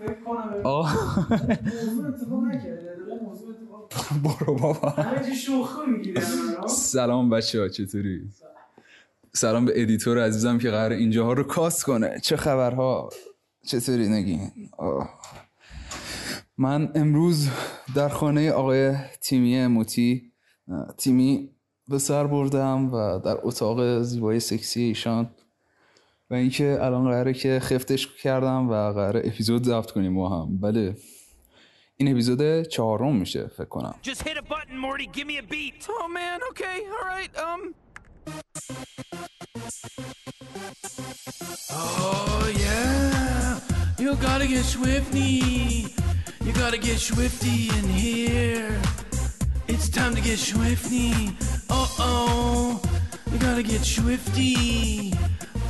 فکر کنم آه موضوع انتخاب نکرده داره موضوع انتخاب برو بابا همه چی شوخی میگیره سلام بچه ها چطوری؟ سلام به ادیتور عزیزم که قرار اینجاها رو کاست کنه چه خبرها؟ چطوری نگین؟ آه. من امروز در خانه آقای تیمی موتی اه، تیمی به سر بردم و در اتاق زیبای سکسی ایشان و اینکه الان قراره که خفتش کردم و قراره اپیزود ضبط کنیم ما هم بله این اپیزود چهارم میشه فکر کنم Just hit a button, Morty. Give me a beat. Oh man, okay, all right. Um. Oh yeah, you gotta get swifty. You gotta get swifty in here. It's time to get swifty. Uh oh, you gotta get swifty.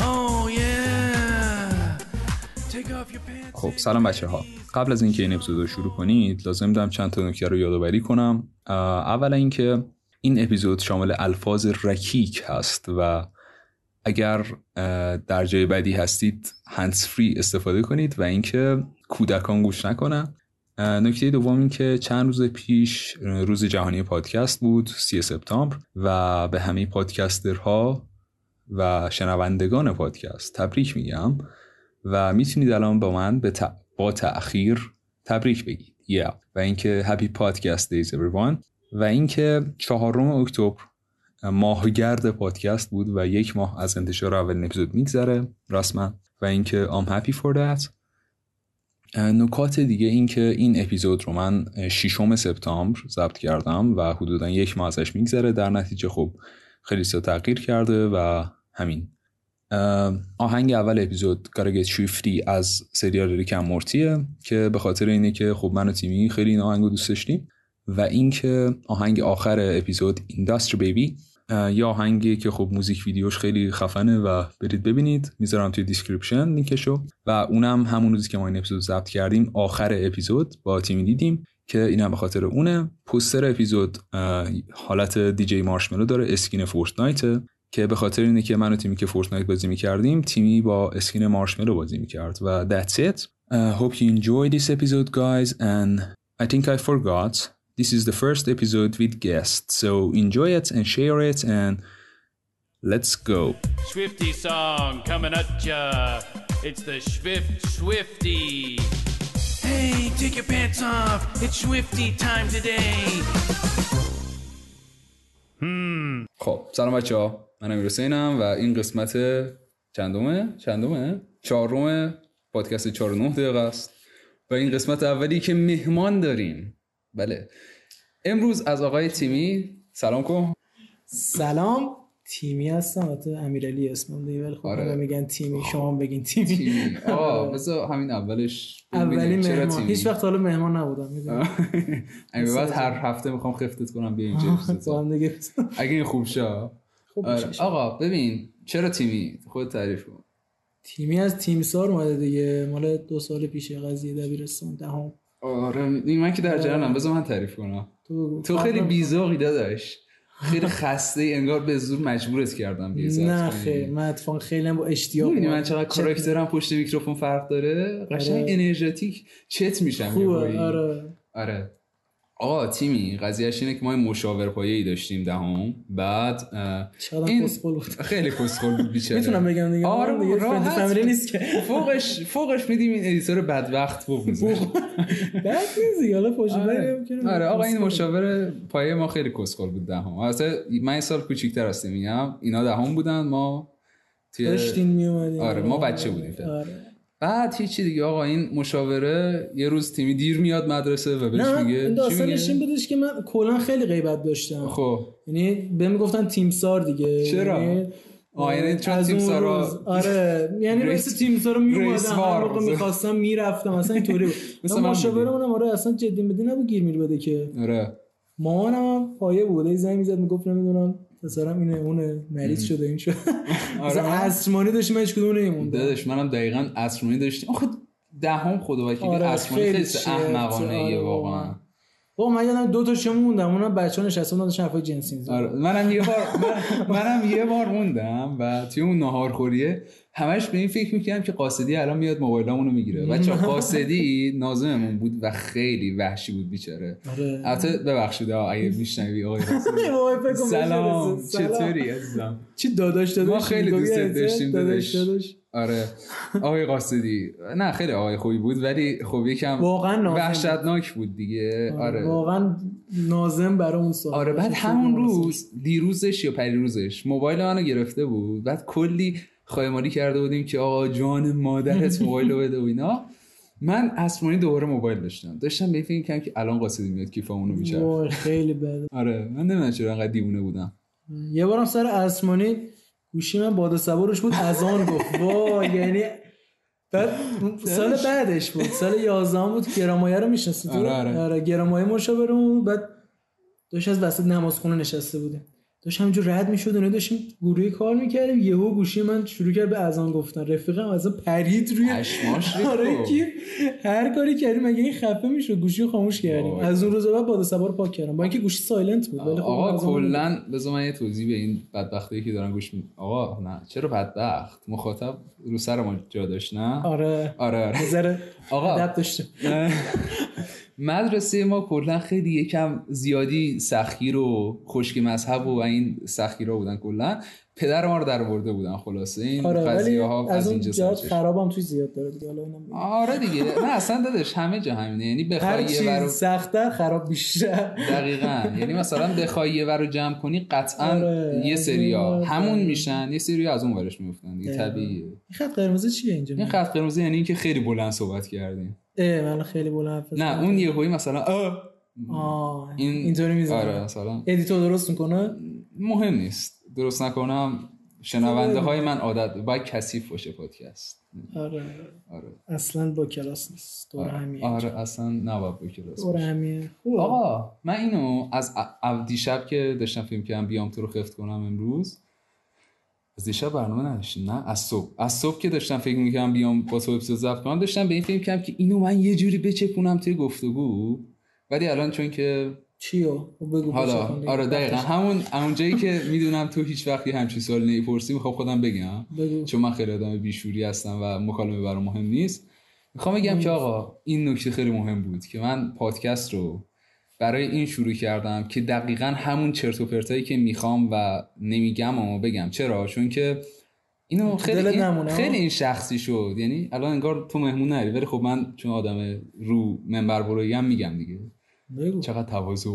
Oh yeah, take off your pants. خب سلام بچه ها قبل از اینکه این اپیزود رو شروع کنید لازم دارم چند تا نکته رو یادآوری کنم اه، اولا اینکه این اپیزود شامل الفاظ رکیک هست و اگر اه، در جای بعدی هستید هندز فری استفاده کنید و اینکه کودکان گوش نکنن اه، نکته دوم این که چند روز پیش اه، روز جهانی پادکست بود سی سپتامبر و به همه پادکسترها و شنوندگان پادکست تبریک میگم و میتونید الان با من به ت- با تأخیر تبریک بگید yeah. و اینکه هپی پادکست دیز everyone و اینکه چهارم اکتبر ماهگرد پادکست بود و یک ماه از انتشار اولین اپیزود میگذره رسما و اینکه I'm happy for that نکات دیگه این که این اپیزود رو من ششم سپتامبر ضبط کردم و حدودا یک ماه ازش میگذره در نتیجه خب خیلی سا تغییر کرده و همین اه، آهنگ اول اپیزود گارگت شیفتی از سریال ریکم مورتیه که به خاطر اینه که خب من و تیمی خیلی این آهنگ رو دوست داشتیم و اینکه آهنگ آخر اپیزود اینداستری بیبی یا آهنگی که خب موزیک ویدیوش خیلی خفنه و برید ببینید میذارم توی دیسکریپشن لینکشو و اونم همون روزی که ما این اپیزود ضبط کردیم آخر اپیزود با تیمی دیدیم که اینم به خاطر اونه پوستر اپیزود اه، حالت دیجی مارشملو داره اسکین فورتنایته که به خاطر اینه که من و تیمی که فورتنایت بازی میکردیم تیمی با اسکین مارشملو بازی میکرد و that's it uh, hope you enjoy this episode guys and I think I forgot this is the first episode with guests so enjoy it and share it and let's go Swifty song coming at ya. It's the Swift Swifty. Hey, take your pants off. It's Swifty time today. خب سلام بچه ها من امیر حسینم و این قسمت چندمه چندمه چهارم پادکست چهار و نه دقیقه است و این قسمت اولی که مهمان داریم بله امروز از آقای تیمی سلام کن سلام تیمی هستم البته امیرعلی اسمم دیگه ولی خب آره. همه میگن تیمی شما هم بگین تیمی تیمی آه بذار همین اولش بگیم اولین چرا مهمان تیمی؟ هیچ وقت حالا مهمان نبودم میدونی این به بعد هر هفته میخوام خفتت کنم بیا اینجا اپیزود با زد. هم دیگه خب، اگه این خوب شه خوب آره. میشه. آقا ببین چرا تیمی خود تعریف کن تیمی از تیمسار اومده دیگه مال دو سال پیش قضیه دبیرستان دهم آره این من که در جریانم بذار من تعریف کنم تو بگو. تو خیلی بیزاقی داداش خیلی خسته ای، انگار به زور مجبورت کردم بیا ضبط نه کنی. خیر من اتفاقا خیلی هم با اشتیاق می‌بینی من اومدم. چقدر چه- آره. کاراکترم پشت میکروفون فرق داره قشنگ انرژتیک چت میشم خوبه یهویی. آره آره آقا تیمی قضیهش اینه که ما یه مشاور پایه ای داشتیم دهم بعد اه، چقدر این- کسخل بود خیلی کسخل بود بیچاره میتونم بگم دیگه آره دیگه فرند راحت. فامیلی نیست که فوقش فوقش میدیم این ادیتور بدبخت بوق می‌زنه. بعد نیست دیگه. حالا پشت آره. بریم که آره آقا این کسخل. مشاور پایه ما خیلی کسخل بود دهم البته من یه سال کوچیک‌تر هستم میگم اینا دهم بودن ما توی داشتین میومدین آره، ما بچه بودیم فعلا. آره. بعد هیچی دیگه آقا این مشاوره یه روز تیمی دیر میاد مدرسه و بهش نه میگه من چی داستانش این میگه بودش که من کلا خیلی غیبت داشتم خب یعنی به میگفتن تیمسار دیگه چرا؟ یعنی آه، یعنی چون از اون تیمسارا- روز- آره یعنی ریس- مثل تیمسارا میومدم ریس هر وار موقع بود. میخواستم میرفتم اصلا اینطوری بود مثل مثلا من مشاورمونم آره اصلا جدی بدی نبود گیر میری بده که آره مامانم هم پایه بود ای زنگ میزد میگفت نمیدونم پسرم اینه اونه مریض شده این شده آره. آره اسمانی داشت من هیچ کدوم نمیموندم داداش منم دقیقا اسرمانی داشتیم آخه دهم خدا وکیلی آره، آره خیلی خیلی چیز چرت، احمقانه آره، واقعا واقعا. بابا من یادم دو تا شما موندم اونا بچه‌ها نشستن داشتن حرفای جنسی می‌زدن آره، منم یه بار من- منم یه بار موندم و توی اون ناهارخوریه همش به این فکر میکردم که قاصدی الان میاد موبایلامونو میگیره بچه قاصدی نازممون بود و خیلی وحشی بود بیچاره آره. البته ببخشید آقا، اگه میشنوی آقای قاصدی. وای، فکر کن آره. سلام بهش برسه. سلام. چطوری عزیزم چی داداش داداش ما خیلی می‌گفتی دوستت عزیزم؟ داشتیم، داداش داداش. داداش آره آقای قاصدی نه خیلی آقای خوبی بود ولی خب یکم واقعاً نازم بود. وحشتناک بود دیگه آره واقعا نازم برای اون سال آره بعد همون روز دیروزش یا پریروزش موبایل منو گرفته بود بعد کلی خایمالی کرده بودیم که آقا جان مادرت موبایل رو بده و اینا من اسمانی دوباره موبایل داشتم داشتم به این فکر می‌کردم که الان قاصدی میاد کیفمونو میچرخه وای خیلی بده آره من نمیدونم چرا انقدر دیوونه بودم یه بارم سر اسمانی گوشی من باد سوارش بود از آن گفت وای یعنی بعد سال بعدش بود سال 11 بود گرامایه رو میشناسی تو آره، آره. آره گرامایه مشاورمون بود. بعد داشت از وسط نمازخونه نشسته بودیم داشت همینجور رد میشد و داشتیم گروهی کار میکردیم یهو گوشی من شروع کرد به اذان گفتن رفیقم اصلا پرید روی پشماش ریخت خب. آره و- کی هر کاری کردیم مگه این خفه میشد گوشی رو خاموش کردیم وای. از اون روز به بعد باد سوار پاک کردم با اینکه گوشی سایلنت بود ولی خب آقا از اون روز- کلا بذار من یه توضیح به این بدبختایی که دارن گوش می آقا نه چرا بدبخت مخاطب رو سر ما جا داشت نه آره آره آره نظر آقا. ادب داشته مدرسه ما کلا خیلی یکم زیادی سخیر و خشک مذهب و این سخیرا بودن کلا پدر ما رو در برده بودن خلاصه این آره ولی قضیه ها از از اون اینجا جهات سرچشمه. خرابم توی زیاد داره دیگه حالا اینم بگم. آره دیگه نه اصلا دادش همه جا همینه یعنی هر بخوای یه چیز ورو سختتر خراب بیشتر دقیقا یعنی مثلا بخوای یه ور رو جمع کنی قطعا آره، یه از سریا اون ور همون جمع. میشن یه سریا از اون ورش میفتن دیگه دقیقا. طبیعیه این خط قرمز چیه اینجا این خط قرمزه یعنی اینکه خیلی بلند صحبت کردیم اه من خیلی بلند حرف نه زدم. اون یهویی مثلا آه، آه این خب. اینطوری میزنه آره مثلا ادیتور درست میکنه مهم نیست درست نکنم شنونده های من عادت باید کثیف باشه پادکست آره آره اصلا با کلاس نیست دور همیه آره اصلا نباید با کلاس دور باشه. همیه خب، خوبه. آقا من اینو از ا- او دیشب که داشتم فیلم کردم بیام تو رو خفت کنم امروز از دیشب برنامه نداشتیم نه از صبح از صبح که داشتم فکر میکردم بیام با تو اپیزود ضبط کنم داشتم به این فکر کردم که اینو من یه جوری بچکونم توی گفتگو ولی الان چون که چیو خب، بگو بچه کن حالا دیگه. آره دقیقا همون اونجایی که میدونم تو هیچ وقتی همچین سوال نمیپرسی میخوام خودم بگم بگو. چون من خیلی آدم بیشوری هستم و مکالمه برام مهم نیست میخوام بگم که آقا این نکته خیلی مهم بود که من پادکست رو برای این شروع کردم که دقیقا همون چرت و پرتایی که میخوام و نمیگم اما بگم چرا چون که اینو خیلی دلت این نمونه، ها؟ خیلی این شخصی شد یعنی الان انگار تو مهمون نری ولی خب من چون آدم رو منبر برویم میگم دیگه بگو چقدر تواضع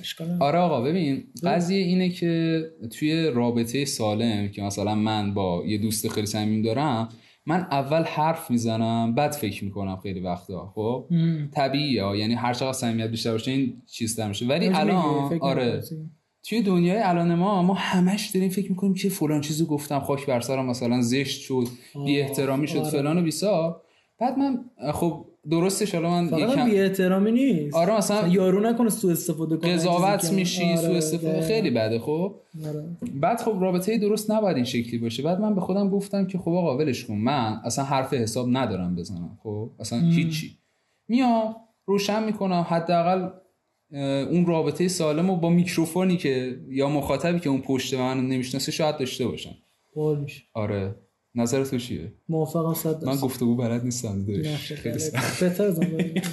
اشکال نداره. آره آقا ببین قضیه اینه که توی رابطه سالم که مثلا من با یه دوست خیلی صمیم دارم من اول حرف میزنم بعد فکر میکنم خیلی وقتا خب طبیعیه ها. یعنی هر چقدر صمیمیت بیشتر باشه این چیز تر میشه ولی راجع میگی، الان فکر آره نکنم. توی دنیای الان ما ما همش داریم فکر میکنیم که فلان چیزو گفتم خاک بر سرم مثلا زشت شد بی احترامی شد آره. فلان و بیسا بعد من خب درستش حالا من فقط یکم- بی احترامی نیست آره مثلا یارو نکنه سوء استفاده کنه قضاوت چیزی که- میشی آره، سوء استفاده دقیقاً. خیلی بده خب آره. بعد خب رابطه درست نباید این شکلی باشه بعد من به خودم گفتم که خب آقا ولش کن من اصلا حرف حساب ندارم بزنم خب اصلا هیچی میام روشن میکنم حداقل اه، اون رابطه سالم رو با میکروفونی که یا مخاطبی که اون پشت من نمیشناسه شاید داشته باشم قول میشه آره نظر تو چیه موافقم صد من درصد. گفتگو بلد نیستم نه، داداش. خیلی خیلی سخت. بلد. بهتر از اون بلد.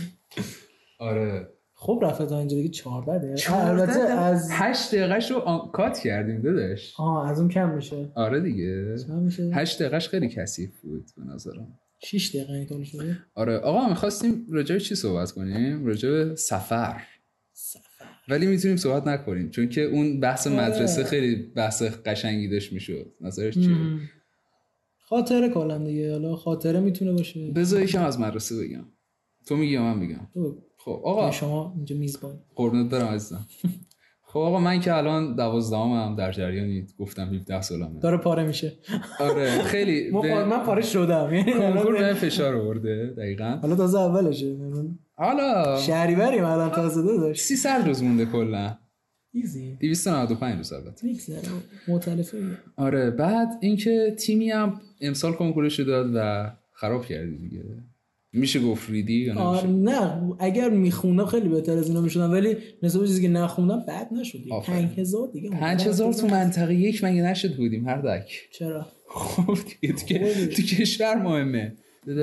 آره خب رفت تا اینجا دیگه چهار بده البته از 8 دقیقه رو آن- کات کردیم داداش آه از اون کم میشه آره دیگه کم میشه هشت دقیقش خیلی کثیف بود به نظرم 6 دقیقه این کار شده آره آقا میخواستیم راجع به چی صحبت کنیم راجع به سفر ولی میتونیم صحبت نکنیم چون که اون بحث آره. مدرسه خیلی بحث قشنگی داشت میشد نظرش چیه خاطره کلا دیگه حالا خاطره میتونه باشه بذار یکم از مدرسه بگم تو میگی یا من میگم تو بگو. خب آقا شما اینجا میزبان قربونت برم عزیزم خب آقا من که الان دوازدهمم در جریانی گفتم 17 سالمه داره پاره میشه آره خیلی ما پا- به من پاره شدم یعنی کنکور الان- به فشار آورده دقیقا حالا تازه اولشه الان حالا شهریوریم الان تازه داداش 300 روز مونده کلا ایزی 295 روز البته میگذره مختلفه آره بعد اینکه تیمی هم امسال کنکورش رو داد و خراب کردی دیگه میشه گفت ریدی یا آره نمیشه نه اگر میخوندم خیلی بهتر از اینا میشدم ولی نسبت به چیزی که نخوندم بد نشد دیگه. آفرین. 5000 دیگه پنج هزار تو منطقه یک مگه نشد بودیم هر دک چرا خب دیگه تو که- تو کشور مهمه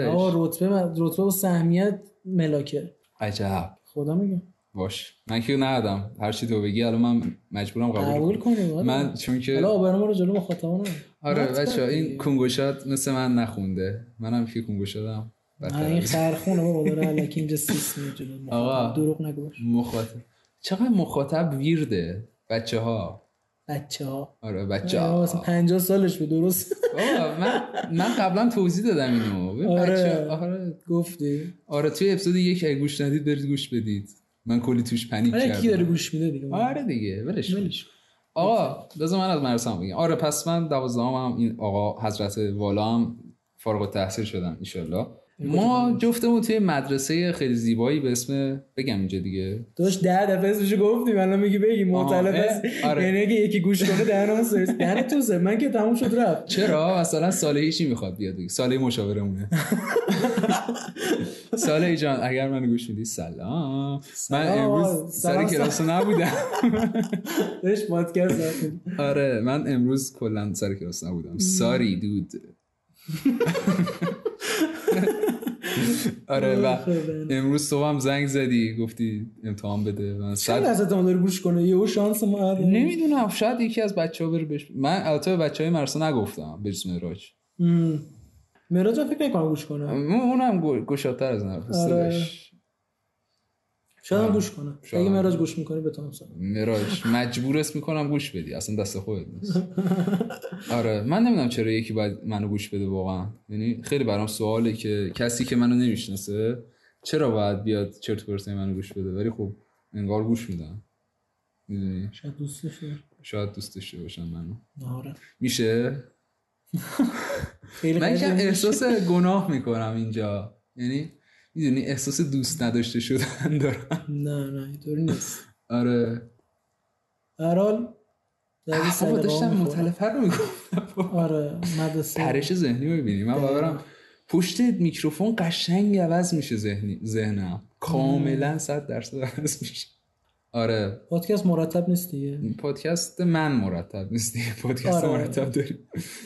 آقا داداش رتبه من- رتبه و سهمیت ملاکه عجب خدا میگه باش من که ندادم هر چی تو بگی الان من مجبورم قبول قبول کنم کنیم آره. من چون حالا که آبرما رو جلو مخاطبان آره بچه این کنگوشات مثل من نخونده منم که کنگوشادم آره این خرخونه بابا داره الکی اینجا سیس میاد جلو مخاطب. آقا. دروغ نگو باش. مخاطب چقدر مخاطب ویرده بچه ها بچه ها آره بچه آقا ها واسه 50 سالش بود درست بابا من من قبلا توضیح دادم اینو ببین آره. بچه آره گفتی آره توی اپیزود یک اگه گوش ندید برید گوش بدید من کلی توش پنیک آره کی داره کردم گوش میده دیگه آره دیگه ولش کن. ولش کن. آقا بذار من از مرسم بگم آره پس من دوازدهم هم این آقا حضرت والا هم فارغ التحصیل شدم ایشالله ما جفتمون توی مدرسه خیلی زیبایی به اسم بگم اینجا دیگه داشت ده دفعه اسمشو گفتیم الان میگی بگی معطل آها، است اه، آره. یعنی اگه یکی گوش کنه دهنمون سرویس دهن تو سرویس. من که تموم شد رفت چرا مثلا ساله هیچی میخواد بیاد دیگه ساله مشاورمونه ساله جان اگر من گوش میدی سلام من سلام. امروز سر سلام، کلاس نبودم داشت پادکست ضبط می‌کرد. آره من امروز کلا سر کلاس نبودم ساری دود آره و امروز صبح هم زنگ زدی گفتی امتحان بده من چند صد درصد تمام داره گوش کنه یهو شانس ما هر نمیدونم شاید یکی از بچه ها بره بهش من البته به بچه های مرسا نگفتم به جز مراج مراج هم فکر نکنم گوش کنه اونم گو- گشادتر از نرف آره. استدش. شاید هم گوش کنه شاید. اگه مراج گوش میکنه به تمام سال مراج مجبورت میکنم گوش بدی اصلا دست خودت نیست آره من نمیدونم چرا یکی باید منو گوش بده واقعا یعنی خیلی برام سواله که کسی که منو نمیشناسه چرا باید بیاد چرت و پرتای منو گوش بده ولی خب انگار گوش میدم میدونی شاید دوستش داره. شاید دوست داشته باشم منو آره میشه خیلی من یکم قدیم احساس گناه میکنم اینجا یعنی میدونی احساس دوست نداشته شدن دارم نه نه اینطوری نیست آره هر حال در این بابا سلیقه‌ها داشتم می‌خوره. متلفر رو میگفتم آره مدرسه پرش ذهنی رو ببینی من باید برم پشت میکروفون قشنگ عوض میشه ذهنی ذهنم کاملا صد درصد عوض میشه آره پادکست مرتب نیست دیگه پادکست من مرتب نیست دیگه پادکست آره. مرتب داریم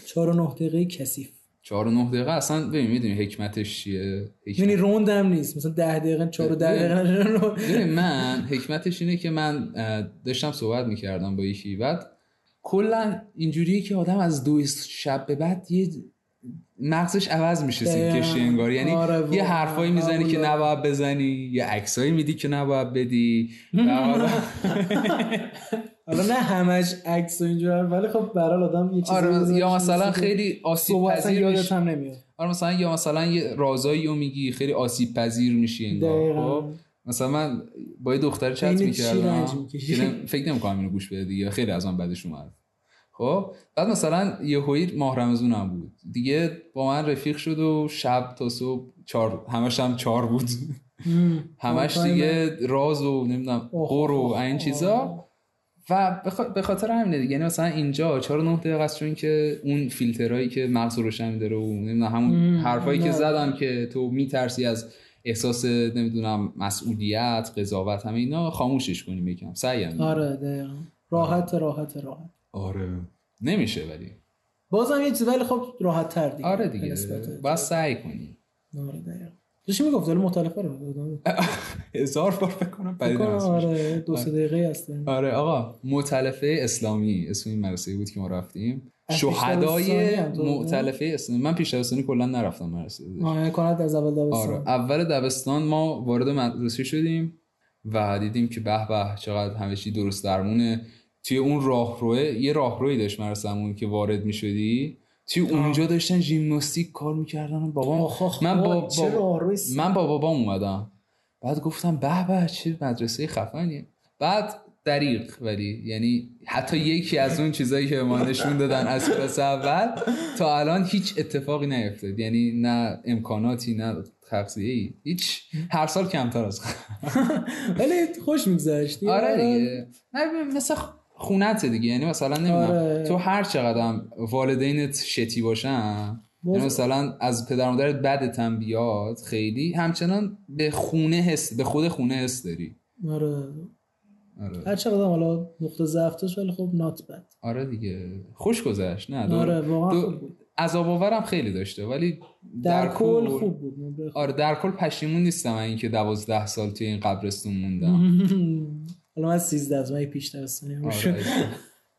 چهار و نه دقیقه کثیف چهار و نه دقیقه اصلا ببین میدونی حکمتش چیه حکمت- یعنی روند هم نیست مثلا ده دقیقه چهار و ده دقیقه رو- ببین من حکمتش اینه که من اه، داشتم صحبت میکردم با یکی بعد کلا اینجوریه که آدم از دو شب به بعد یه مغزش عوض میشه دقیقاً. سیکشی انگار یعنی آره، واقعاً. یه حرفایی میزنی که قبوله. نباید بزنی یه عکسایی میدی که نباید بدی آره. و آدم- حالا نه همش عکس و اینجور ولی خب برحال آدم یه چیزی آره می‌ذاره یا که مثلا مثلا خیلی آسیب صبح اصلا پذیر یادت میشی. هم نمیاد آره مثلا یا مثلا یه رازایی رو میگی خیلی آسیب پذیر میشی انگار دقیقاً. خب مثلا من با یه دختر بین چت چی میکردم رنج می‌کشی؟ که نم- فکر نمیکنم اینو گوش بده دیگه خیلی از من بدش اومد خب بعد مثلا یه هویت ماه رمزون هم بود دیگه با من رفیق شد و شب تا صبح چهار همش هم چهار بود همش آفرین. دیگه راز و نمیدونم آخ، قر و آخ، این چیزا و به خا- به خاطر همینه دیگه یعنی مثلا اینجا 4 نه دقیقه است چون که اون فیلترهایی که مغز رو روشن می‌داره و نمیدونم همون حرفایی آره. که زدم که تو میترسی از احساس نمیدونم مسئولیت قضاوت همه اینا خاموشش کنیم یکم سعیم آره دقیقا راحت راحت راحت آره نمیشه ولی بازم یه چیز ولی خب راحت تر دیگه آره به دیگه نسبت- باید سعی کنیم آره دقیقا داشتی میگفت ولی مختلفه رو دادم. هزار بار بکنم فکر پدیدم کنم اسمش. آره دو سه دقیقه هستن آره آقا متلفه اسلامی اسم این مدرسه بود که ما رفتیم از شهدای پیشتر از ثانی هم تو- متلفه اسلامی من پیش از ثانی کلا نرفتم مدرسه آه یعنی کارت از اول آره دبستان اول دبستان ما وارد مدرسه شدیم و دیدیم که به به چقدر همه چی درست درمونه توی اون راهروه یه راهروی داشت مرسمون که وارد می شدی توی اونجا داشتن ژیمناستیک کار میکردن و بابام آخ، آخ، من با, آه، چه با- راهروی سخت. من با بابام اومدم بعد گفتم به به چه مدرسه خفنیه بعد دریق ولی یعنی حتی یکی از اون چیزایی که به ما نشون دادن از کلاس اول تا الان هیچ اتفاقی نیفتاد یعنی نه امکاناتی نه تغذیه ای هیچ هر سال کمتر از ولی خوش میگذشتی آره دیگه نه، ببین، مثل خونته دیگه یعنی مثلا نمیدونم آره. تو هر چقدر هم والدینت شتی باشن یعنی مثلا از پدر مادرت بدت هم بیاد خیلی همچنان به خونه حس به خود خونه حس داری آره آره, هر چقدر هم حالا نقطه ضعف داشت ولی خب نات بد آره دیگه خوش گذشت نه دور- آره واقعا دو- خوب بود عذاب آورم خیلی داشته ولی در کل خوب بود نمره خوب. آره در کل پشیمون نیستم من اینکه دوازده سال توی این قبرستون موندم حالا من 13 از من یه پیش دبستانی آره.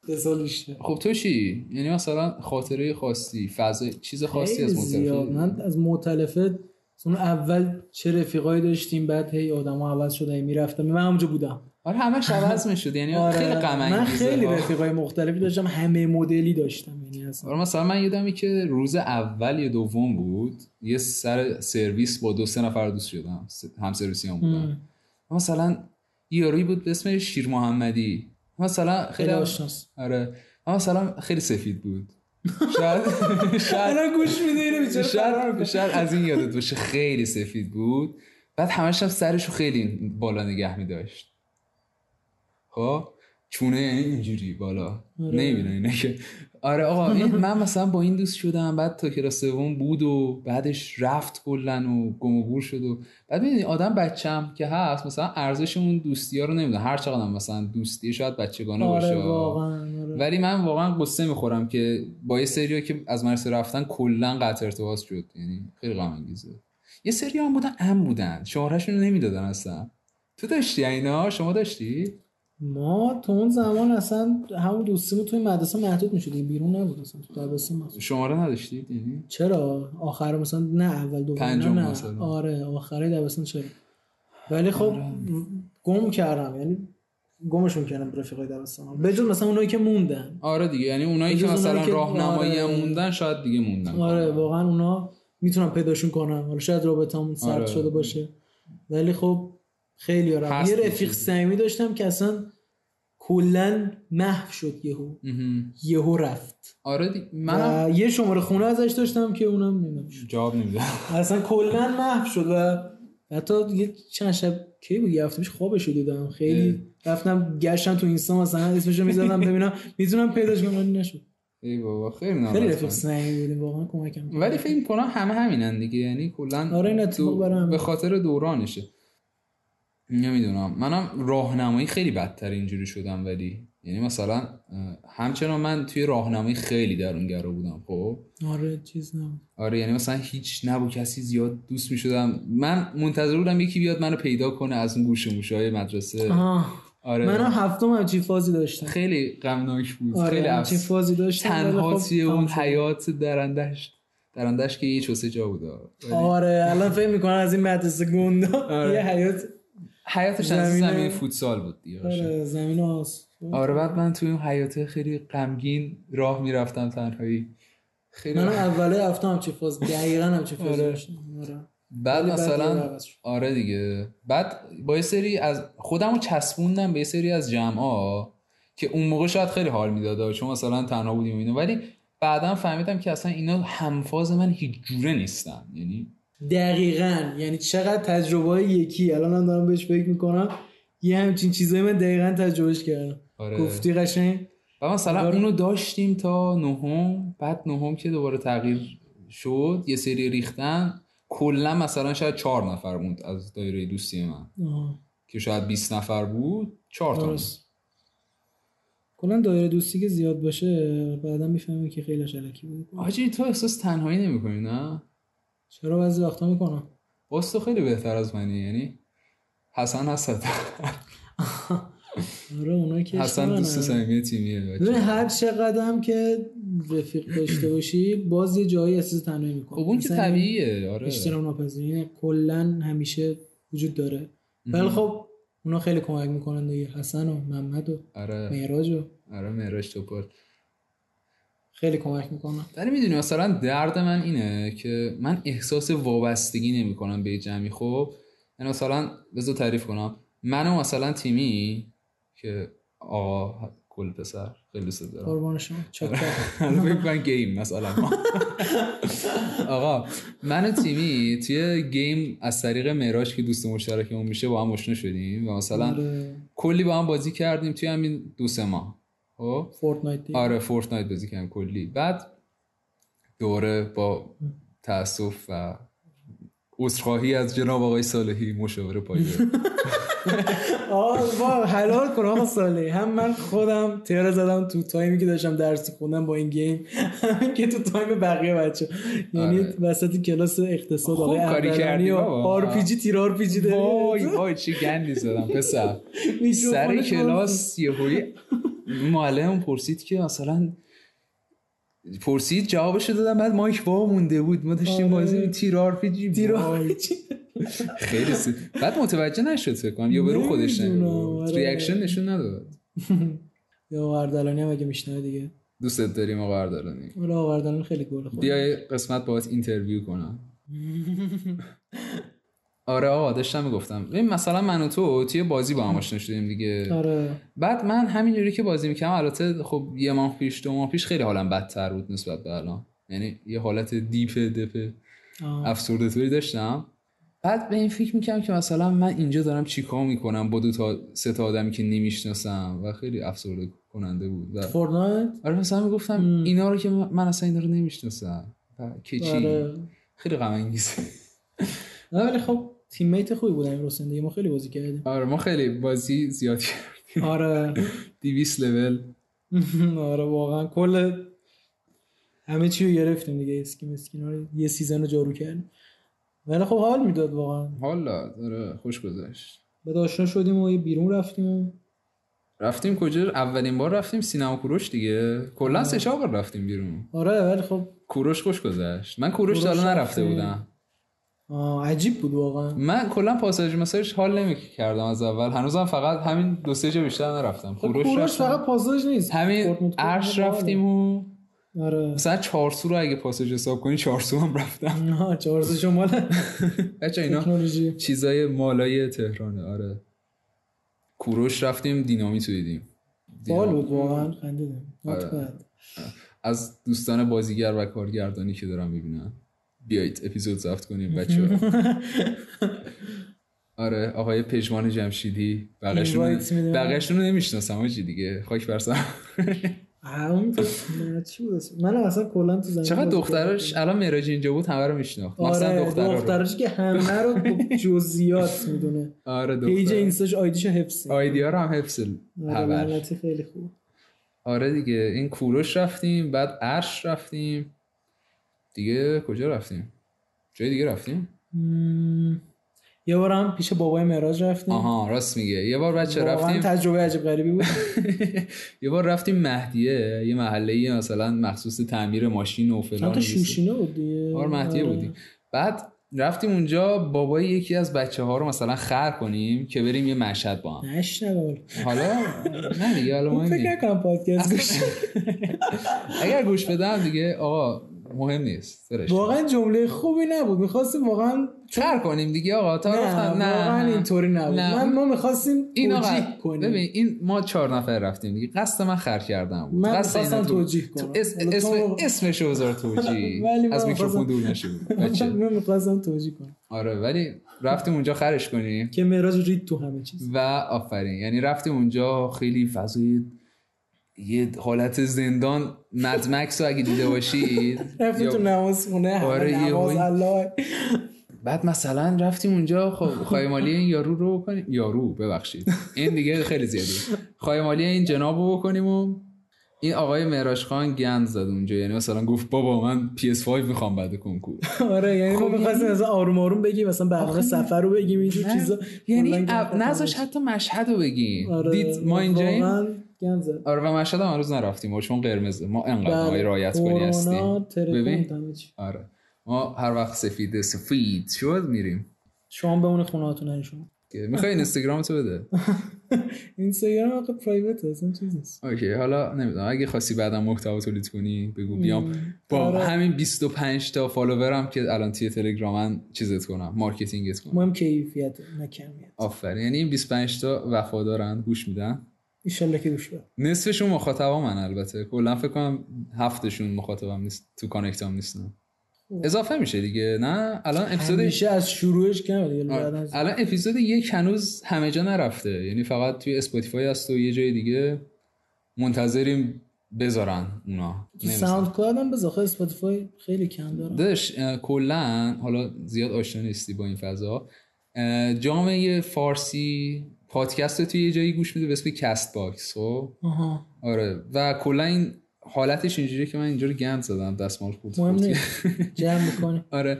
یه سال بیشتر خب تو چی یعنی مثلا خاطره خاصی فضا چیز خاصی خیلی از زیاد من متفاوت از معتلفه اون اول چه رفیقایی داشتیم بعد هی آدما عوض شدن میرفتم من همونجا بودم آره همش عوض میشد یعنی خیلی غم آره. من انگیزه خیلی ها. رفیقای مختلفی داشتم همه مدلی داشتم یعنی اصلا آره مثلا من یادمه که روز اول یا دوم بود یه سر سرویس با دو سه نفر دوست شدم س- هم سرویسی هم بودم مثلا یه یارویی بود به اسم شیر محمدی مثلا خیلی خیلی آشناس آره مثلا خیلی سفید بود شاید شاید الان گوش میده اینو بیچاره فرار شاید, می‌کنه. شاید از این یادت باشه خیلی سفید بود بعد همش هم سرش رو خیلی بالا نگه می داشت خب چونه اینجوری بالا آره. نمیبینه اینه که آره آقا این من مثلا با این دوست شدم بعد تا کلاس سوم بود و بعدش رفت کلا و گم و گور شد و بعد ببینید آدم بچم که هست مثلا ارزش اون دوستی ها رو نمیدونه هر چقدر هم مثلا دوستی شاید بچگانه باشه آره واقعا آره. ولی من واقعا قصه میخورم که با یه سریا که از مدرسه رفتن کلا قطع ارتباط شد یعنی خیلی غم انگیزه یه سری هم بودن ام بودن شمارهشون رو نمیدادن اصلا تو داشتی اینا شما داشتی ما تو اون زمان اصلا همون دوستیمون توی مدرسه محدود میشدیم بیرون نبود اصلا تو دبستان محدود. شماره نداشتی یعنی چرا آخر مثلا نه اول دوم نه, پنجم نه. مثلا. آره آخره دبستان چرا ولی خب آره. گم کردم یعنی گمشون کردم رفیقای دبستان به جز مثلا اونایی که موندن آره دیگه یعنی اونایی که بجز اونایی مثلا که- راهنمایی هم آره. موندن شاید دیگه موندن آره واقعا اونا میتونم پیداشون کنم حالا شاید رابطمون سرد آره. شده باشه ولی خب خیلی آرام هست یه رفیق می‌شه. صمیمی داشتم که اصلا کلا محو شد یهو مهم. یهو رفت آره دیگه منم و یه شماره خونه ازش داشتم که اونم نمیدونم جواب نمیدم اصلا کلا محو شد و حتی یه چند شب کی بود یه هفته پیش خوابش رو دیدم خیلی رفتم گشتم تو اینستا مثلا اسمش رو میزدم ببینم میتونم پیداش کنم ولی نشد ای بابا خیلی ناراحت خیلی رفیق کنم. صمیمی بودیم واقعا کمکم کرد. آره. ولی فکر کنم همه همینن دیگه یعنی کلا آره، این اتفاق برای همه. به خاطر دورانشه نمیدونم منم راهنمایی خیلی بدتر اینجوری شدم ولی یعنی مثلا اه، همچنان من توی راهنمایی خیلی درونگرا بودم خب آره چیز نبود آره یعنی مثلا هیچ نبود کسی زیاد دوست می شدم من منتظر بودم یکی بیاد منو پیدا کنه از اون گوش موشای مدرسه آه. آره منم هفتم همچین فازی داشتم خیلی غمناک بود خیلی آره همچین افس... فازی داشتم ولی تنها خب توی تموم اون شد. حیات درندش درندش که یه چوسه جا بود آه. ولی- آره الان فکر میکنم از این مدرسه گوندا آره. یه حیات حیاتش از زمین- زمین فوتسال بود دیگه قشنگ. آره زمین آس آره بعد من توی اون حیاته خیلی غمگین راه میرفتم تنهایی خیلی منم اوله هفته همچین فاز دقیقا همچین فازی آره. داشتم آره بعد ولی بعد دوباره مثلا عوض شد. آره دیگه بعد با یه سری از خودم رو چسبوندم به یه سری از جمعا که اون موقع شاید خیلی حال میداد چون مثلا تنها بودیم و اینا ولی بعدا فهمیدم که اصلا اینا همفاز من هیچ جوره نیستن یعنی دقیقا یعنی چقدر تجربه های یکی الان هم دارم بهش فکر میکنم یه همچین چیزایی من دقیقا تجربهش کردم آره. گفتی قشنگ و مثلا آره. اونو داشتیم تا نهم بعد نهم که دوباره تغییر شد یه سری ریختن کلا مثلا شاید چهار نفر بود از دایره دوستی من آها. که شاید 20 نفر بود چهار تا بود. درست کلا دایره دوستی که زیاد باشه بعدا میفهمی که خیلی شلکی بود حاجی تو احساس تنهایی نمیکنی نه چرا بعضی وقتا میکنم باز تو خیلی بهتر از منی یعنی حسن هست آره اونایی که حسن عشق دوست منن. صمیمی تیمیه ببین بچه. هر چقدر هم که رفیق داشته باشی باز یه جایی احساس تنهایی میکنه خب اون که طبیعیه آره اجتناب ناپذیرینه کلا همیشه وجود داره ولی خب اونا خیلی کمک میکنن دیگه حسن و محمد و آره معراج و آره مهراج توپل خیلی کمک میکنن ولی میدونی مثلا درد من اینه که من احساس وابستگی نمیکنم به یه جمعی خب یعنی مثلا بذار تعریف کنم من و مثلا تیمی که آقا گل پسر خیلی دوست دارم قربان شما آره. چاکر حالا فکر کنم گیم مثلا ما. آقا من و تیمی توی گیم از طریق معراج که دوست مشترکمون میشه با هم آشنا شدیم و مثلا آره، کلی با هم بازی کردیم توی همین دو سه ماه خب فورتنایت دیگه. آره فورتنایت بازی کردم کلی بعد دوره با تاسف و عذرخواهی از جناب آقای صالحی مشاور پایه آه با حلال کن آقا صالح هم من خودم تیاره زدم تو تایمی که داشتم درس خوندم با این گیم همین که تو تایم بقیه بچه یعنی آره. وسط کلاس اقتصاد خوب آقای کاری اردلانی کردی و بابا. آر پی جی تیر آر پی جی وای داره وای چه گندی زدم پسر میکروفونش سر باز. کلاس یهویی معلم پرسید که مثلا پرسید جوابشو دادم بعد مایک وا مونده بود ما داشتیم آره. بازی می- تیر آر پی جی تیر وای، خیلی سی... بعد متوجه نشد فکر کنم یا به رو خودش نمی‌دونم، نگو آره. ریاکشن نشون نداد یا اردلانی هم اگه میشنوه دیگه دوستت داریم آقا اردلانی ولی آقا اردلانی خیلی گل خورد بیای قسمت باهات اینترویو کنم آره آقا داشتم میگفتم ببین مثلا من و تو توی بازی با هم آشنا شدیم دیگه آره بعد من همینجوری که بازی میکنم البته خب یه ماه پیش دو ماه پیش خیلی حالم بدتر بود نسبت به الان یعنی یه حالت دیپ دپ آه. افسرده توری داشتم بعد به این فکر میکنم که مثلا من اینجا دارم چیکار میکنم با دو تا سه تا آدمی که نمیشناسم و خیلی افسرده کننده بود و فورتنایت آره مثلا میگفتم اینا رو که من من اصلا اینا رو نمیشناسم و که چی آره خیلی غم انگیزه نه ولی خب تیمیت خوبی بودن امروز دیگه ما خیلی بازی کردیم آره ما خیلی بازی زیاد کردیم آره 200 لول آره واقعا کل همه چی رو گرفتیم دیگه اسکی مسکینا رو یه سیزن رو جارو کردیم ولی خب حال میداد واقعا حالا آره خوش گذشت بعد آشنا شدیم و یه بیرون رفتیم و رفتیم کجا اولین بار رفتیم سینما کوروش دیگه کلا سه چهار بار رفتیم بیرون آره ولی خب کوروش خوش گذشت من کوروش تا کوروش حالا نرفته رفتیم. بودم آه، عجیب بود واقعا من کلا پاساژ مساژ حال نمیکردم از اول هنوزم فقط همین دو سه جا بیشتر نرفتم خب، کوروش, کوروش, رفتم. فقط پاساژ نیست خورد خب، همین مورد خورد عرش باحاله. رفتیم و آره مثلا چارسو رو اگه پاساژ حساب کنی چارسو هم رفتم نه چهار سه شمال بچه اینا تکنولوژی چیزای مالای تهرانه آره کوروش رفتیم دینامیت رو دیدیم بال بود دینامیت. واقعا خندیدم Not آره. bad. از دوستان بازیگر و کارگردانی که دارم میبینم بیایید اپیزود زفت کنیم بچه آره آقای پژمان جمشیدی بقیشون Invites میدم. بقیشون رو نمیشناسم آجی دیگه خاک بر سر. آه، اون تو- نه، چی بود من اصلا کلا تو زمین چقدر بازی دختراش الان معراج اینجا بود همه رو میشناخت مثلا آره دخترا رو دخترش که همه رو جزئیات میدونه آره پیج دختر اینستاش آیدیشو حفظه آیدیا رو هم حفظ آره هبل لعنتی خیلی خوب آره دیگه این کوروش رفتیم بعد عرش رفتیم دیگه کجا رفتیم جای دیگه رفتیم مم. یه بار هم پیش بابای معراج رفتیم آها راست میگه یه بار بچه واقعا رفتیم تجربه عجیب غریبی بود یه بار رفتیم مهدیه یه محله مثلا مخصوص تعمیر ماشین و فلان چند و تا بیسیم. شوشینه بود دیگه بار مهدیه آره. بودیم بعد رفتیم اونجا بابای یکی از بچه ها رو مثلا خر کنیم که بریم یه مشهد با هم نشنوم حالا نه دیگه حالا مهم آره. فکر نیست. نکنم پادکست گوش اگر گوش بدم دیگه آقا مهم نیست ولش کن. واقعا جمله خوبی نبود میخواستیم واقعا خر کنیم دیگه آقا تا نه رفتم نه واقعا نه. اینطوری نبود نه. من ما میخواستیم این آقا توجیه کنیم ببین این ما چهار نفر رفتیم دیگه قصد من خر کردم بود من قصد اینا می‌خواستم تو- توجیه کنم. تو اسم حالا تو- اسم اسمشو بذار توجیه ولی من از می‌خواستم- میکروفون دور نشه بود. بچه من میخواستم توجیه کنم آره ولی رفتیم اونجا خرش کنیم که معراج رید تو همه چیز و آفرین یعنی رفتیم اونجا خیلی فضای یه حالت زندان مدمکس رو اگه دیده باشید رفتیم یا- تو نماز خونه آره، همه یه نماز هایی. الله بعد مثلا رفتیم اونجا خب خایمالی این یارو رو بکنیم یارو ببخشید این دیگه خیلی زیادی خایمالی این جناب رو بکنیم و این آقای مهراش خان گند زد اونجا یعنی مثلا گفت بابا من PS5 میخوام بعد کنکور آره خب، یعنی ما می‌خواستیم از آروم آروم بگیم مثلا برنامه سفر رو بگیم اینجور چیزا یعنی کلاً اب- گفتم نذاش همش. حتی مشهد رو بگیم آره، دید ما اینجاییم واقعاً گند زد. آره و مشهد هم هنوز نرفتیم و چون قرمزه ما انقدر بله، آقای رایت کنی کرونا، هستیم ترکون، ببین همه چی. آره ما هر وقت سفید سفید شد میریم شما بمونه خونه هاتون هر شما میخوای اینستاگرام تو بده اینستاگرام آقا پرایوت اصلا چیز نیست اوکی حالا نمیدونم اگه خواستی بعدا محتوا تولید کنی بگو بیام با آره. همین 25 تا فالوورم که الان توی تلگرامن چیزت کنم مارکتینگت کنم مهم کیفیت نه کمیت آفرین یعنی این 25 تا وفادارن گوش میدن ایشالله که گوش بده نصفشون مخاطبا من البته کلا فکر کنم هفتشون مخاطبم نیست تو کانکتام نیستن اضافه میشه دیگه نه الان اپیزود همیشه از شروعش کمه دیگه آره. بعداً- الان اپیزود یک هنوز همه جا نرفته یعنی فقط توی اسپاتیفای هست و یه جای دیگه منتظریم بذارن اونا تو نمی‌ذارن. ساوند کلاود هم به ذخایر اسپاتیفای خیلی کم دارم داداش اه، کلا حالا زیاد آشنا نیستی با این فضا اه، جامعه فارسی پادکست رو توی یه جایی گوش میده به اسم کست باکس خب آها آره و کلا این حالتش اینجوریه که من اینجوری گند زدم دستمال خورد مهم خورد. نیست جمع میکنی آره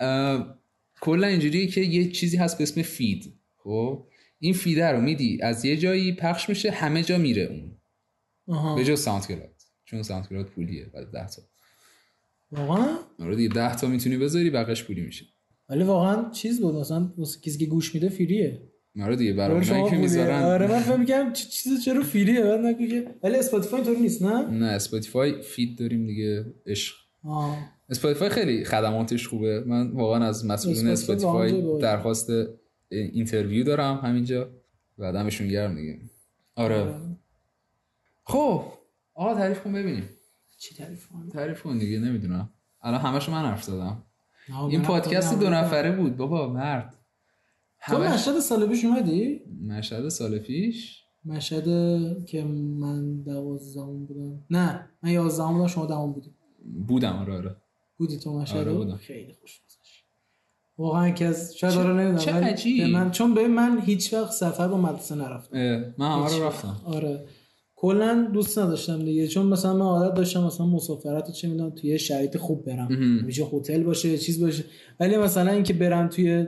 اه، کلا اینجوریه که یه چیزی هست به اسم فید خب این فیده رو میدی از یه جایی پخش میشه همه جا میره اون آها به جز ساوند کلاود چون ساوند کلاود پولیه بعد 10 تا واقعا آره دیگه 10 تا میتونی بذاری بقیش پولی میشه ولی واقعا چیز بود مثلا واسه کسی که گوش میده فریه آره دیگه برای آره، اونایی که پولیه. میذارن آره من فهم میگم چیز چرا فریه بعد نگو که ولی اسپاتیفای اینطوری نیست نه نه اسپاتیفای فید داریم دیگه عشق آه. اسپاتیفای خیلی خدماتش خوبه من واقعا از مسئولین اسپاتیفای واقعا اسپاتیفای جای درخواست اینترویو دارم همینجا و دمشون گرم دیگه آره خب آقا تعریف کن ببینیم چی تعریف کنم؟ تعریف کن دیگه نمیدونم الان همش من حرف زدم نه، این خب، من پادکست خودم دو نبودم. نفره بود بابا مرد تو همش مشهد سال پیش اومدی مشهد سال پیش مشهد که من دوازدهم بودم نه من یازدهم بودم شما دهم بودی بودم آره آره بودی تو مشهد آره، رو؟ بودم. خیلی خوش گذشت واقعا که از شاید چه- حالا چه نمیدونم ولی عجیب. به من چون به من هیچ وقت سفر با مدرسه نرفتم اه، من همه هیچ رو وقت. رفتم آره کلا دوست نداشتم دیگه چون مثلا من عادت داشتم مثلا مسافرت رو چه میدونم توی یه شرایط خوب برم همیشه هتل باشه یه چیز باشه ولی مثلا اینکه برم توی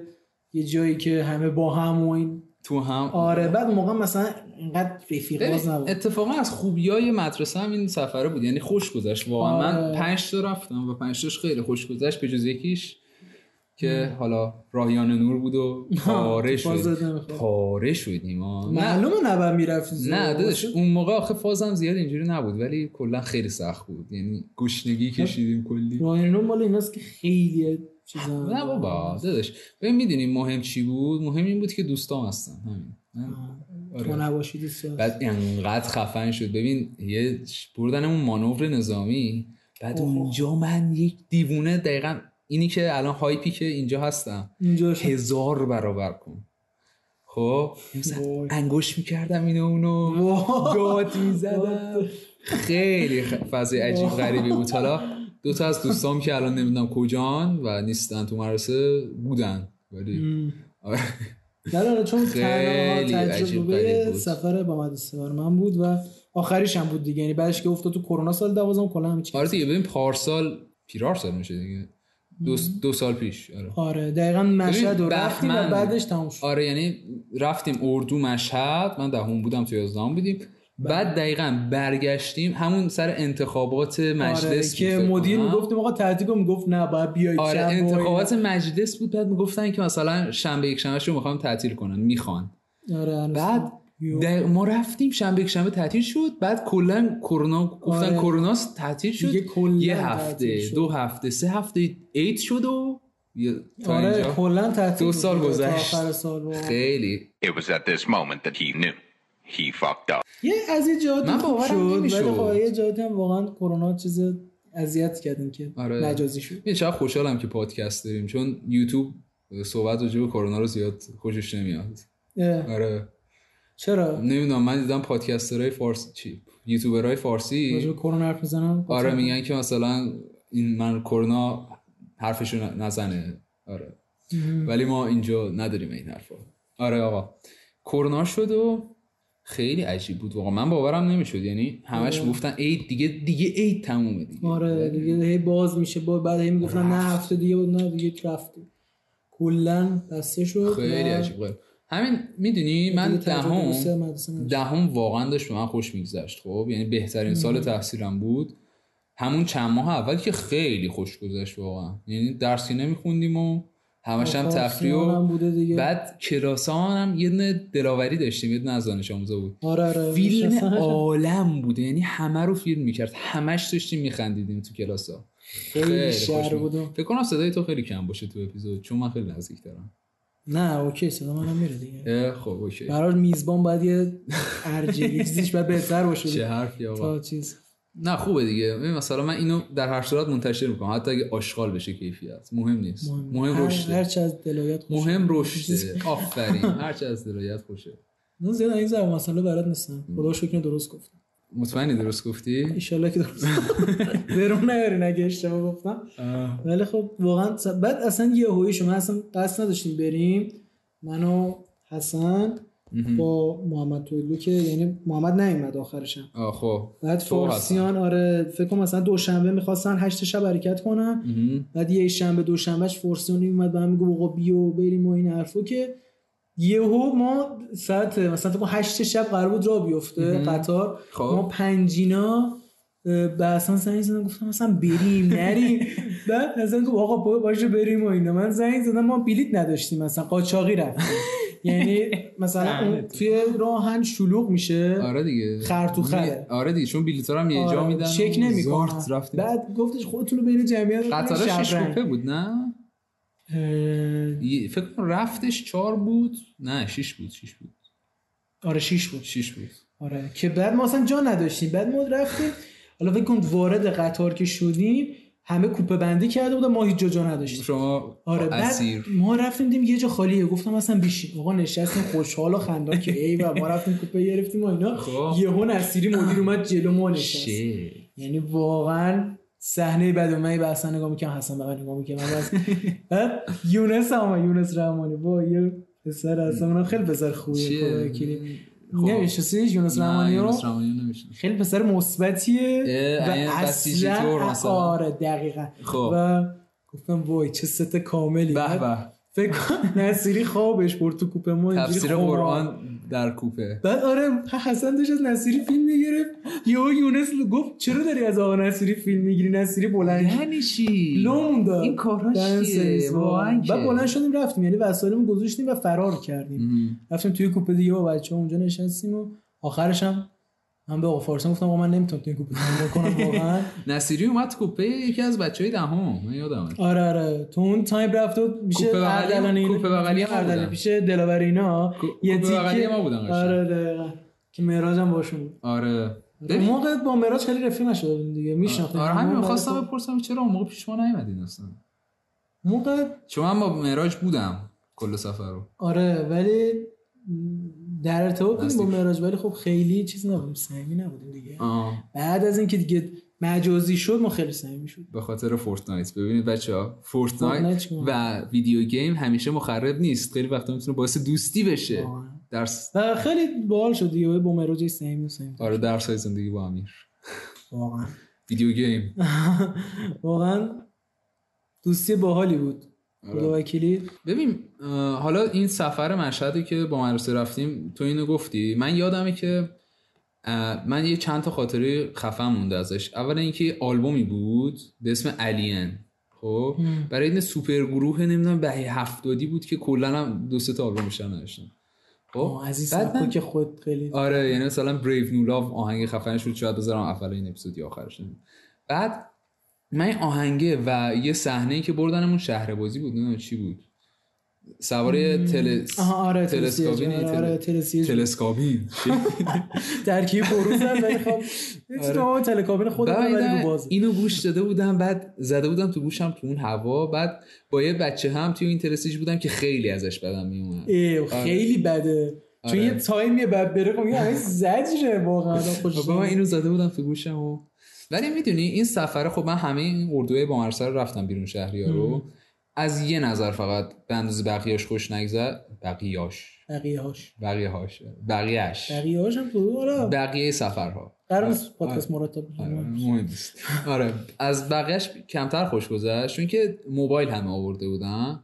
یه جایی که همه با هم و این تو هم آره بعد اون موقع مثلا اینقدر رفیق باز ببین، نبود اتفاقا از خوبیای مدرسه هم این سفره بود یعنی خوش گذشت واقعا من آره. پنج تا رفتم و پنج تاش خیلی خوش گذشت به جز یکیش که حالا راهیان نور بود و پاره تو فاز زدن شد می‌خواد. پاره شدیم آه. نه معلومه نبم میرفتی نه داداش اون موقع آخه فازم زیاد اینجوری نبود ولی کلا خیلی سخت بود یعنی گشنگی خب. کشیدیم کلی راینو مال ایناست که خیلی چیزا نه بابا داداش ببین میدونی مهم چی بود مهم این بود که دوستام هستن همین من- آره. تو نباشی دوست دارم. بعد انقدر خفن شد ببین یه بردنمون مانور نظامی بعد اونجا من یک دیوونه دقیقا اینی که الان هایپی که اینجا هستم اینجا شد. هزار برابر کن خب مثلا وای. انگوش میکردم اینو اونو وای. داد میزدم خیلی خ- فضای عجیب غریبی بود حالا دوتا از دوستام که الان نمیدونم کجان و نیستن تو مدرسه بودن ولی آره. نه نه نه، چون خیلی تنها عجیب غریب تجربه بود. سفر با مدرسه بر من بود و آخریش هم بود دیگه یعنی بعدش که افتاد تو کرونا سال 12 کلا همه چی آره دیگه ببین پارسال پیرار سال میشه دیگه دو, دو سال پیش آره آره دقیقا مشهد و ببین، رفتیم بهمن و بود. بعدش تموم شد آره یعنی رفتیم اردو مشهد من دهم بودم تو یازدهم بله. بودیم بعد دقیقا برگشتیم همون سر انتخابات مجلس آره بود که فکر مدیر کنم. میگفت آقا تعطیل کن میگفت نه باید بیاید آره شب و اینا. انتخابات مجلس بود بعد میگفتن که مثلا شنبه یک شنبه رو میخوام تعطیل کنن میخوان آره هنوز. بعد یو. دق- ما رفتیم شنبه یک شنبه تعطیل شد بعد کلا کرونا گفتن آره. کرونا تعطیل شد دیگه کلاً یه تعطیل هفته شد. دو هفته سه هفته ایت شد و یه- تا آره اینجا. کلا تعطیل دو بود. سال تا گذشت. آخر سال واقعا. خیلی It was at this moment that he knew. He fucked up. یه از یه جهاتی من خوب باورم شد نمی‌شد. ولی خب یه جهاتی هم واقعا کرونا چیز اذیت کردیم که آره. مجازی شد این چقدر خوشحالم که پادکست داریم چون یوتیوب صحبت راجع به کرونا رو زیاد خوشش نمیاد اه، آره چرا نمیدونم من دیدم پادکسترهای فارسی چی یوتیوبرهای راجع فارسی به کرونا حرف میزنم آره میگن که مثلا این من کرونا حرفشو ن- نزنه آره ولی ما اینجا نداریم این حرفا آره آقا کرونا شد و خیلی عجیب بود واقعا من باورم نمیشد یعنی همش گفتن عید دیگه دیگه عید تمومه دیگه آره دیگه هی باز میشه با بعد هی میگفتن نه هفته دیگه بود نه دیگه رفت کلا بسته شد خیلی و عجیب غریب. همین میدونی من دیگه تجربه دوست دهم مدرسه نداشتم. دهم واقعا داشت به من خوش میگذشت خب یعنی بهترین سال تحصیلم بود همون چند ماه اول که خیلی خوش گذشت واقعا یعنی درسی نمیخوندیم و همش هم آخر تفریح سیمانم و بوده دیگه بعد کلاسامون هم یه دونه دلاوری داشتیم یه دونه از دانش آموزا بود آره آره فیلم نشستم. عالم بوده یعنی همه رو فیلم میکرد همش داشتیم میخندیدیم تو کلاسا خیلی خوش شهر می‌گذشت. بودم فکر کنم صدای تو خیلی کم باشه تو اپیزود چون من خیلی نزدیک دارم نه اوکی صدا منم میره دیگه اه، خب اوکی برای میزبان باید یه ارجی چیزیش باید بهتر چه باشه حرفی آقا تا چیز نه خوبه دیگه ببین مثلا من اینو در هر صورت منتشر میکنم حتی اگه آشغال بشه کیفیت مهم نیست مهم, هر- هر رشده چه از دلایت خوشه. مهم رشده آفرین هر چه از دلایت خوشه من زیاد این ضرب مسئله برات نیستم خدا شکر درست گفتم مطمئنی درست گفتی ایشالله که درست برون نیارین اگه اشتباه گفتم ولی خب واقعا س- بعد اصلا یه هوی شما اصلا قصد نداشتیم بریم من و حسن با محمد تویلو که یعنی محمد نیومد آخرشم آه خب بعد تو حسن. فارسیان آره فکر کنم مثلا دوشنبه میخواستن هشت شب حرکت کنن مهم. بعد یه شنبه دوشنبهش فارسیان اومد به هم میگو آقا بیا بریم و این حرفو که یهو ما ساعت مثلا فکر کنم هشت شب قرار بود را بیفته قطار خب. ما پنجینا اه، به اصلا زنگ زدم گفتم مثلا بریم نریم بعد اصلا گفت آقا با- باشه بریم و اینا من زنگ زدم ما بلیت نداشتیم مثلا قاچاقی رفتیم یعنی مثلا اون توی راهن شلوغ میشه آره دیگه خر تو خره. آره دیگه چون بلیطا رو هم یه جا آره، میدن چک نمیکنن زارت رفتیم بعد گفتش خودتون رو بین جمعیت قطارا شش شبرنگ. کوپه بود نه اه، یه- فکر کنم رفتش چهار بود نه شش بود شش بود آره شیش بود شش بود آره که بعد ما اصلا جا نداشتیم بعد ما رفتیم حالا فکر کن وارد قطار که شدیم همه کوپه بندی کرده بودن ما هیچ جا جا نداشتیم شما آره بعد اسیر ما رفتیم دیدیم یه جا خالیه گفتم اصلا بیشیم آقا نشستیم خوشحال و خندان که ای و ما رفتیم کوپه گرفتیم و اینا خب. یهو نصیری مدیر اومد جلو ما نشست شیت. یعنی واقعا صحنه بد اومد به اصلا نگاه میکنم حسن به من نگاه میکنم بعد یونس هم اومد، یونس رحمانی با یه پسر اصلا اونم خیلی پسر خوبیه چیه؟ خدا وکیلی خب. نمی‌شناسیش یونس نه رحمانی رو یونس رحمانی رو نمی‌شناسم. خیلی پسر مثبتیه اه، و این بسیجی طور اصلا مثلا. آره دقیقا خب. و گفتم وای چه ست کاملی به بعد به فکر کن نصیری خوابش برد تو کوپه ما اینجوری تفسیر خواب قرآن در کوپه بعد آره حسن داشت از نصیری فیلم میگرفت یهو یونس گفت چرا داری از آقا نصیری فیلم میگیری نصیری بلند شد. یعنی چی لامون داد این کارهاش دهن چیه؟ سرویس واقعاً واقعا که. بعد بلند شدیم رفتیم یعنی وسایلمون گذاشتیم و فرار کردیم رفتیم توی کوپه دیگه با بچه اونجا نشستیم و آخرش هم من به آقا فارسان گفتم آقا من نمیتونم توی این کوپه تحمل کنم واقعا نصیری اومد کوپه یکی از بچه های دهم من یادمه آره آره تو اون تایم رفت و میشه کوپه بغلی- اردلان کوپه بغلی ما بودن. پیش دلاور اینا کو- کوپه بغلی ما بودن قشنگ. آره دقیقاً. که معراج هم باشون بود آره اون ببین موقع با معراج خیلی رفیق نشده بودیم دیگه میشناختیم خب- آره همین میخواستم بپرسم چرا اون موقع پیش ما نیومدین اصلا موقع چون من با معراج بودم کل سفر رو آره ولی در ارتباط بودیم با نزدیک. معراج ولی خب خیلی چیز نبودیم صمیمی نبودیم دیگه آه. بعد از اینکه دیگه مجازی شد ما خیلی صمیمی شد به خاطر فورتنایت ببینید بچه ها فورتنایت فورتنایت چی بود؟ و ویدیو گیم همیشه مخرب نیست خیلی وقتا میتونه باعث دوستی بشه واقعاً. در س- و خیلی باحال شد دیگه با معراج صمیمی و صمیمی آره درس های زندگی با امیر واقعا ویدیو گیم واقعا دوستی باحالی بود آره. خدا وکیلی ببین اه، حالا این سفر مشهدی که با مدرسه رفتیم تو اینو گفتی من یادمه که اه، من یه چند تا خاطره خفن مونده ازش اول اینکه یه آلبومی بود به اسم الین خب برای این سوپر گروه نمیدونم بهی هفتادی بود که کلا هم دو سه تا آلبوم بیشتر نداشتن خب آه، عزیز بعد من- سبکو که خود خیلی آره یعنی مثلا بریو نیو لاو آهنگ خفنش رو شاید بذارم اول این اپیزود یا آخرش نمی‌دونم. بعد من این آهنگه و یه صحنه که بردنمون شهر بازی بود نه چی بود سوار تل... آها آره تلسکابین تلسکوپی تل- آره تلسکوپی تلسکابین ترکیب بروز هم ولی خب تو ما تلکابین خود آره. بعد ولی رو اینا- باز اینو گوش داده بودم بعد زده بودم تو گوشم تو اون هوا بعد با یه بچه هم توی این تلسیج بودم که خیلی ازش بدم میومد اه، خیلی بده چون آره. یه تایمیه بعد بره خب این همه زجره واقعا خوش بابا من خب اینو زده بودم تو گوشم و ولی میدونی این سفره خب من همه این اردوی با مرسر رو رفتم بیرون شهری رو از یه نظر فقط به اندازه بقیهش خوش نگذر بقیهاش بقیه هاش بقیه هاش بقیهش بقیه هاش هم تو آره بقیه سفرها قرار نیست پادکست مرتب بشه. آره، مهم نیست آره از بقیهش کمتر خوش گذشت چون که موبایل همه آورده بودن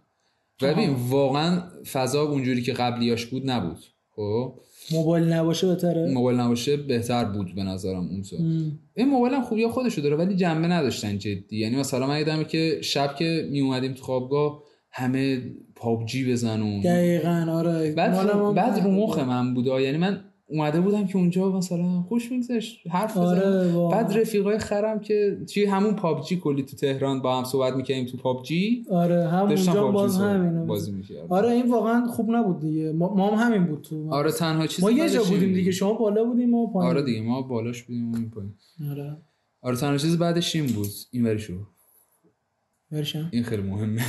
و ببین واقعا فضا اونجوری که قبلیاش بود نبود خب موبایل نباشه بهتره موبایل نباشه بهتر بود به نظرم اون سال این موبایل هم خوبی خودشو داره ولی جنبه نداشتن جدی یعنی مثلا من یادمه که شب که می اومدیم تو خوابگاه همه پابجی بزنون دقیقا آره بعد مالم رو, هم- بعد رو مخ من بودا یعنی من اومده بودم که اونجا مثلا خوش میگذشت حرف آره، بزنم واقعا. بعد رفیقای خرم که توی همون پابجی کلی تو تهران با هم صحبت میکردیم تو پابجی آره داشتم همونجا پابجی باز همینو بازی میکردم آره این واقعا خوب نبود دیگه ما ما هم همین بود تو آره تنها چیز ما یه جا بودیم دیگه شما بالا بودیم ما پایین آره دیگه ما بالاش بودیم اون پایین آره آره تنها چیز بعدش این بود این وریشو برشم این خیلی مهمه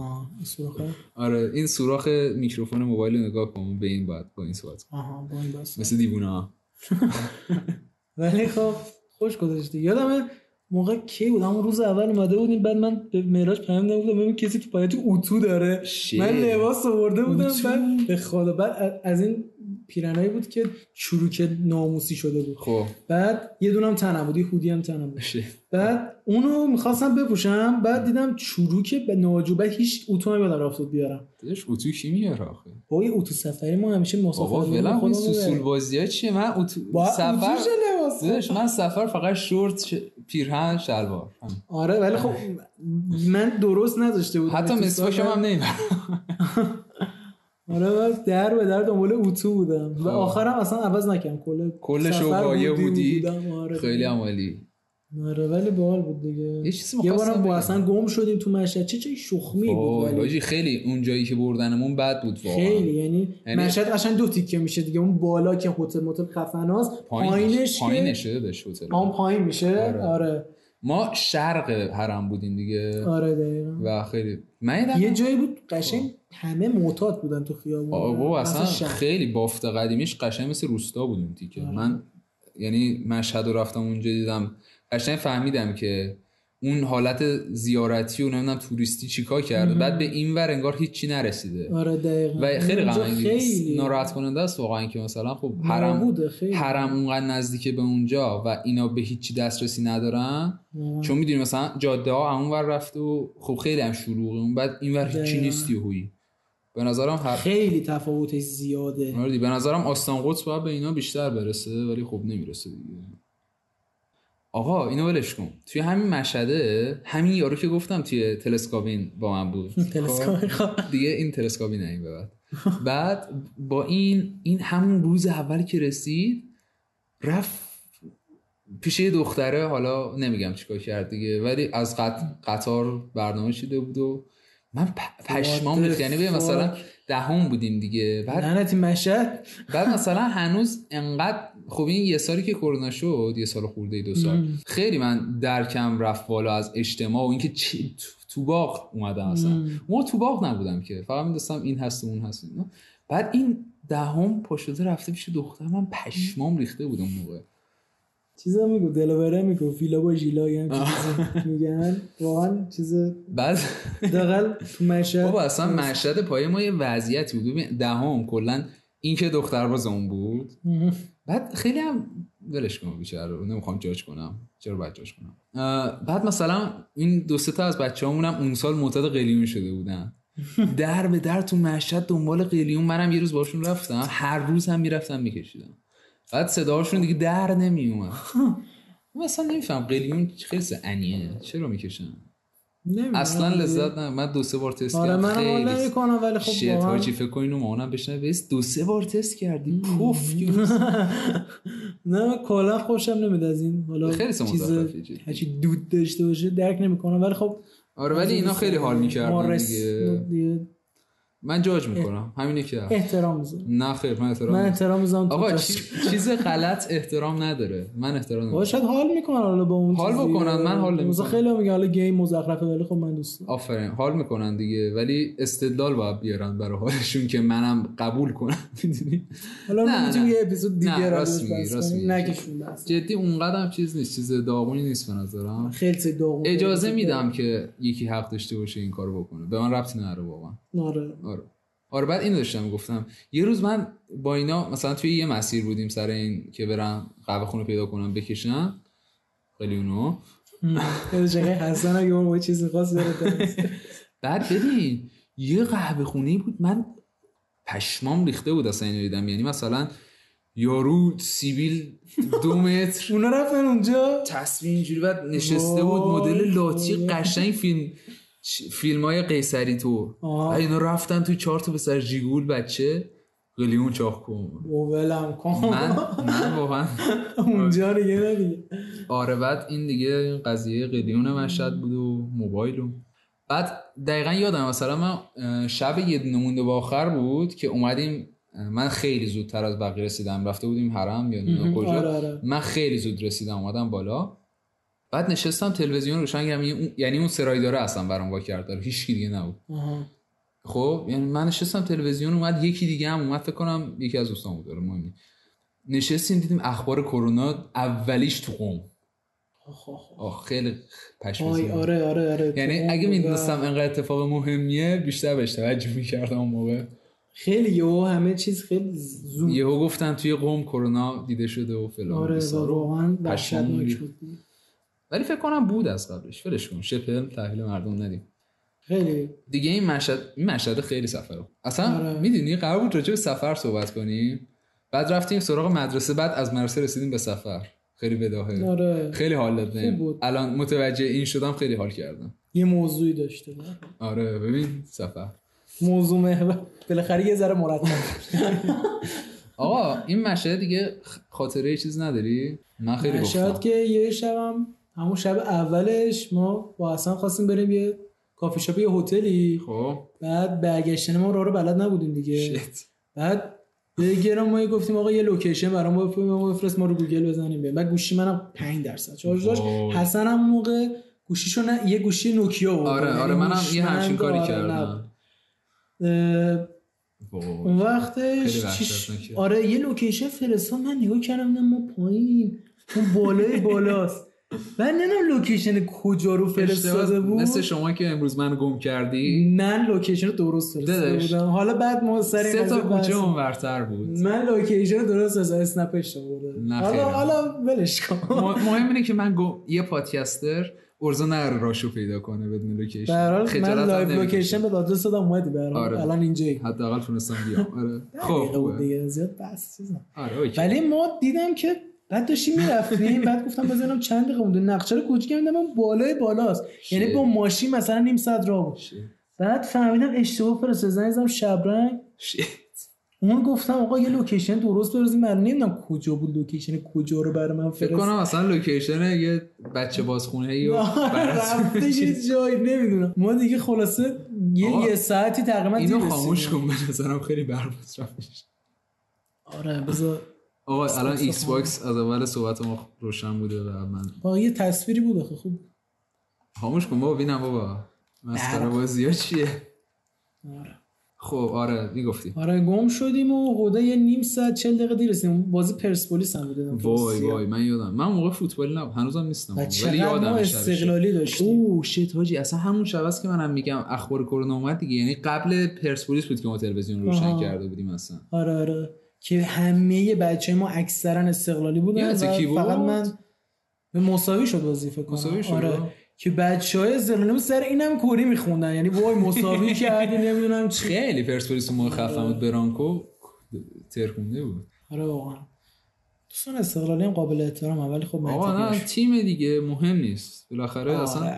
آه سوراخه آره این سوراخ میکروفون موبایل رو نگاه کن به این باید با این صحبت کن آها با این بس مثل دیوونه ها ولی خب خوش گذشته یادم موقع کی بود همون روز اول اومده بودیم بعد من به معراج پیام داده بودم ببین کسی تو پایت اتو داره شit. من لباس آورده بودم اتو. بعد به خدا بعد از این پیرنایی بود که چروک ناموسی شده بود خب بعد یه دونم تنم بود یه هودی هم تنم بود شیت. بعد اونو میخواستم بپوشم بعد دیدم چروک به ناجوبه هیچ اتو هم یادم رفت بود بیارم داداش اتو کی میاره آخه با یه اتو سفری ما همیشه بابا مسافرین ولم کن خودمون سوسول ببریم. بازی ها چیه من اتو با سفر سفر لباس داداش من سفر فقط شورت ش- پیرهن شلوار همین. آره ولی خب من درست نذاشته بودم حتی تو مسواکم سفر. هم نمیبرم آره من در به در دنبال اتو بودم و آخرم اصلا عوض نکردم کل کلش سفر و خب. پایه هودی بودی بودم، آره. خیلی عمالی آره ولی باحال بود دیگه یه چیزی یه می‌خواستم بارم با بگم. اصلا گم شدیم تو مشهد چه چه شخمی بود وای، ولی حاجی خیلی اون جایی که بردنمون بد بود واقعا خیلی یعنی یعنی- مشهد قشنگ دو تیکه میشه دیگه اون بالا که هتل متل خفناست پایینش پایینش پایینش که داداش هتل آن پایین میشه آره. آره ما شرق حرم بودیم دیگه آره دقیقاً و خیلی من یادم- یه جایی بود قشنگ همه معتاد بودن تو خیابون آه، بابا اصلا شهر. خیلی بافت قدیمیش قشنگ مثل روستا بود اون تیکه آره. من یعنی مشهد رو رفتم اونجا دیدم قشنگ فهمیدم که اون حالت زیارتی و نمیدونم توریستی چیکار کرده بعد به این ور انگار هیچی نرسیده آره دقیقاً و خیلی اونجا غم انگیز. خیلی ناراحت کننده است واقعا که مثلا خب حرم نابوده، خیلی. حرم اونقدر نزدیک به اونجا و اینا به هیچی دسترسی ندارن چون میدونی مثلا جاده ها اونور رفت و خب خیلی هم شلوغه اون بعد اینور هیچی دقیقاً. نیستی هویی به نظرم هر... خیلی تفاوتش زیاده آره به نظرم آستان قدس باید به اینا بیشتر برسه ولی خب نمیرسه دیگه آقا اینو ولش کن توی همین مشهده همین یارو که گفتم توی تلسکاوین با من بود تلسکوپ خب. دیگه این تلسکاوی نه این به بعد بعد با این این همون روز اول که رسید رفت پیش یه دختره حالا نمیگم چیکار کرد دیگه ولی از قط... قطار برنامه شده بود و من پ... پشمام What the ریخت یعنی ببین مثلا دهم بودیم دیگه بعد لعنتی مشهد بعد مثلا هنوز انقدر خب این یه سالی که کرونا شد یه سال خورده ای، دو سال خیلی من درکم رفت بالا از اجتماع و اینکه چی تو, تو باغ اومدم اصلا ما تو باغ نبودم که فقط میدونستم این هست و اون هست و اینا. بعد این دهم پاشده رفته پیش دختر من پشمام ریخته بود اون موقع چیزا میگو دلوره میگو فیلا با ژیلا یه همچین چیزی میگن واقعا چیز بعد دقل تو مشهد بابا اصلا مشهد پای ما یه وضعیتی بود ببین دهم کلا این که دختر باز اون بود بعد خیلی هم ولش کنم بیچاره رو نمیخوام جاج کنم چرا باید جاج کنم اه، بعد مثلا این دو سه تا از بچه‌هامون هم اون سال معتاد قلیون شده بودن در به در تو مشهد دنبال قلیون منم یه روز باشون رفتم هر روز هم میرفتم میکشیدم بعد صداهاشون دیگه در نمیومد من اصلا نمیفهم قلیون خیلی انیه چرا میکشن نمی‌دونم. اصلا لذت نه من دو سه بار تست آره کردم من حال خیلی نمی‌کنم ولی خب شیت واقعا حاجی فکر کن اینو مامانم بشنه بس دو سه بار تست کردی پوف نه من کلا خوشم نمیاد از این حالا خیلی سمت چیز مزخرفی جدی. هرچی دود داشته باشه درک نمیکنم ولی خب آره ولی اینا خیلی حال ما میکردن رس- دیگه دیگه من جاج میکنم همینه که هست. احترام میذارم نه خیر من من احترام احترام میذارم تو آقا جاش. چی- چیز غلط احترام نداره من احترام آقا نداره شاید حال میکنن حالا با اون حال چیزی. بکنن، من حال مثلا نمی‌کنم. خیلی میگه حالا گیم مزخرفه ولی خب من دوست دارم آفرین حال میکنن دیگه ولی استدلال باید بیارن برای حالشون که منم قبول کنم میدونی حالا نه، نه نه. یه اپیزود نه، دیگه را راست بهش میگی، بحث راست کنیم. میگی. نکشون بحث جدی اونقدر هم چیز نیست چیز داغونی نیست به نظرم خیلی چیز داغون اجازه بود. میدم که یکی حق داشته باشه این کارو بکنه به من ربطی نداره واقعا آره آره آره بعد اینو داشتم گفتم یه روز من با اینا مثلا توی یه مسیر بودیم سر این که برم قهوه خونه پیدا کنم بکشم خیلی اونو یه جگه حسن اگه اون با چیز میخواست بره بعد ببین یه قهوه خونه بود من پشمام ریخته بود اصلا اینو دیدم یعنی مثلا یارو سیبیل دو متر اونا رفتن اونجا تصویر اینجوری بعد نشسته بود مدل لاتی قشنگ فیلم فیلم های قیصری تو آه. بعد اینا رفتن توی چهار تا پسر جیگول بچه قلیون چاق کن اوولم کن من من واقعا اونجا دیگه نه دیگه آره بعد این دیگه این قضیه قلیون مشهد بود و موبایل و بعد دقیقا یادم مثلا من اه، شب یه دونه مونده به آخر بود که اومدیم اه، من خیلی زودتر از بقیه رسیدم رفته بودیم حرم یا نمیدونم کجا آره، آره. من خیلی زود رسیدم اومدم بالا بعد نشستم تلویزیون روشن کردم یعنی اون- یعنی اون سرای داره اصلا برام وا کرد داره هیچ دیگه نبود آها. خب یعنی من نشستم تلویزیون اومد یکی دیگه هم اومد فکر کنم یکی از دوستان بود داره آره، مهم نیست. نشستیم دیدیم اخبار کرونا اولیش تو قوم آخ، آخ، آخ. آه، خیلی پشمه وای آره آره آره یعنی تو اگه اون میدونستم و- انقدر اتفاق مهمیه بیشتر بهش توجه میکردم اون موقع خیلی یهو همه چیز خیلی زود یهو گفتن توی قوم کرونا دیده شده و فلان آره و بیسار. واقعا پشمام وحشتناک ریخت. بود ولی فکر کنم بود از قبلش ولش کن شپل تحویل مردم ندیم خیلی دیگه این مشهد این مشهد خیلی سفره اصلا آره. میدونی قرار بود راجع به سفر صحبت کنیم بعد رفتیم سراغ مدرسه بعد از مدرسه رسیدیم به سفر خیلی بداهه آره خیلی حال خوب دادیم بود. الان متوجه این شدم خیلی حال کردم یه موضوعی داشته بود. آره ببین سفر موضوع محور بالاخره یه ذره مرتب آقا این مشهد دیگه خ- خاطره چیز نداری من خیلی گفتم شاید که یه شبم همون شب اولش ما با حسن خواستیم بریم یه کافی شاپ یه هتلی خب بعد برگشتن ما راه رو بلد نبودیم دیگه شت. بعد بگیرم ما یه گفتیم آقا یه لوکیشن برام بفرست ما بفرست ما رو گوگل بزنیم بیایم. بعد گوشی منم 5 درصد شارژ داشت وای. حسن هم اون موقع گوشیشو نه یه گوشی نوکیا بود آره یعنی آره منم یه هوشمند همچین و کاری آره، نبود. کردم اه، وای. اون خیلی وقتش چیش... وحشتناکه. آره یه لوکیشن فرستاد من نگاه کردم نه ما پایینیم اون بالای بالاست من نمیدونم لوکیشن کجا رو فرستاده اشتباه بود مثل شما که امروز من گم کردی من لوکیشن رو درست فرستاده داداش. بودم حالا بعد ما سر این سه تا قضیه بحث- کوچه اونورتر بود من لوکیشن رو درست فرستادم اسنپ اشتباه نه حالا خیرم. حالا ولش کن م- مهم اینه که من گم... یه پادکستر ارزا نره راشو پیدا کنه بدون لوکیشن به هر حال خجالت من هم لایو نمیکشه. لوکیشن به آدرس دادم اومدی به هر حال آره. الان اینجایی حداقل تونستم بیام آره خب دقیقه بود خوبه. دیگه زیاد بس چیز نه. آره اوکی. ولی ما دیدم که بعد داشتیم میرفتیم بعد گفتم بزنم چند دقیقه مونده نقشه رو کوچیک کردم من بالای بالاست شit. یعنی با ماشین مثلا نیم ساعت راه بود بعد فهمیدم اشتباه فرستادم زنگ شب رنگ Shit. اون گفتم آقا یه لوکیشن درست بفرستید من نمیدونم کجا بود لوکیشن کجا رو برای من فکر فرست کنم اصلا لوکیشن یه بچه بازخونه ای و رفتش یه جایی نمیدونم ما دیگه خلاصه یه, آقا، یه ساعتی تقریبا اینو دیر خاموش رسیدیم. کن به نظرم خیلی برمت میشه آره بذار آقا الان خاموش. ایکس باکس از اول صحبت ما روشن بوده و من آقا یه تصویری بود آخه خوب خاموش کن بابا بینم بابا مسخره بازی ها چیه آره. خب آره میگفتی آره گم شدیم و حدود یه نیم ساعت چل دقیقه دیر رسیدیم بازی پرسپولیس هم بود وای وای من یادم من اون موقع فوتبال نب هنوزم نیستم و ولی چقدر ما یادم شبش. استقلالی داشتیم اوه شت حاجی اصلا همون شب است که منم میگم اخبار کرونا اومد دیگه یعنی قبل پرسپولیس بود که ما تلویزیون روشن آها. کرده بودیم اصلا آره آره که همه بچه ما اکثرا استقلالی بودن یادته کی و بود؟ فقط من به مساوی شد بازی فکر کنم مساوی شد؟ آره که بچه های استقلالی بود، سر اینم کری میخوندن یعنی وای مساوی کردی نمیدونم چی خیلی پرسپولیس اون موقع خفن بود برانکو ترکونده بود آره واقعا دوستان استقلالی هم قابل احترام ولی خب آقا نه منطقیش تیم دیگه مهم نیست بالاخره آره. اصلا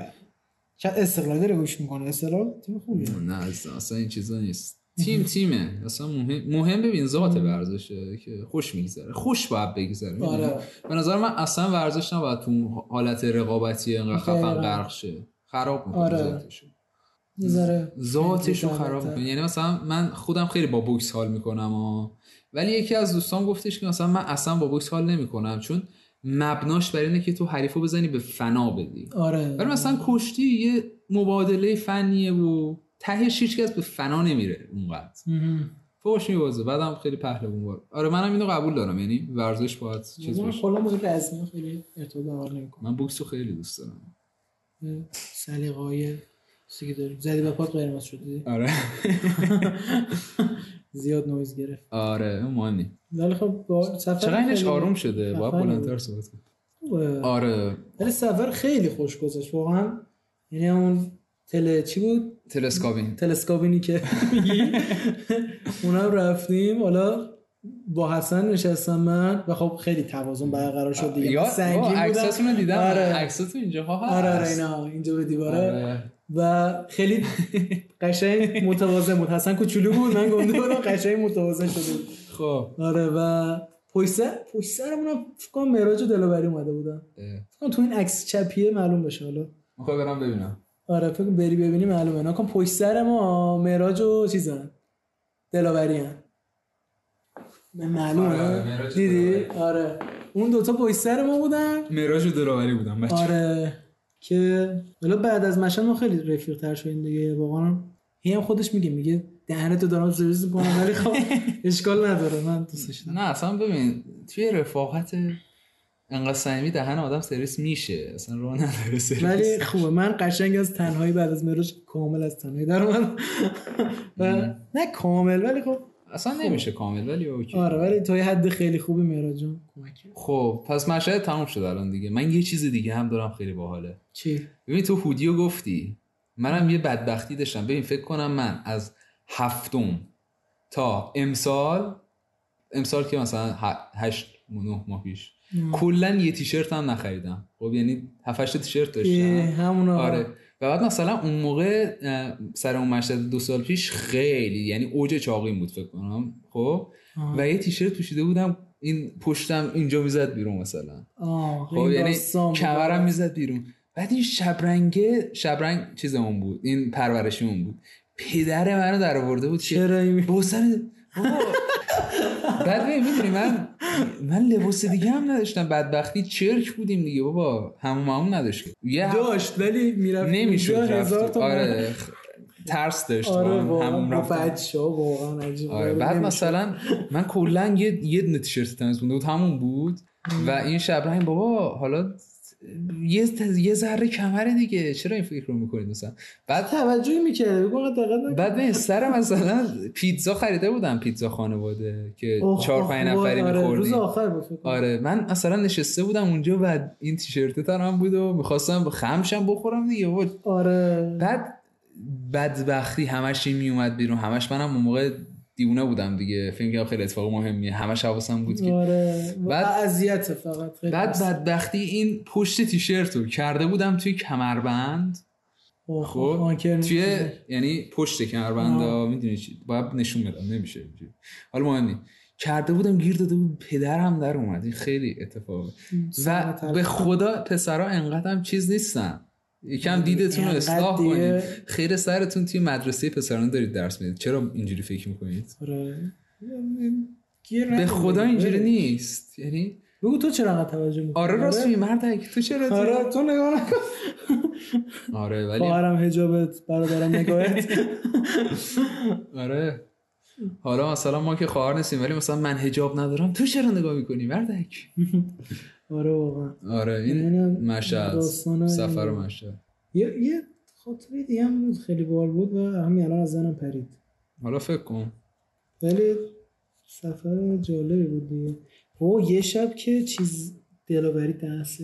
شاید استقلالی رو گوش میکنه استقلال تیم خوبیه نه اصلا اصلا این چیزا نیست تیم تیمه اصلا مهم مهم ببین ذات ورزشه که خوش میگذره خوش باید بگذره می‌دونی؟ آره. به نظر من اصلا ورزش نباید تو اون حالت رقابتی انقدر خفن دقیقاً. غرق شه خراب میکنه آره. ذاتشو یه ذره ذاتشو خراب بهتر. میکنه یعنی مثلا من خودم خیلی با بوکس حال میکنم ها. ولی یکی از دوستان گفتش که مثلا من اصلا با بوکس حال نمیکنم چون مبناش بر اینه که تو حریفو بزنی به فنا بدی آره ولی مثلا کشتی یه مبادله فنیه و تهش هیچکس به فنا نمیره اونقدر مهم. فوش میبازه بعدم خیلی پهلوان بار آره منم اینو قبول دارم یعنی ورزش باید چیز من باشه کلا با این رزمی ها خیلی ارتباط برقرار نمی‌کنم. من بوکس رو خیلی دوست دارم سلیقه‌های چیزی که داریم زدی به پات قرمز شد دیدی؟ آره زیاد نویز گرفت آره اون مهم نیست ولی خب با سفر چقدر اینش خیلی آروم شده باید خفنی بلندتر بود. صحبت کنم خوبه. آره ولی سفر خیلی خوش گذشت واقعا یعنی اون تله چی بود تلسکاپین تلسکوپینی که میگی اونم رفتیم حالا با حسن نشستم من و خب خیلی توازن برقرار شد دیگه یا من سنگین بودم. عکساتون رو دیدم آره. عکساتون اینجا ها هست آره آره اینا اینجا به دیواره آره. و خیلی قشنگ متوازن بود حسن کوچولو بود من گنده بودم قشنگ متوازن شده بود خب آره و پشت سر پشت سرمون هم فکر کنم معراج و دلاوری اومده بودن فکر کنم تو این عکس چپیه معلوم بشه حالا میخوام برم ببینم آره فکر کنم بری ببینی معلومه نکن پشت سر ما معراج و چیزن دلاوری هم معلومه آره، معراج و دیدی دلاوری. آره اون دوتا پشت سر ما بودن مراج و دلاوری بودم بچه آره که حالا بعد از مشهد ما خیلی رفیق تر شدیم دیگه واقعا هی هم خودش میگه میگه دهنتو دارم سرویس میکنم ولی خب اشکال نداره من دوستش دارم نه اصلا ببین توی رفاقت انقدر صمیمی دهن آدم سرویس میشه اصلا راه نداره سرویس ولی خب. خوبه من قشنگ از تنهایی بعد از مراج کامل از تنهایی در اومدم و نه کامل ولی خب اصلا نمیشه کامل ولی اوکی آره ولی تو یه حد خیلی خوبی مراجم کمک کرد. خب پس مشهد تموم شد الان دیگه من یه چیز دیگه هم دارم خیلی باحاله چی ببین تو هودیو گفتی منم یه بدبختی داشتم ببین فکر کنم من از هفتم تا امسال امسال که مثلا ه- هشت نه ماه پیش کلا یه تیشرت هم نخریدم خب یعنی هفت هشت تا تیشرت اه، داشتم همون آره آره و بعد مثلا اون موقع اه، سر اون مشهد دو سال پیش خیلی یعنی اوج چاقیم بود فکر کنم خب آه. و یه تیشرت پوشیده بودم این پشتم اینجا میزد بیرون مثلا آه خب یعنی داستان بود. کمرم میزد بیرون بعد این شبرنگه شبرنگ چیزمون بود این پرورشیمون بود پدر منو در آورده بود که چرا این بوسن بعد میدونی من من لباس دیگه هم نداشتم بدبختی چرک بودیم دیگه بابا همون همون نداشت که. یه هفته داشت ولی میرفت نمیشد اونجا رفتیم. هزار تا آره خ- ترس داشت آره واقعا. واقعا همون با رفتن. بچه ها واقعا عجیب آره غریب بعد نمی‌شه. مثلا من کلا یه یه دونه تیشرت تنیس مونده بود همون بود و این شبرنگ بابا حالا یه یه ذره کمره دیگه چرا این فکر رو میکنید مثلا بعد توجهی میکرده بگو آقا دقت نکن بعد به سر مثلا پیتزا خریده بودم پیتزا خانواده که اوه، چهار آه، پنج نفری وای، آره، روز میخوردیم آخر بود فکر کنم. آره من اصلا نشسته بودم اونجا و این تیشرت تنم بود و میخواستم خمشم بخورم دیگه بابا آره بعد بدبختی همش این میومد بیرون همش منم اون موقع دیوونه بودم دیگه فیلم که خیلی اتفاق مهمیه همش حواسم بود که آره بعد- بعد اذیت فقط خیلی بعد بس. بدبختی این پشت تیشرت رو کرده بودم توی کمربند اوه، خب آنکر توی می‌کنه. یعنی پشت کمربندا میدونی چی باید نشون بدم نمیشه اینجوری. حالا مهم نی کرده بودم گیر داده بود پدرم در اومد این خیلی اتفاق و سلامت به حرف. خدا پسرا انقدر هم چیز نیستن یکم دیدتون رو انقدر اصلاح دیگه- کنید خیر سرتون توی مدرسه پسرانه دارید درس میدید چرا اینجوری فکر میکنید آره. گیر به نکن خدا دیگه. آره. اینجوری نیست یعنی بگو تو چرا انقدر توجه میکنی آره راست میگی مردک تو چرا آره تو- تو نگاه نکن آره ولی خواهرم حجابت برادرم نگاهت آره حالا مثلا ما که خواهر نیستیم ولی مثلا من هجاب ندارم تو چرا نگاه میکنی مردک آره واقعا آره این یعنی مشهد داستان سفر این- مشهد یه یه خاطره دیگه هم بود، خیلی بال بود و همین الان از زنم پرید حالا فکر کن ولی سفر جالبی بود دیگه او یه شب که چیز دلاوری دست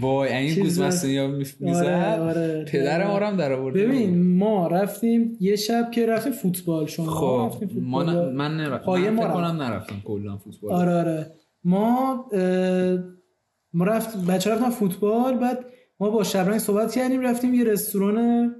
وای این چیز گوزمستونی ها میزد آره پدر ما رو هم در آورده ببین ما رفتیم یه شب که رفتیم فوتبال شما خب رفتیم ما فوتبال ن- من نرفتم پایه من ما فکر رفت. کنم نرفتم کلا فوتبال آره آره ما اه، ما رفت بچه رفتن فوتبال بعد ما با شبرنگ صحبت کردیم رفتیم یه رستوران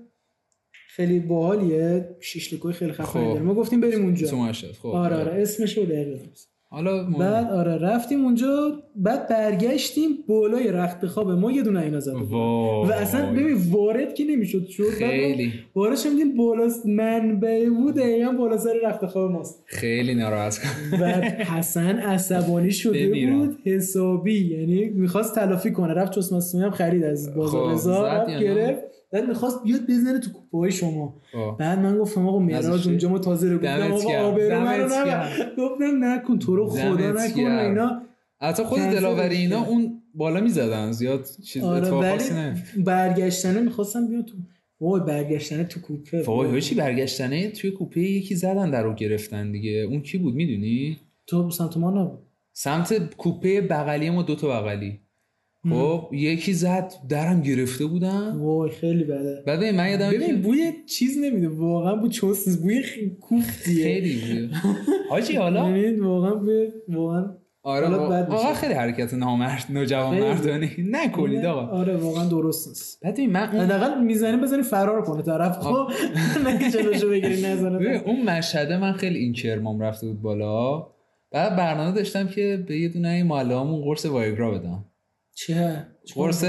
خیلی باحالیه شیشلیکوی خیلی خفنی خب. داره ما گفتیم بریم تو اونجا مشهد خب آره آره اسمش رو دقیق نیست. حالا مهم. بعد آره رفتیم اونجا بعد برگشتیم بالای رخت خواب ما یه دونه اینا زده بود. وای. و اصلا ببین وارد که نمیشد شد بعد ما خیلی وارد شدیم دیدیم بالا منبع بود دقیقا بالا سر رخت خواب ماست خیلی ناراحت کن و حسن عصبانی شده بمیرم. بود حسابی یعنی میخواست تلافی کنه رفت چوس مصنوعی هم خرید از خب، بازار رضا زد یا رفت نه؟ گرفت بعد میخواست بیاد بزنه تو کوپه های شما آه. بعد من گفتم آقا معراج نذاشتی؟ اونجا ما تازه رو دمت گفتم آقا گرم، دمت آبرو منو نبر گرم. گفتم نکن تو رو خدا دمت نکن گرم. و اینا حتی خود کنسل دلاوری اینا میشه. اون بالا میزدن زیاد چیز آره اتفاق ولی خاصی نمی‌افتاد. برگشتنه میخواستم بیام تو وای برگشتنه تو کوپه وای هاشی برگشتنه توی کوپه یکی زدن در رو گرفتن دیگه اون کی بود میدونی تو سمت ما نبود سمت کوپه بغلی ما دوتا بغلی خب یکی زد درم گرفته بودن وای خیلی بده بعد ببین، من یادم ببین بوی چیز نمیده واقعا بو چوس نیست بوی خی- کوفتیه خیلی بود. حاجی حالا یعنی واقعا به واقعا آره حالا وا- بد میشه. واقعا خیلی حرکت نامرد نوجوان خیلی. مردانه نکنید آقا آره واقعا درست نیست بعد ببین، من اون حداقل میزنیم بزنیم فرار کنه طرف خب نه جلوشو بگیری ببین، نزنه اون مشهده من خیلی این کرمام رفته بود بالا بعد برنامه داشتم که به یه دونه معلممون قرص وایگرا بدم چه قرص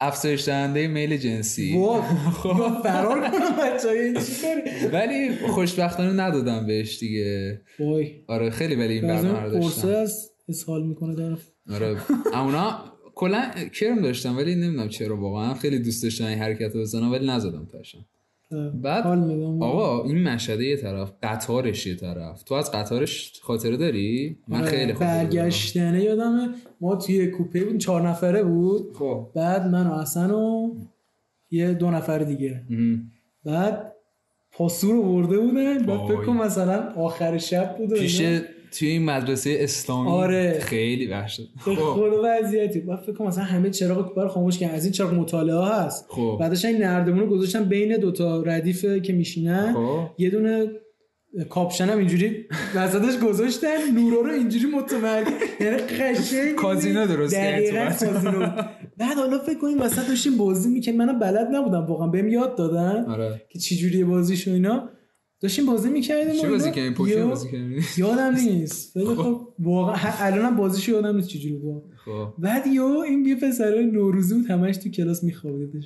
افزایش دهنده میل جنسی وا خب فرار کنه بچه‌ها این چی کاری ولی خوشبختانه ندادم بهش دیگه وای آره خیلی ولی این بعضی برنامه رو قرصه داشتم از اسهال میکنه طرف آره اونا کلا کرم داشتم ولی نمیدونم چرا واقعا خیلی دوست داشتم این حرکت رو بزنم ولی نزدم تاشم بعد حال میدم آقا این مشهده یه طرف قطارش یه طرف تو از قطارش خاطره داری من آره، خیلی خاطره دارم. برگشتنه یادمه ما توی کوپه بودیم چهار نفره بود خب بعد من و حسن و یه دو نفر دیگه مم. بعد پاسور رو برده بودن بعد فکر آی. کنم مثلا آخر شب بود و پیش اینا. توی این مدرسه اسلامی آره. خیلی وحشت خب خود وضعیتی بعد فکر کنم مثلا همه چراغ کوپه رو خاموش کردن از این چراغ مطالعه ها هست خب. بعدش این نردمون رو گذاشتن بین دوتا ردیف که میشینن خب. یه دونه کاپشن هم اینجوری وسطش گذاشتن نورا رو اینجوری متمرکز یعنی قشنگ کازینو درست کرد تو دقیقاً وسط. کازینو بعد حالا فکر کنیم وسط داشتیم بازی میکنیم منم بلد نبودم واقعا بهم یاد دادن آره که چه جوریه بازیش و اینا داشتیم بازی میکردیم چی بازی کردی پوکر بازی کردی یادم نیست ولی خب واقعا ه- الانم بازیش یادم نیست چجوری بود خب بعد یو این یه پسر نوروزی بود همش تو کلاس میخوابیدش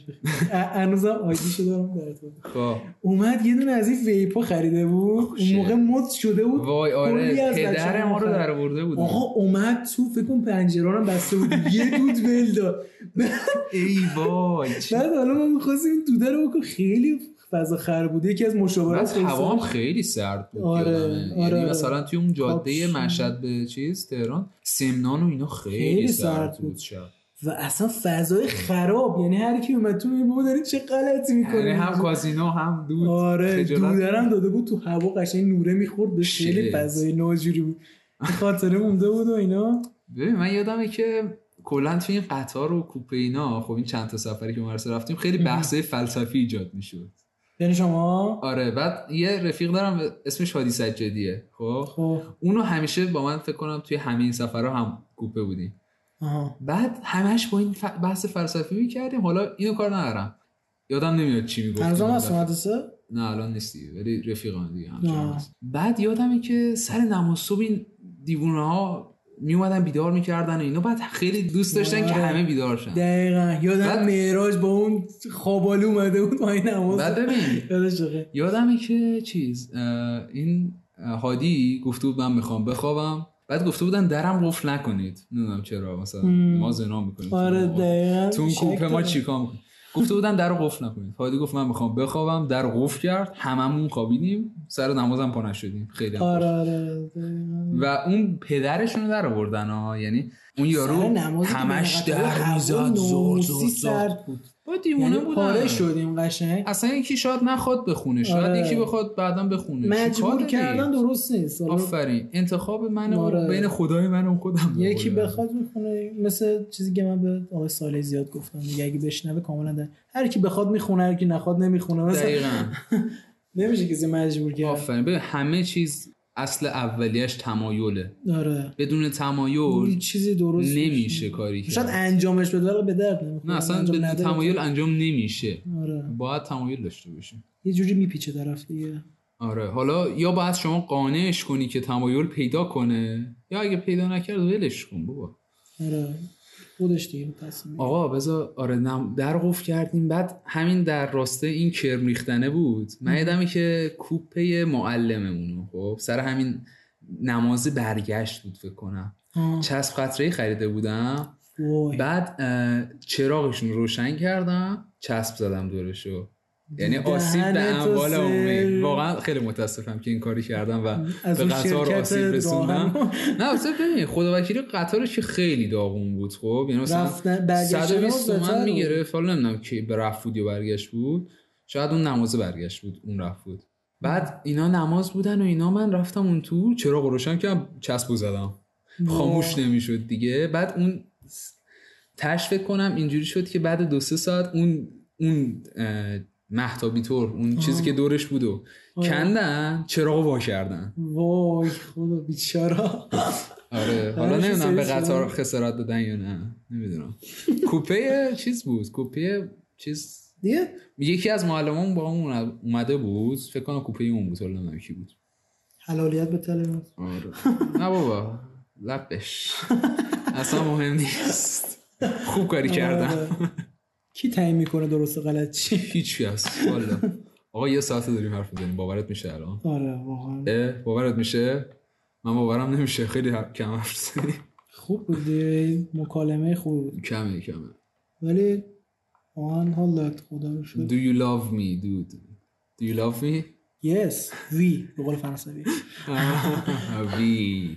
هنوزم آیدیشو دارم در تو خب اومد یه دونه از این ویپا خریده بود اون موقع مد شده بود وای کلی آره از پدر بچه‌ها ما رو می‌خرید. در آورده بود آقا اومد تو فکر کن پنجره رو هم بسته بود یه دود ول داد ای وای چی؟ بعد حالا ما می‌خواستیم این دوده رو بکن خیلی فضا خر بود یکی از بعد مشاورات هوا هم خیلی سرد بود آره، یادمه. آره، یعنی آره. مثلا توی اون جاده آبشین. مشهد به چیز تهران سمنان و اینا خیلی, خیلی سرد سرد بود بود. شب و اصلا فضای خراب یعنی هر کی اومد تو میبود دارین چه غلطی یعنی میکنه هم کازینو هم دود آره خجالت. دودرم داده بود تو هوا قشنگ نوره میخورد به خیلی شت. فضای ناجوری بود این خاطره مونده بود و اینا ببین من یادمه که کلا توی این قطار و کوپه اینا خب این چند تا سفری که مدرسه رفتیم خیلی بحثه فلسفی ایجاد میشد یعنی شما آره بعد یه رفیق دارم اسمش هادی سجادیه خب خب اونو همیشه با من فکر کنم توی همه این سفرها هم کوپه بودیم آها بعد همش با این ف- بحث فلسفی میکردیم حالا اینو کار ندارم یادم نمیاد چی هنوز هم میگفتیم هست مدرسه نه الان نیستی ولی رفیقان دیگه آه. همچنان هست. بعد یادمه که سر نماز صبح این دیوونه ها میومدن بیدار میکردن و اینا بعد خیلی دوست داشتن که آره. همه بیدار شن دقیقا یادم بعد- معراج با اون خوابالو اومده بود با این نماز بعد ببین یادش بخیر. یادمه که چیز اه، این اه، هادی گفته بود من میخوام بخوابم بعد گفته بودن درم قفل نکنید نمیدونم چرا مثلا ما زنا میکنیم آره دقیقا تو اون شک کوپه ما دارم. چیکار میکنیم گفته بودن در رو قفل نکنید هادی گفت من میخوام بخوابم در رو قفل کرد هممون خوابیدیم سر نمازم پا نشدیم خیلی هم آره خوش. آره دقیقاً. و اون پدرشون رو در آوردن ها یعنی اون یارو سر نمازی که همش به قطعه در هوا میزد زور ناموسی زور زور سرد بود با دیوونه یعنی پاره بودن شدیم قشنگ اصلا یکی شاید نخواد بخونه شاید آره. یکی بخواد بعدا بخونه چیکار مجبور داری؟ کردن درست نیست حالا آفرین انتخاب من و آره. بین خدای من و خودم به یکی قول من. بخواد میخونه مثل چیزی که من به آقای صالح زیاد گفتم دیگه اگه بشنوه کاملا در هر کی بخواد میخونه هر کی نخواد نمیخونه مثلا دقیقاً نمیشه کسی مجبور کرد آفرین ببین همه چیز اصل اولیش تمایله آره بدون هیچ تمایل چیزی درست خب. نمیشه کاری کرد شاید انجامش بده ولی به درد نمیخوره نه اصلا انجام بدون نده. تمایل انجام نمیشه آره باید تمایل داشته باشیم یه جوری میپیچه طرف دیگه آره حالا یا باید شما قانعش کنی که تمایل پیدا کنه یا اگه پیدا نکرد ولش کن بابا آره خودش دیگه تصمیم می‌گیره. آقا بذار آره نم... در قفل کردیم بعد همین در راسته این کرم ریختنه بود من یادمه که کوپه معلممونو خب سر همین نماز برگشت بود فکر کنم آه. چسب قطره خریده بودم وای. بعد اه، چراغشون رو روشن کردم چسب زدم دورشو یعنی دهن آسیب به تو اموال سرویس. عمومی واقعا خیلی متاسفم که این کاری کردم و از به اون قطار شرکت آسیب راهن. رسوندم نه اصلا ببین خدا وکیلی قطارش که خیلی داغون بود خب یعنی مثلا رفتن- برگشتن 120 هم بهتر تومن بود. میگرفت حالا نمیدونم که به رفت بود یا برگشت بود شاید اون نماز برگشت بود اون رفت بود بعد اینا نماز بودن و اینا من رفتم اون تو چراغ رو روشن کردم چسبو زدم خاموش نمیشد دیگه بعد اون س- تش فکر کنم اینجوری شد که بعد دو سه ساعت اون اون اه، مهتابی تور اون چیزی که دورش بود و کندن چراغ وا کردن وای خدا بیچاره آره حالا آره، چه نمیدونم به سرویس قطار بود. خسارت دادن یا نه نمیدونم کوپه چیز بود کوپه چیز دیگه یکی از معلمان با همون اومده بود فکر کنم کوپه اون بود حالا نمیدونم کی بود حلالیت به تلمون آره نه بابا لبش اصلا مهم نیست خوب کاری کردم آره. کی تعیین میکنه درست و غلط چی هیچی هست والا آقا یه ساعت داریم حرف میزنیم باورت میشه الان آره واقعا اه، باورت میشه من باورم نمیشه خیلی حرف- کم حرف زدیم خوب بود دیگه. مکالمه خوب بود کمه کمه ولی آن حال داد خدا رو شد Do you love me dude Do you love me? yes وی به قول فرانسوی وی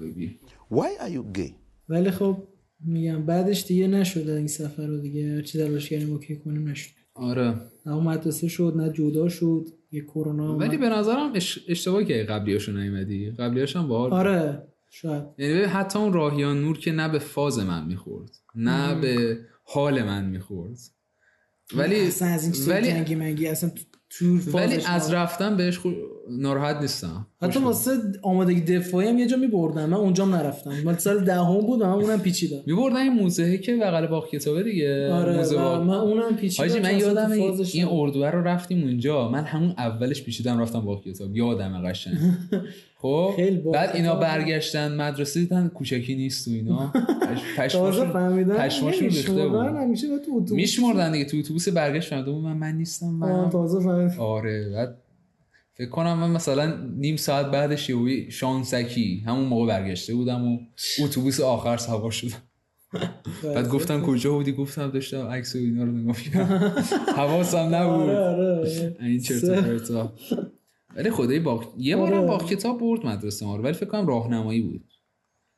ببین Why are you gay? ولی خب میگم بعدش دیگه نشد این سفر رو دیگه هرچی تلاش کردیم اوکی کنیم نشد آره نه اون مدرسه شد نه جدا شد یه کرونا اومد. ولی به نظرم اش... اشتباهی که قبلیاشو نیومدی قبلیاش هم باحال بود. آره شاید یعنی ببین حتی اون راهیان نور که نه به فاز من میخورد نه به حال من میخورد ولی اصلا از این چیزای ولی جنگی منگی اصلا تو تو فازش ولی از نبود. رفتن بهش خو... ناراحت نیستم حتی واسه آمادگی دفاعی هم یه جا میبردم من اونجام نرفتم مال سال دهم بود و من اونم پیچیدم میبردن این موزه که بغل باغ کتابه دیگه آره موزه و باغ. من اونم پیچیدم حاجی چون من اصلا تو یادم فازش این نبود. اردوه رو رفتیم اونجا من همون اولش پیچیدم رفتم باغ کتاب یادم قشنگ خب خیلی باغ بعد اینا کتاب. برگشتن مدرسه دیدن کوچکی نیست و اینا پش- تازه پشماشون فهمیدم پشماشون ریخته نمی‌شمردن، بود همیشه باید تو اتوبوس میشمردن دیگه تو اتوبوس برگشت فهمیده بود من من نیستم آه، من تازه فهمیدم آره بعد فکر کنم من مثلا نیم ساعت بعدش یهوی شانسکی همون موقع برگشته بودم و اتوبوس آخر سوار شدم آره، بعد گفتم کجا بودی گفتم داشتم عکس و اینا رو نگاه می‌کردم. حواسم نبود آره آره این چرت و سه. پرتا ولی خدای باغ یه بارم آره. باغ کتاب برد مدرسه ما رو ولی فکر کنم راهنمایی بود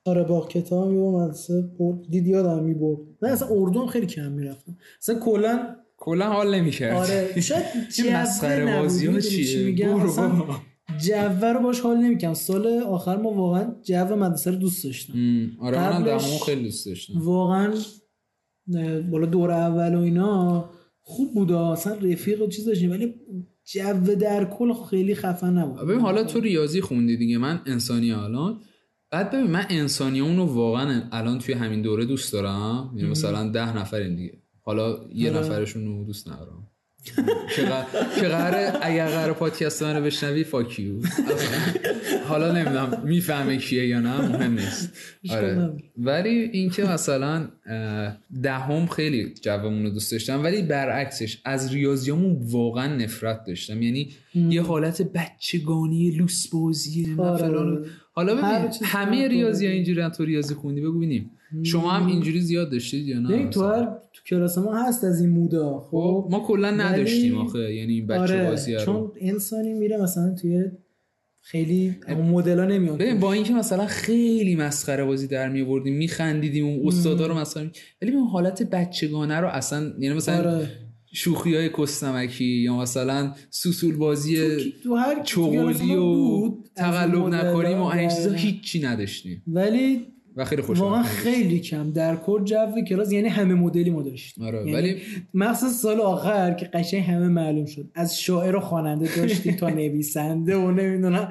آره باغ کتاب میبرد مدرسه برد دید یادم میبرد نه اصلا اردو هم خیلی کم میرفتم اصلا کلا کلا حال نمی‌کرد آره شاید چه مسخره جوه بازی نبود. ها می‌دونی چی چیه؟ میگم برو اصلا بابا. جوه رو باش حال نمیکنم سال آخر ما واقعا جو مدرسه رو دوست داشتم ام، آره منم قبلش- دهمو خیلی دوست داشتم واقعا اه، بالا دور اول و اینا خوب بود اصلا رفیق و چیز داشتیم ولی جو در کل خیلی خفن نبود ببین حالا تو ریاضی خوندی دیگه من انسانی الان بعد ببین من انسانی اونو واقعا الان توی همین دوره دوست دارم یعنی مثلا ده نفریم دیگه حالا یه آره. نفرشون رو دوست ندارم که قر- که قراره اگر قراره پادکست منو بشنوی فاکیو حالا نمیدونم میفهمه کیه یا نه مهم نیست آره. نداره. ولی اینکه مثلا اه، دهم خیلی جوامون رو دوست داشتم ولی برعکسش از ریاضیامون واقعا نفرت داشتم یعنی یه حالت بچگانی لوس بازی نه آره. فلان. حالا هر ببین چیز همه من ریاضی خوردم. اینجوری هم تو ریاضی خوندی بگو ببینیم شما هم اینجوری زیاد داشتید یا نه یعنی تو هر تو کلاس ما هست از این مودا خب، خب ما کلا ولی- نداشتیم آخه یعنی این بچه آره بازی رو چون انسانی میره مثلا توی خیلی اون مدلا نمیاد ببین با اینکه مثلا خیلی مسخره بازی در می آوردیم میخندیدیم اون استادا رو مسخره می- ولی اون حالت بچگانه رو اصلا یعنی مثلا آره. شوخی های کستمکی یا مثلا سوسول بازی تو هر چغلی و بود، از تقلب این مدل‌ها نکنیم و این چیزا دقیقاً. هیچی نداشتیم ولی و خیلی خوشحال واقعا بودیم. خیلی کم در کل جو کلاس یعنی همه مدلی ما داشتیم آره، یعنی ولی- مخصوص سال آخر که قشنگ همه معلوم شد از شاعر و خواننده داشتیم تا نویسنده و نمیدونم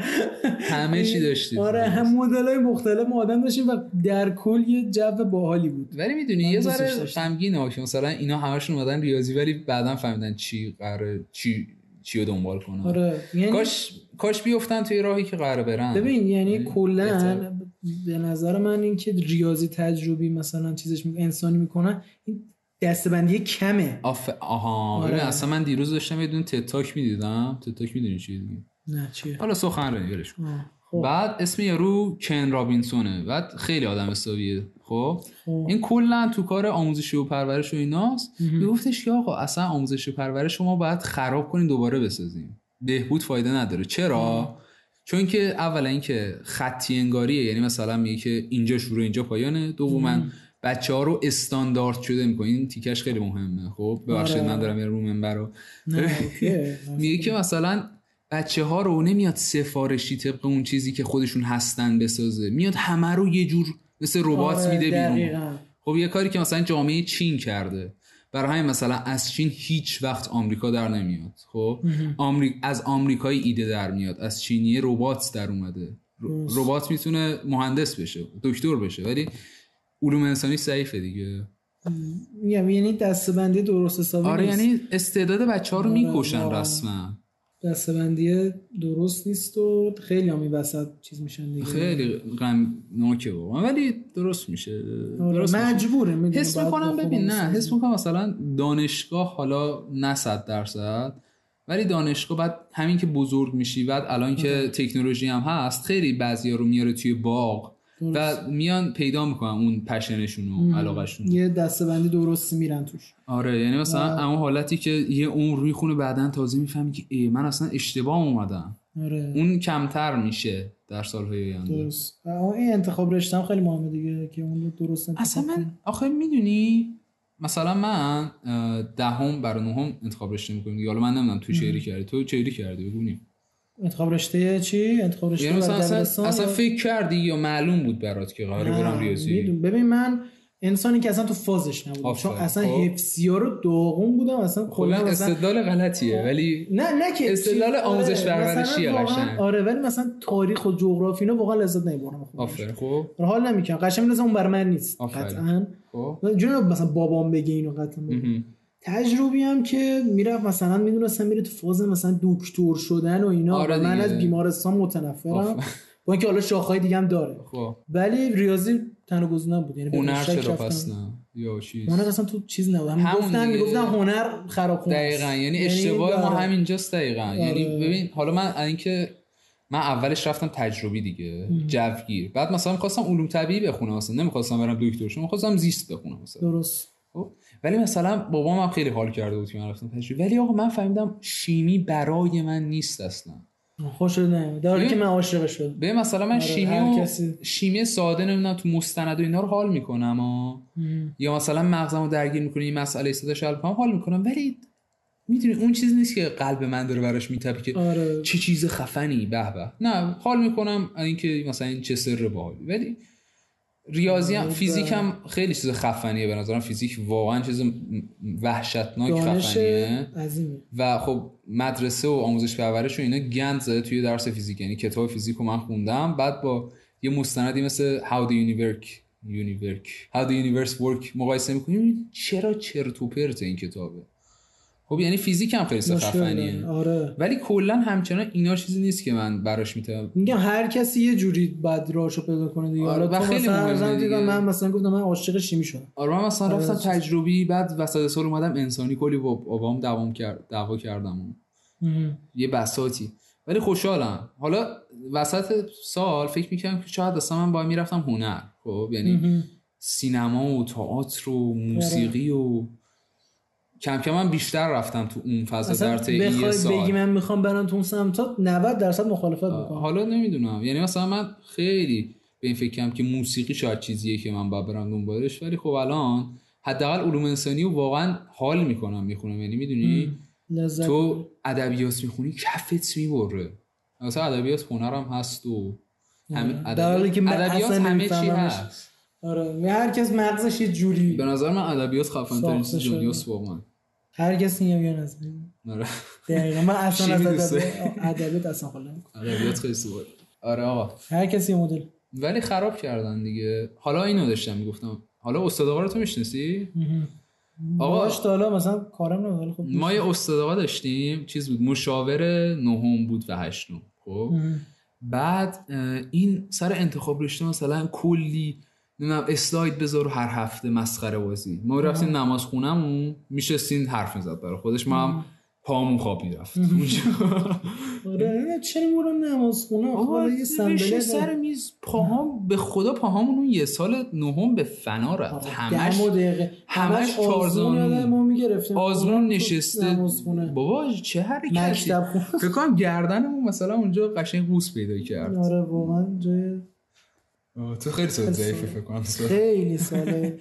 همه چی داشتیم آره هم مدلای مختلف ما آدم داشتیم و در کل یه جو باحالی بود ولی میدونی من یه دوستش ذره داشتم. غمگین که مثلا اینا همشون اومدن ریاضی ولی بعدا فهمیدن چی قراره چی چی رو دنبال کنن آره یعنی کاش کاش بیفتن توی راهی که قراره برن ببین یعنی بهتره. کلا به نظر من اینکه ریاضی تجربی مثلا چیزش می- انسانی میکنن این دستبندی کمه آف... آها آره. ببین اصلا من دیروز داشتم یه دونه تتاک میدیدم تتاک میدونی چی دیگه نه چیه حالا سخنرانی ولش کن. آه، خب بعد اسم یارو کن رابینسونه بعد خیلی آدم حسابیه خب خب. این کلا تو کار آموزشی و پرورش و ایناست میگفتش که آقا اصلا آموزش و پرورش شما باید خراب کنیم دوباره بسازیم بهبود فایده نداره چرا چون که اولا اینکه خطی انگاریه یعنی مثلا میگه که اینجا شروع اینجا پایانه دوما بچه ها رو استاندارد شده میکنه این تیکش خیلی مهمه خب ببخشید آره. من دارم یه رو منبر رو نه اوکی. میگه که مثلا بچه ها رو نمیاد سفارشی طبق اون چیزی که خودشون هستن بسازه میاد همه رو یه جور مثل ربات آره، میده بیرون دقیقاً. خب یه کاری که مثلا جامعه چین کرده برای همین مثلا از چین هیچ وقت آمریکا در نمیاد خب آمری... از آمریکایی ایده در میاد از چینی ربات در اومده ر- ربات میتونه مهندس بشه دکتر بشه ولی علوم انسانی ضعیفه دیگه میگم یعنی دستبندی درست حسابی آره نیست. یعنی استعداد بچه ها رو آره، میکشن واقعاً. رسما دستبندی درست نیست و خیلی هم این وسط چیز میشن دیگه خیلی غمناکه واقعا ولی درست میشه آره، درست میشه. مجبوره میدونی خب حس باید میکنم با خودم ببین نه سازی. حس میکنم مثلا دانشگاه حالا نه صد درصد ولی دانشگاه بعد آره. همین که بزرگ میشی بعد الان که تکنولوژی هم هست خیلی بعضیا رو میاره توی باغ و میان پیدا میکنن اون پشنشون و علاقهشون رو. یه دستبندی درستی میرن توش آره یعنی مثلا اون حالتی که یه عمر میخونه بعدا تازه میفهمی که ای من اصلا اشتباه اومدم آره اون کمتر میشه در سالهای آینده درست آه، این انتخاب رشته هم خیلی مهمه دیگه که اون رو درست انتخاب اصلا کنی. من آخه میدونی مثلا من اه، دهم برای نهم انتخاب رشته میکنم دیگه حالا من نمیدونم تو چهری کردی تو چهری کردی بگو نیم. انتخاب رشته چی انتخاب رشته یعنی مثلا برای اصلا, دبیرستان اصلا یا- فکر کردی یا معلوم بود برات که قراره نه، آره، برم ریاضی میدونم. ببین من انسانی که اصلا تو فازش نبودم آفرین. چون اصلا خب. حفظیا رو داغون بودم اصلا کلا کلا اصلا استدلال غلطیه ولی نه نه که استدلال چیز- آموزش آره، پرورشیه مثلا قشنگ. واقعاً- آره ولی مثلا تاریخ و جغرافی اینا واقعا لذت نمیبرم آفر خب حال نمیکنم قشنگ لازم اون بر من نیست آفرین. قطعا خب جون مثلا بابام بگه اینو قطعا بگه. مهم. تجربی هم که میرفت مثلا میدونستم میره تو فاز مثلا دکتر شدن و اینا آره و من دیگه. از بیمارستان متنفرم آفرین. با اینکه حالا شاخهای دیگه هم داره خب ولی ریاضی تنها گزینه‌م بود یعنی بدون هنر شک چرا رفتم. پس نه یا چیز هنر اصلا تو چیز نبود هم همون گفتن دیگه. میگفتن هنر خراب کنه دقیقا یعنی اشتباه ما همینجاست دقیقا یعنی آره. ببین حالا من اینکه من اولش رفتم تجربی دیگه جوگیر بعد مثلا میخواستم علوم طبیعی بخونم اصلا نمیخواستم برم دکتر شم میخواستم زیست بخونم مثلا درست خب. ولی مثلا بابام هم خیلی حال کرده بود که من رفتم تجربی ولی آقا من فهمیدم شیمی برای من نیست اصلا خوش شد نه داره ببین. که من عاشق شد به مثلا من آره، شیمی هر و کسی. شیمی ساده نمیدونم تو مستند و اینا رو حال میکنم ها یا مثلا مغزمو درگیر میکنه این مسئله سادش حل کنم حال میکنم ولی میدونی اون چیز نیست که قلب من داره براش میتپه که آره چه چیز خفنی به به نه حال میکنم اینکه مثلا این چه سر باحالی ولی ریاضی آره، بله. هم فیزیک هم خیلی چیز خفنیه به نظرم فیزیک واقعا چیز وحشتناک دانش خفنیه عظیمه و خب مدرسه و آموزش پرورش و اینا گند زده توی درس فیزیک یعنی کتاب فیزیک رو من خوندم بعد با یه مستندی مثل How the Universe Universe How the Universe Work مقایسه میکنیم چرا چرت و پرت این کتابه خب یعنی فیزیک هم خیلی مشکل داره. خفنیه آره ولی کلا همچنان اینا چیزی نیست که من براش میتونم میگم هر کسی یه جوری بعد راهشو پیدا کنه دیگه آره، حالا و تو خیلی مثلا مهمه مثلا دیگه. دیگه من مثلا گفتم من عاشق شیمی شدم آره من مثلا رفتم آره. تجربی بعد وسط سال اومدم انسانی کلی با بابام دوام کرد دعوا کردم یه بساتی ولی خوشحالم حالا وسط سال فکر میکنم که شاید اصلا من باید میرفتم هنر خب یعنی سینما و تئاتر و آره. موسیقی و کم کم من بیشتر رفتم تو اون فضا اصلا در طی یه بخوای بگی سال من میخوام برم تو اون سمتا 90 درصد مخالفت میکنم حالا نمیدونم یعنی مثلا من خیلی به این فکر کردم که موسیقی شاید چیزیه که من باید برم دنبالش ولی خب الان حداقل علوم انسانی رو واقعا حال میکنم میخونم یعنی میدونی لذت تو ادبیات میخونی کفت میبره مثلا ادبیات هنرم هست و همه در حالی ادبیات, که من ادبیات اصلا همه چی نمی‌فهممش. هست آره هر کس مغزش یه جوری به نظر من ادبیات خفن ترین ساخته چیز شده. دنیاست واقعا هر کس میگم یا نظر آره. دقیقا من اصلا از شیمی ادب- دوسته. ادبیات اصلا خاله ادبیات خیلی سوال آره آقا هر کسی یه مدل ولی خراب کردن دیگه حالا اینو داشتم میگفتم حالا استاد آقا رو تو میشناسی آقا باش تا حالا مثلا کارم نه ولی خب ما یه استاد آقا داشتیم چیز بود مشاور نهم بود و هشتم خب بعد اه، این سر انتخاب رشته مثلا کلی نمیدونم اسلاید بذار و هر هفته مسخره بازی ما رفتیم نماز خونمون میشستین حرف میزد برای خودش ما هم پامون خواب میرفت اونجا آره نه، چرا مورم نماز خونه آقا، آره یه نوشته صندلی سر میز پاهام به خدا پاهامون اون یه سال نهم به فنا رفت همش همش دقیقه همش همش آزمون چارزانو. یادم ما میگرفتیم خب، آزمون نشسته نماز خونه بابا چه حرکتی مکتب خونه فکر کنم گردنمون مثلا اونجا قشنگ قوس پیدا کرد آره واقعا جای آه، تو خیلی سال ضعیفی فکر کنم خیلی سال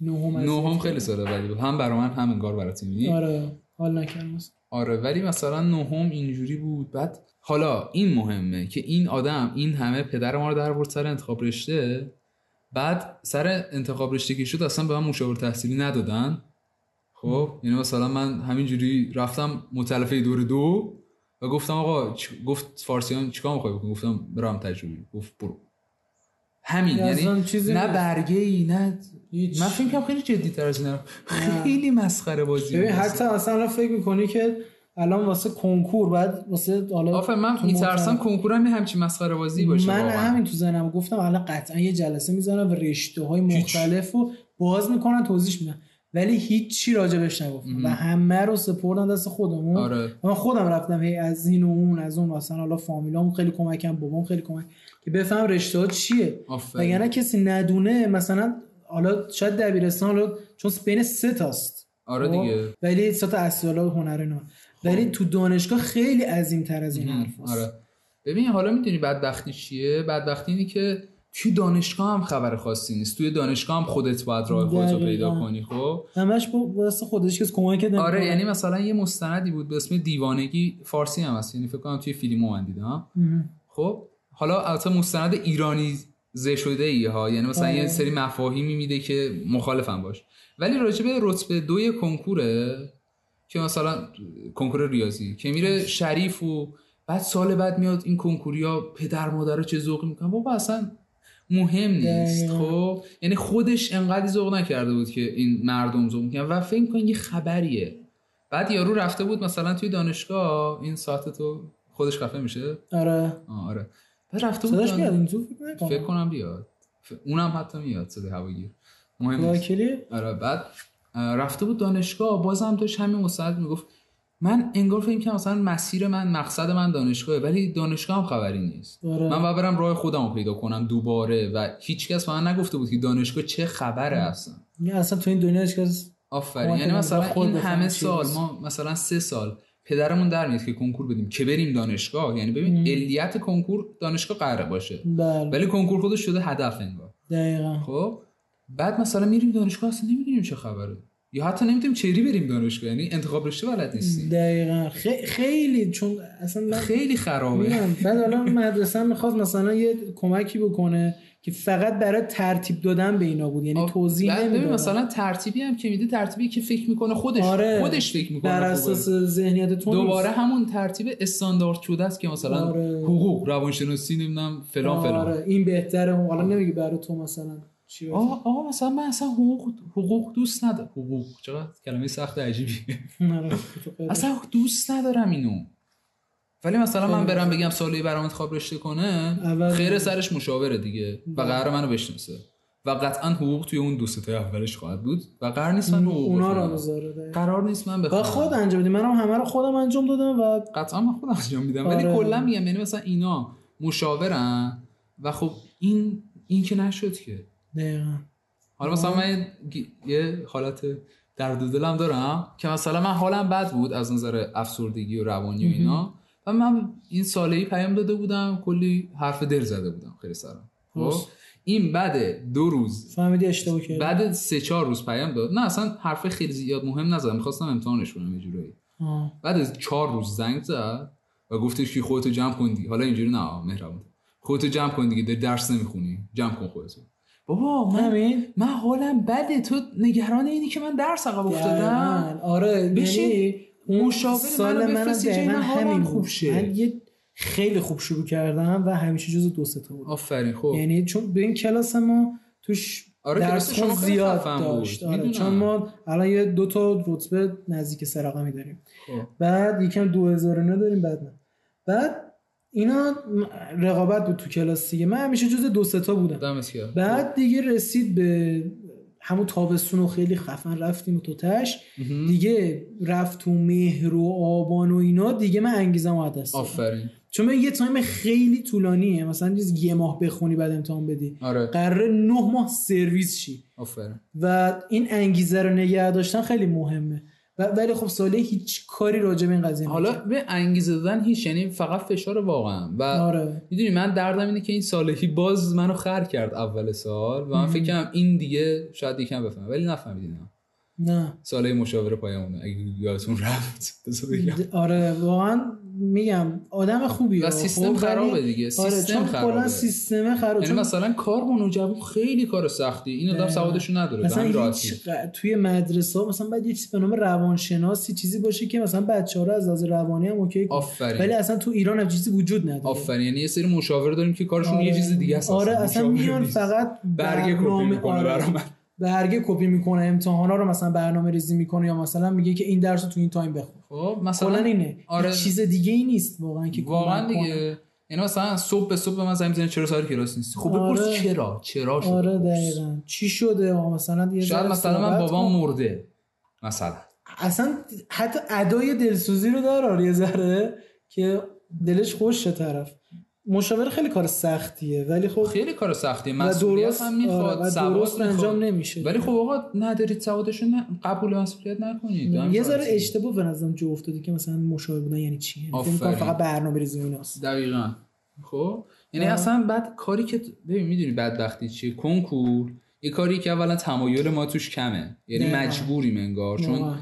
نهم از نهم خیلی سال بدی بود هم برای من هم انگار برای تو می‌بینی. آره حال نکردم آره ولی مثلا نهم اینجوری بود بعد حالا این مهمه که این آدم این همه پدر ما رو در آورد سر انتخاب رشته بعد سر انتخاب رشته که شد اصلا به من مشاور تحصیلی ندادن خب یعنی مثلا من همینجوری رفتم متلفه دور دو و گفتم آقا چ- گفت فارسیان چیکار میخوای بکنی گفتم برم تجربی گفت برو همین یعنی یعنی اصلا چیزی نه نیست. برگه ای نه هیچ. من فکر کنم خیلی جدی تر از این حرف. خیلی مسخره بازی ببین حتی اصلا الان فکر میکنی که الان واسه کنکور بعد واسه حالا آفه من تو میترسم محترم. کنکورم یه همچین مسخره بازی باشه من واقعا. همین تو زنم گفتم الان قطعا یه جلسه میزنم و رشته های مختلف رو باز میکنن توضیح میدن ولی هیچی راجبش نگفتم و همه رو سپردن دست خودمون آره. و من خودم رفتم هی از این و اون از اون مثلا حالا فامیلام خیلی کمکم بابام خیلی کمک که بفهم رشته ها چیه آفرین. وگرنه کسی ندونه مثلا حالا شاید دبیرستان حالا چون بین سه تاست آره خب؟ دیگه. خب. ولی سه تا اصلی حالا هنر اینا ولی تو دانشگاه خیلی عظیم‌تر از این حرف آره ببین حالا میدونی بدبختی چیه بدبختی اینه که توی دانشگاه هم خبر خاصی نیست توی دانشگاه هم خودت باید راه خودت رو پیدا دقیقاً. کنی خب همش با واسه خودش کس کمک نمی‌کنه. آره یعنی مثلا یه مستندی بود به اسم دیوانگی فارسی هم هست یعنی فکر کنم توی فیلم من دیدم خب حالا البته مستند ایرانی ز شده ای ها یعنی مثلا یه سری مفاهیمی میده که مخالفم باش ولی راجع به رتبه دوی کنکوره که مثلا کنکور ریاضی که میره شریف و بعد سال بعد میاد این کنکوریا پدر مادر چه ذوقی میکنن بابا اصلا مهم نیست دقیقاً. خب یعنی خودش انقدر ذوق نکرده بود که این مردم ذوق میکنن و فکر میکنن یه خبریه بعد یارو رفته بود مثلا توی دانشگاه این ساعت تو خودش خفه میشه آره آه، آره بعد رفته بود صداش دان- میاد اینجور فکر نکنم. فکر کنم بیاد ف- اونم حتی میاد صدای هواگیر مهم نیست وکیلی آره بعد اه، رفته بود دانشگاه بازم داشت همین مستند میگفت من انگار فکر کنم مثلا مسیر من مقصد من دانشگاهه ولی دانشگاه هم خبری نیست آره. من باید برم راه خودم رو پیدا کنم دوباره و هیچکس به من نگفته بود که دانشگاه چه آره. خبره اصلا نه، اصلا تو این دنیا هیچ کس آفرین کمک یعنی کنیم، مثلا باید آره، خود این بفهمیم همه چی سال هست. ما مثلا سه سال پدرمون در میاد که کنکور بدیم که بریم دانشگاه یعنی ببین علیت کنکور دانشگاه قراره باشه بله ولی کنکور خودش شده هدف انگار دقیقا خب بعد مثلا میریم دانشگاه اصلا نمیدونیم چه خبره یا حتی نمیدونیم چری بریم دانشگاه یعنی انتخاب رشته بلد نیستیم دقیقا خی- خیلی چون اصلا من خیلی خرابه میگم بعد حالا مدرسه هم میخواست مثلا یه کمکی بکنه که فقط برای ترتیب دادن به اینا بود یعنی آه، توضیح خب، بعد ببین نمیداد مثلا ترتیبی هم که میده ترتیبی که فکر میکنه خودش آره خودش فکر میکنه خب. بر اساس ذهنیت تو دوباره نیست. همون ترتیب استاندارد شده است که مثلا آره. حقوق روانشناسی نمیدونم فلان فلان آره این بهتره اون حالا نمیگه برای تو مثلا چی باشه. آه آه مثلا من اصلا حقوق حقوق دوست ندارم حقوق چقدر کلمه سخت عجیبی آره، تو خیلی- اصلا دوست ندارم اینو ولی مثلا من برم بگم سالی برام انتخاب رشته کنه اول- بله. خیر سرش مشاوره دیگه و قرار منو بشناسه و قطعا حقوق توی اون دوسته اولش خواهد بود و قرار نیست من حقوق اونا رو بخونم. بذاره دقیقاً. قرار نیست من و بخونم خود انجام بدیم منم همه رو خودم انجام دادم و قطعا من خودم انجام میدم ولی آره. کلا میگم یعنی مثلا اینا مشاورن و خب این این که نشد که دقیقا حالا مثلا من یه گی- یه حالت درد دلم دارم که مثلا من حالم بد بود از نظر افسردگی و روانی و اینا و من این ساله ای پیام داده بودم کلی حرف دل زده بودم خیلی سرم خب درست. این بعد دو روز فهمیدی اشتباه کردی بعد سه چهار روز پیام داد نه اصلا حرف خیلی زیاد مهم نزدم میخواستم امتحانش کنم یه جورایی آه. بعد از چهار روز زنگ زد و گفتش که خودتو جمع کن دیگه حالا اینجوری نه مهربون خودتو جمع کن دیگه داری درس نمیخونی جمع کن خودتو بابا من همین من حالم بده تو نگران اینی که من درس عقب دقیقاً. افتادم آره بشین. یعنی اون مشاور منو منم بفرست یه جایی دقیقاً من حالم همین خوب بود. شه. من یه خیلی خوب شروع کردم و همیشه جز دو سه تا بود آفرین خب یعنی چون به این کلاس ما توش آره، کلاس درس شما خون خیلی زیاد خفن بود. داشت آره می‌دونم. چون ما الان یه دو تا رتبه نزدیک سه رقمی داریم خب. بعد یکم 2000 اینا داریم بعد نه بعد اینا رقابت بود تو کلاس دیگه من همیشه جز دو سه تا بودم دمت گرم. بعد دیگه رسید به همون تابستون رو خیلی خفن رفتیم تو تش دیگه رفت تو مهر و آبان و اینا دیگه من انگیزم از دست دادم. آفرین چون من یه تایم خیلی طولانیه مثلا چیز یه ماه بخونی بعد امتحان بدی آره قراره نه ماه سرویس شی آفرین و این انگیزه رو نگه داشتن خیلی مهمه و ولی خب ساله هیچ کاری راجع به این قضیه نکرد. حالا به انگیزه دادن هیچ یعنی فقط فشار واقعا و آره میدونی من دردم اینه که این سالهی باز منو خر کرد اول سال و من فکر کنم این دیگه شاید یکم بفهمم ولی نفهمیدینم نه ساله مشاوره پایمونه اگه یادتون رفت بذار بگم. د- آره واقعا میگم آدم خوبی و سیستم خرابه دیگه. آره سیستم چون خرابه. کلا سیستم خرابه یعنی چون مثلا کارمون و جوون خیلی کار سختی این آدم سوادشو نداره به مثلا همین راحتی. هیچ ق- توی مدرسه ها مثلا باید یه چیزی به نام روانشناسی چیزی باشه که مثلا بچه‌ها رو از لحاظ روانی هم اوکی کنه. آفرین. ولی اصلا تو ایران هم چیزی وجود نداره آفرین یعنی یه سری مشاور داریم که کارشون یه چیز دیگه است آره اصلا مشاور میان نیست. فقط برگه کپی برنامه- می‌کنه برا من. برگه کپی میکنه امتحانا رو مثلا برنامه ریزی میکنه یا مثلا میگه که این درس رو تو این تایم بخون خب مثلا کلا اینه آره هیچ چیز دیگه ای نیست واقعا که واقعا کمک کنه. دیگه یعنی مثلا صبح به صبح به من زنگ میزنه چرا سر کلاس نیستی خب آره. بپرس چرا چرا شده آره دقیقا چی شده آه، مثلا یه شاید ذره مثلا من صحبت بابام کن. مرده مثلا اصلا حتی ادای دلسوزی رو داره یه ذره که دلش خوشه طرف مشاور خیلی کار سختیه ولی خب خیلی کار سختیه و مسئولیت درست هم میخواد آره، و سواد درست انجام میخواد. نمیشه ولی خب آقا ندارید سوادشو نه قبول مسئولیت نکنید یه همین ذره راضیه. اشتباه به نظرم جو افتاده که مثلا مشاور بودن یعنی چی یعنی فکر آفرین. می‌کنم فقط برنامه ریزی ایناست دقیقا خب یعنی آه. اصلا بعد کاری که ببین میدونی بدبختی چیه کنکور یه کاری که اولا تمایل ما توش کمه یعنی دقیقاً. مجبوریم انگار چون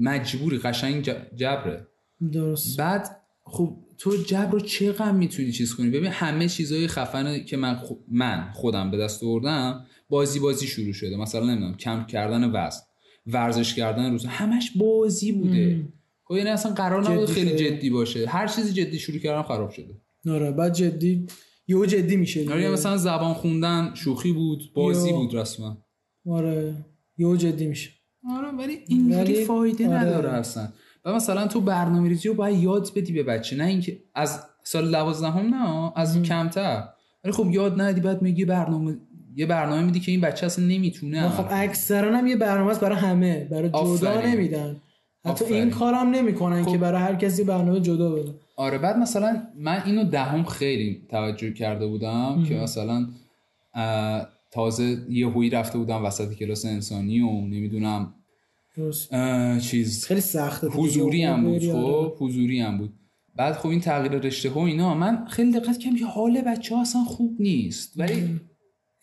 مجبوری قشنگ ج- جبره درست بعد خب تو جبر رو چقدر میتونی چیز کنی ببین همه چیزای خفنه که من, خو- من خودم به دست آوردم بازی بازی شروع شده مثلا نمیدونم کم کردن وزن ورزش کردن روز همش بازی بوده خب یعنی اصلا قرار نبود جدی خیلی شده. جدی باشه هر چیزی جدی شروع کردم خراب شده آره بعد جدی یهو جدی میشه دیگه. آره مثلا زبان خوندن شوخی بود بازی یا. بود رسما آره یهو جدی میشه آره ولی اینجوری ولی- فایده آره. نداره اصلا و مثلا تو برنامه ریزی رو باید یاد بدی به بچه نه اینکه از سال دوازدهم نه از کمتر ولی خب یاد ندی بعد میگی برنامه یه برنامه میدی که این بچه اصلا نمیتونه و خب اکثرا هم یه برنامه است برای همه برای جدا آفرین. نمیدن حتی آفرین. خب. این کارم نمیکنن که برای هر کسی برنامه جدا بدن آره بعد مثلا من اینو دهم خیلی توجه کرده بودم که مثلا اه، تازه یه هویی رفته بودم وسط کلاس انسانی و نمیدونم درست چیز خیلی سخته دیگه. حضوری هم بود بری، آره. خب حضوری هم بود بعد خب این تغییر رشته و اینا من خیلی دقت کردم که حال بچه ها اصلا خوب نیست ولی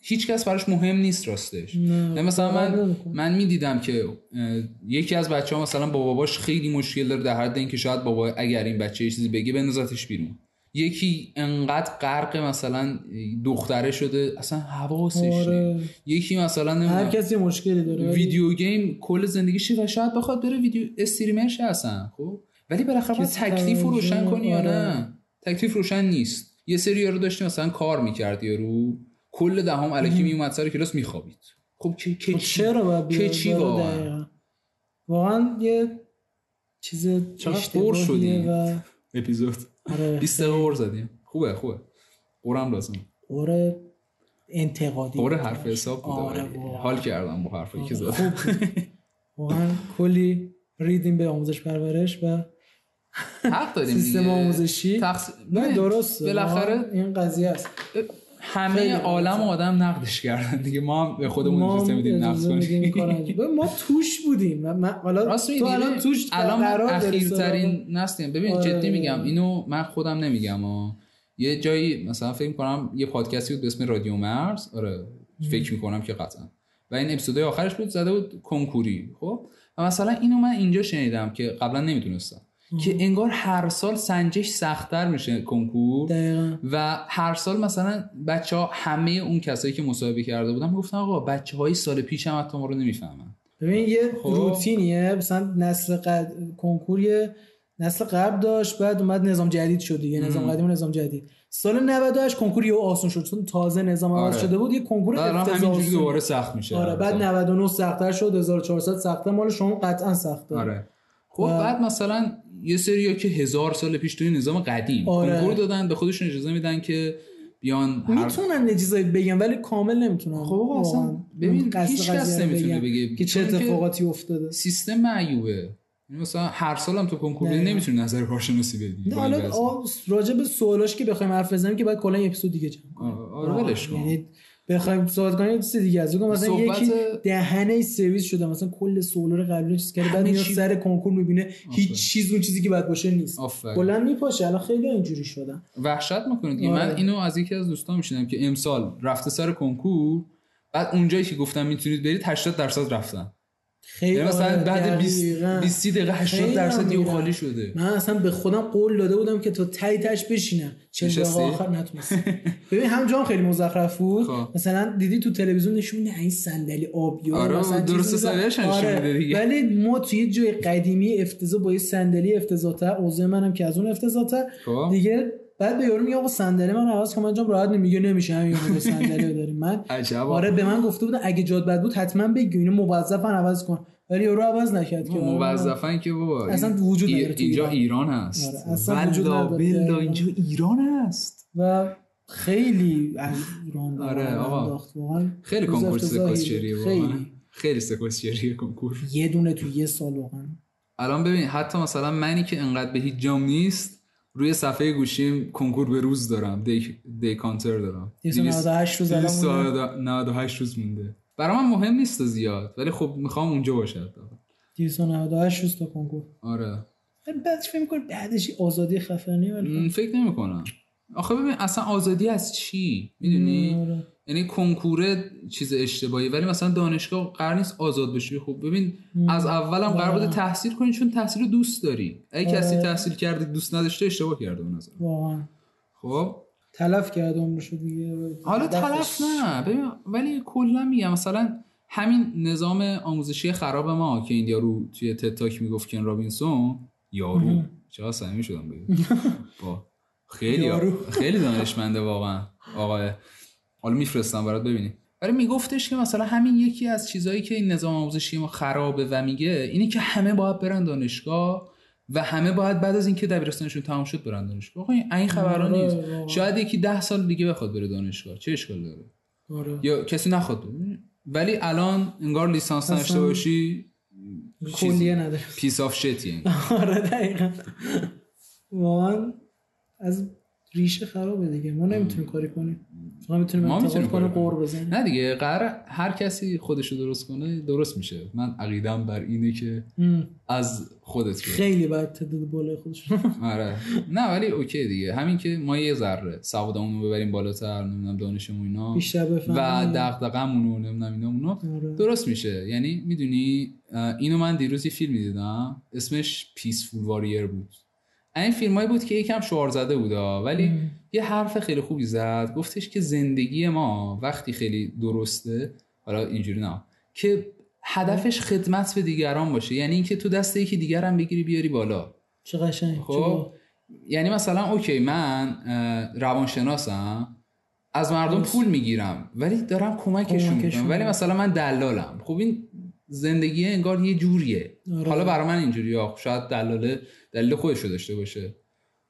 هیچ کس براش مهم نیست راستش نه مثلا باور من نمی‌کنم. من میدیدم که اه، یکی از بچه ها مثلا با باباش خیلی مشکل داره در حد اینکه شاید بابا اگر این بچه یه چیزی بگه بندازتش بیرون یکی انقدر غرق مثلا دختره شده اصلا حواسش آره. نیست یکی مثلا هر نمی‌دونم- کسی مشکلی داره ولی ویدیو گیم کل زندگیشه و شاید بخواد بره ویدیو استریمر شه اصلا خب ولی بالاخره باید کسی تکلیف رو روشن توجه کنی یا آره. نه تکلیف روشن نیست یه سری رو داشتی مثلا کار میکرد یارو کل دهم الکی میومد سر کلاس میخوابید خب که که خب چی؟ چرا باید بیاد که چی آره، واقعا؟ دقیقاً. واقعا یه چیز چقدر اشتباهیه پر شدی. و اپیزود آره 20 دقیقه قور زدیم خوبه خوبه قرم لازم قره انتقادی قور بود. حرف حساب بوده آره ولی واقعاً. آره. حال کردم با حرفی که زدم واقعا کلی ریدیم به آموزش پرورش و حق داریم سیستم دیگه. آموزشی تقص- نه درست بالاخره این قضیه است خیلی همه عالم و آدم نقدش کردن دیگه ما هم به خودمون ما اجازه هم میدیم نقد اجازه میدیم این کار کنیم انجام- ببین، ما توش بودیم و من حالا راست میگی تو الان توش الان ما قرار داری اخیرترین نسلیم ببین آره. جدی میگم اینو من خودم نمیگم آه. یه جایی مثلا فکر کنم یه پادکستی بود به اسم رادیو مرز آره فکر میکنم که قطعا و این اپیزودهای آخرش بود زده بود کنکوری خب و مثلا اینو من اینجا شنیدم که قبلا نمیدونستم که انگار هر سال سنجش سختتر میشه کنکور دقیقاً. و هر سال مثلا بچه ها همه اون کسایی که مصاحبه کرده بودن گفتن آقا بچه های سال پیش هم حتی ما رو نمیفهمن ببین یه خب. روتینیه مثلا نسل قد... کنکور یه نسل قبل داشت بعد اومد نظام جدید شد دیگه نظام قدیم و نظام جدید سال 98 کنکور یه آسون شد چون تازه نظام عوض آره. شده بود یه کنکور بعد الان افتضاح همینجوری آسون. دوباره سخت میشه آره بعد 99 سختتر شد 1400 سختتر مال شما قطعا سخته آره خب بعد مثلا یه سری که هزار سال پیش توی نظام قدیم آره. کنکور دادن به خودشون اجازه میدن که بیان هر میتونن یه چیزایی بگم ولی کامل نمیتونن خب آقا اصلا واقعاً. ببین، اون قصد هیچ کس قضیه رو نمیتونه بگم بگه. که چه چون که- اتفاقاتی افتاده سیستم معیوبه یعنی مثلا هر سال هم تو کنکور نه. بدی نمیتونی نظر کارشناسی بدی نه با این حالا وضع. آ- راجع به سوالاش که بخوایم حرف بزنیم که باید کلا یه اپیزود دیگه جمع کنیم آره، آره، ولش کن. یعنی بخوایم صحبت کنیم یه چیز دیگه از اون مثلا صحبت- یکی دهنه سرویس شده مثلا کل سوالا رو قبلی چیز کرده بعد همه میاد چی- سر کنکور میبینه هیچ چیز اون چیزی که باید باشه نیست آفرین. کلا میپاشه الان خیلی اینجوری شدن وحشت میکنه دیگه آره. من اینو از یکی از دوستان میشنم که امسال رفته سر کنکور بعد اونجایی که گفتم میتونید برید 80 درصد رفتن خیلی یعنی مثلا آره، بعد 20 دقیقاً. 20 دقیقه 80 خیلی هم درصد یهو می‌رم. خالی شده من اصلا به خودم قول داده بودم که تا ته تاش بشینم چه دقیقه نشستی؟ آخر نتونستم ببین همونجا هم خیلی مزخرف بود خب. مثلا دیدی تو تلویزیون نشون میده این صندلی آبی و آره، مثلا چیز درست می‌زد. حسابیش هم نشون میده دیگه. ولی ما توی یه جای قدیمی افتضاح با یه صندلی افتضاح‌تر اوضاع منم که از اون افتضاح‌تر خب. دیگه بعد به یارو میگم آقا صندلی من عوض کن من جام راحت نمیگه نمیشه همین یارو صندلی رو داریم من عجب. آره به من گفته بود اگه جاد بد بود حتما بگو اینو موظفن عوض کن ولی یارو عوض نکرد که موظفن که بابا این- اصلا وجود ای- نداره تو اینجا ایران. ایران هست آره، اصلا وجود والا نداره. بله، بلا اینجا ایران هست و خیلی از ایران به آره، من آقا. انداخت. واقعا خیلی روز کنکور افتضاحی. سکاسچریه واقعا خیلی خیلی سکاسچریه کنکور یه دونه تو یه سال واقعا الان ببین حتی مثلا منی که انقدر به هیچ جام نیست روی صفحه گوشیم کنکور به روز دارم دی, دی کانتر دارم 298 روز الان مونده. 298 روز مونده برای من مهم نیست زیاد ولی خب میخوام اونجا باشد 298 روز تا کنکور آره بعدش فکر می‌کنی بعدش یه آزادی خفنی ولی م، فکر نمیکنم آخه ببین اصلا آزادی از چی میدونی آره. یعنی کنکوره چیز اشتباهی ولی مثلا دانشگاه قرار نیست آزاد بشی خب ببین از اولم قرار بوده تحصیل کنی چون تحصیل رو دوست داری اگه کسی تحصیل کرده دوست نداشته اشتباه کرده به نظر واقعا خب تلف کرد عمرشو دیگه حالا دستش- تلف نه ببین ولی کلا میگم مثلا همین نظام آموزشی خراب ما که این یارو توی تتاک میگفت کن رابینسون یارو چرا صمیمی شدم بگید خیلی یارو. خیلی دانشمنده واقعا آقای حالا میفرستم برات ببینی ولی میگفتش که مثلا همین یکی از چیزهایی که این نظام آموزشی ما خرابه و میگه اینه که همه باید برن دانشگاه و همه باید بعد از اینکه دبیرستانشون تمام شد برن دانشگاه آقا این- این خبران آره، نیست واقعا. شاید یکی ده سال دیگه بخواد بره دانشگاه چه اشکال داره آره. یا کسی نخواد بره. ولی الان انگار لیسانس اصلا- نشته باشی کلیه نداره پیس آف شتیه آره دقیقا واقعا از ریشه خرابه دیگه ما نمیتونیم کاری کنیم ما میتونیم ما انتقاد می‌تونیم کنیم کاری قور کنیم. بزنیم نه دیگه قرار هر کسی خودشو درست کنه درست میشه من عقیدم بر اینه که ام. از خودت بیا. خیلی بعد تعداد بالای خودشون آره نه ولی اوکی دیگه همین که ما یه ذره سوادمون رو ببریم بالاتر نمیدونم دانشمون اینا بیشتر و بفهمیم دغدغمون رو نمیدونم اینا اونا آره. درست میشه یعنی میدونی اینو من دیروز یه فیلم دیدم اسمش پیسفول واریر بود این فیلمایی بود که یکم شعار زده بود آه، ولی یه حرف خیلی خوبی زد گفتش که زندگی ما وقتی خیلی درسته حالا اینجوری نه که هدفش خدمت به دیگران باشه یعنی اینکه تو دست یکی دیگر هم بگیری بیاری بالا چه قشنگ چه خب با- یعنی مثلا اوکی من اه، روانشناسم از مردم پول میگیرم ولی دارم کمکشون کمکشون میکنم ولی می‌کنم. مثلا من دلالم خب این زندگی انگار یه جوریه آره. حالا برای من اینجوری ها شاید دلاله دلیل خودش رو داشته باشه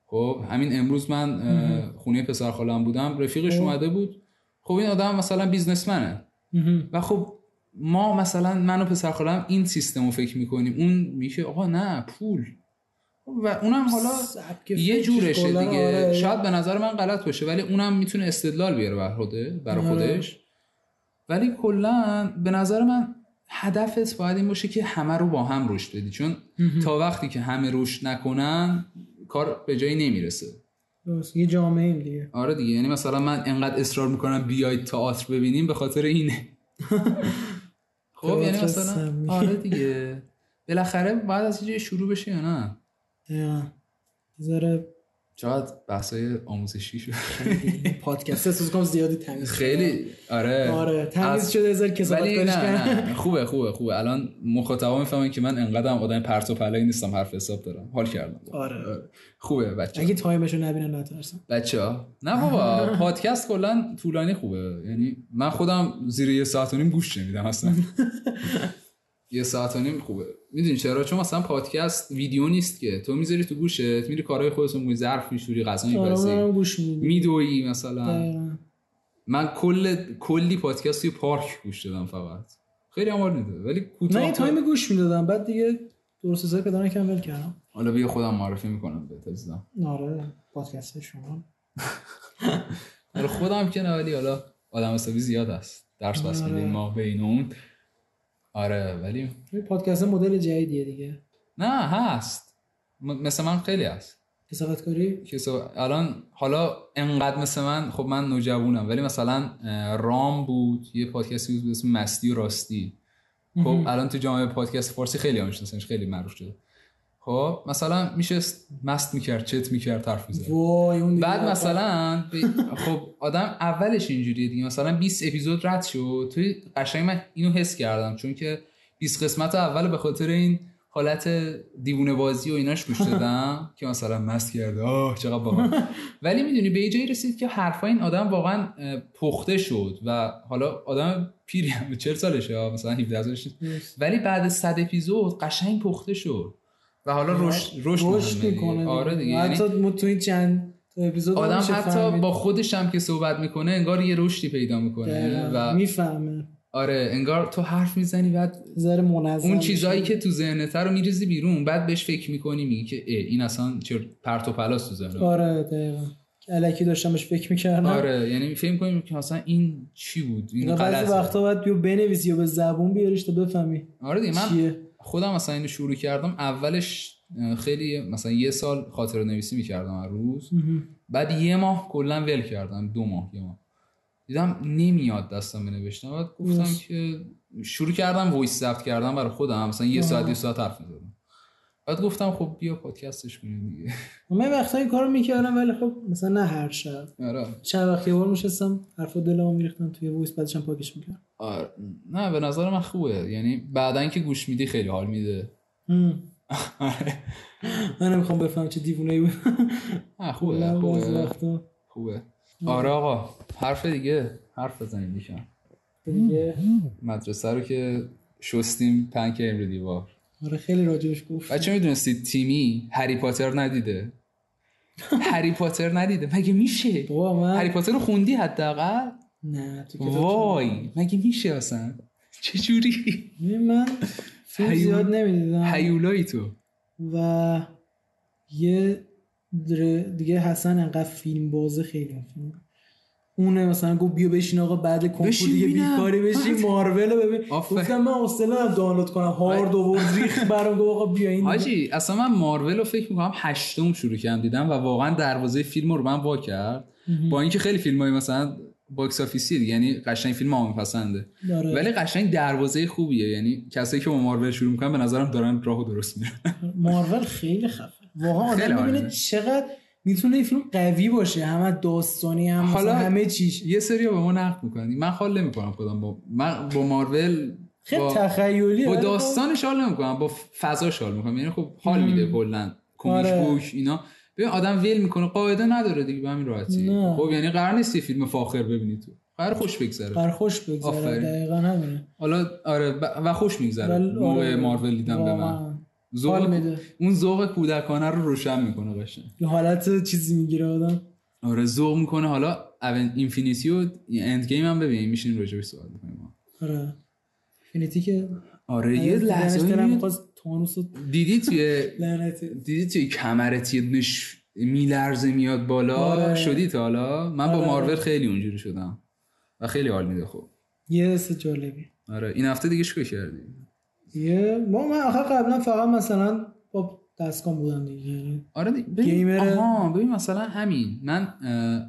خب همین امروز من اه، خونه پسر خالم بودم رفیقش اومده بود خب این آدم مثلا بیزنسمنه مهم. و خب ما مثلا من و پسر خالم این سیستم رو فکر میکنیم اون میشه آقا نه پول و اونم حالا سبک یه فکرش جورشه کلاً، دیگه آره. شاید به نظر من غلط باشه ولی اونم میتونه استدلال بیاره بر خوده برای آره. خودش ولی کلا به نظر من هدفت باید این باشه که همه رو با هم رشد بدی چون تا وقتی که همه رشد نکنن کار به جایی نمیرسه درست. یه جامعه ایم دیگه آره دیگه یعنی مثلا من انقدر اصرار میکنم بیاید تئاتر ببینیم به خاطر اینه خب یعنی تئاتر مثلا سمی. آره دیگه بالاخره بعد از یه جایی شروع بشه یا نه دقیقاً. یه ذره چقدر بحثای آموزشی شد پادکست احساس کنم زیادی تمیز شده. خیلی آره آره تمیز از- شده یه ذره کسافت ولی کاریش نه کردن. نه خوبه خوبه خوبه الان مخاطبا میفهمن که من انقدرم آدم پرت و پلایی نیستم حرف حساب دارم حال کردم آره خوبه بچه اگه تایمشو نبینن نترسن بچه ها نه بابا پادکست کلا طولانی خوبه یعنی من خودم زیر یه ساعت و نیم گوش نمیدم اصلا یه ساعت و نیم خوبه میدونی چرا چون اصلا پادکست ویدیو نیست که تو میذاری تو گوشت میری کارهای خودت رو می‌کنی، ظرف میشوری غذا آره میپسی منم گوش میدم میدویی مثلا من کل کلی پادکست توی پارک گوش دادم فقط خیلی آمار میده ولی من یه کوتاه تایم گوش میدادم بعد دیگه درست حساب که دارن کم ول کردم حالا بیا خودم معرفی میکنم بهت عزیزم آره پادکست شما حالا خودم که نه ولی حالا آدم حسابی زیاد است درس بس آره. میدیم ما بین اون آره ولی این پادکست مدل جدیدیه دیگه نه هست م- مثل من خیلی هست کسافت کاری که سو- الان حالا انقدر مثل من خب من نوجوانم ولی مثلا اه، رام بود یه پادکستی بود به اسم مستی و راستی خب الان تو جامعه پادکست فارسی خیلی هم میشناسنش خیلی معروف شده خب مثلا میشه مست میکرد چت میکرد حرف میزد وای اون دیگه بعد آقا. مثلا ب- خب آدم اولش اینجوریه دیگه مثلا 20 اپیزود رد شد توی قشنگ من اینو حس کردم چون که 20 قسمت اول به خاطر این حالت دیوونه بازی و ایناش گوش دادم که مثلا مست کرده آه چقدر باحال ولی میدونی به یه جایی رسید که حرفای این آدم واقعا اه، پخته شد و حالا آدم پیری هم 40 سالشه آه، مثلا 17 سالش نیست. ولی بعد از 100 اپیزود قشنگ پخته شد و حالا رشد رشد خب، آره. رشد مهمه دیگه. میکنه آره دیگه یعنی حتی ما تو این چند تا اپیزود آدم نمیشه حتی فهمید. با خودش هم که صحبت میکنه انگار یه رشدی پیدا میکنه دقیقاً. و میفهمه آره انگار تو حرف میزنی بعد ذره منظم اون میشه. چیزایی که تو ذهنت رو میریزی بیرون بعد بهش فکر میکنی میگی که اه، این اصلا چه پرت و پلاس تو ذهنم آره دقیقا که الکی داشتم بهش فکر میکردم آره یعنی فکر میکنیم که اصلا این چی بود این بعضی غلطه وقتا باید بیو بنویسی یا به زبون بیاریش تا بفهمی آره دیگه من چیه خودم مثلا اینو شروع کردم اولش اه، خیلی مثلا یه سال خاطر نویسی میکردم هر روز بعد یه ماه کلا ول کردم دو ماه یه ماه دیدم نمیاد دستم بنوشتم بعد گفتم درست. که شروع کردم وایس ثبت کردم برای خودم مثلا یه ساعت یه ساعت حرف میزدم بعد گفتم خب بیا پادکستش کنیم دیگه من وقتا این کارو میکردم ولی خب مثلا نه هر شب آره چند وقت یه بار میشستم حرف دلمو میریختم توی وایس بعدش هم پاکش میکردم آره. نه به نظر من خوبه یعنی بعدا که گوش میدی خیلی حال میده آره. من نمیخوام بفهم چه دیوونه ای بود نه خوبه کلاً بعضی خب، خوبه وقتا خوبه آره آقا حرف دیگه حرف بزنیم یکم دیگه مدرسه رو که شستیم پنک رو دیوار آره خیلی راجبش گفت بچه میدونستید تیمی هری پاتر ندیده هری پاتر ندیده مگه میشه بابا هری من پاتر رو خوندی حداقل نه تو کتاب وای مگه میشه اصلا چجوری چه- من فیلم هیول- زیاد نمیدیدم هیولایی تو و یه در- دیگه حسن انقدر فیلم بازه خیلی اون فیلم اونه مثلا گفت بیا بشین آقا بعد کنکور بشین دیگه ببینم. بیکاری بشین مارول رو ببین آفرین. گفتم من حوصله ندارم دانلود کنم هارد و ورد ریخت برام گفت آقا بیا این حاجی اصلا من مارول رو فکر میکنم هشتم شروع کردم دیدم و واقعا دروازه فیلم رو من وا کرد با اینکه خیلی فیلم های مثلا باکس آفیسی دیگه یعنی قشنگ فیلم عام پسنده آره. ولی قشنگ دروازه خوبیه یعنی کسایی که با مارول شروع میکنن به نظرم دارن راهو درست میرن مارول خیلی خفه واقعا خیلی آدم عالیه. ببینه چقدر میتونه این فیلم قوی باشه همه داستانی هم حالا- حالا همه چیش یه سری به ما نقد میکنن من حال نمیکنم خودم با من با مارول خیلی با- تخیلیه با ولی خب- داستانش حال نمیکنم با فضاش حال میکنم یعنی خب حال میده کلا کمیک آره. بوک اینا ببین آدم ول میکنه قاعده نداره دیگه به همین راحتی نه. خب یعنی قرار نیست یه فیلم فاخر ببینی تو قرار خوش بگذره بر خوش بگذره آفرین. دقیقا همینه حالا آره ب- و خوش میگذره ولی- موقع آره، مارول دیدم به من واقعاً. حال ذوق میده. اون ذوق کودکانه رو روشن میکنه قشنگ یه حالت چیزی میگیره آدم آره ذوق میکنه حالا اون اینفینیتی و اند گیم هم ببینیم میشین راجبش صحبت میکنیم ما آره فینیتی که آره یه لحظه میخواست تانوس رو دیدی توی لعنتی دیدی توی کمرت یه نش میلرزه میاد بالا آره. شدی تا حالا من با آره. مارول خیلی اونجوری شدم و خیلی حال میده خب یه سه جالبی آره این هفته دیگه چیکار کردی یه ما من آخر قبلا فقط مثلا با دستگاه بودم دیگه یعنی آره دی- ببین گیمره. آها ببین مثلا همین من اه،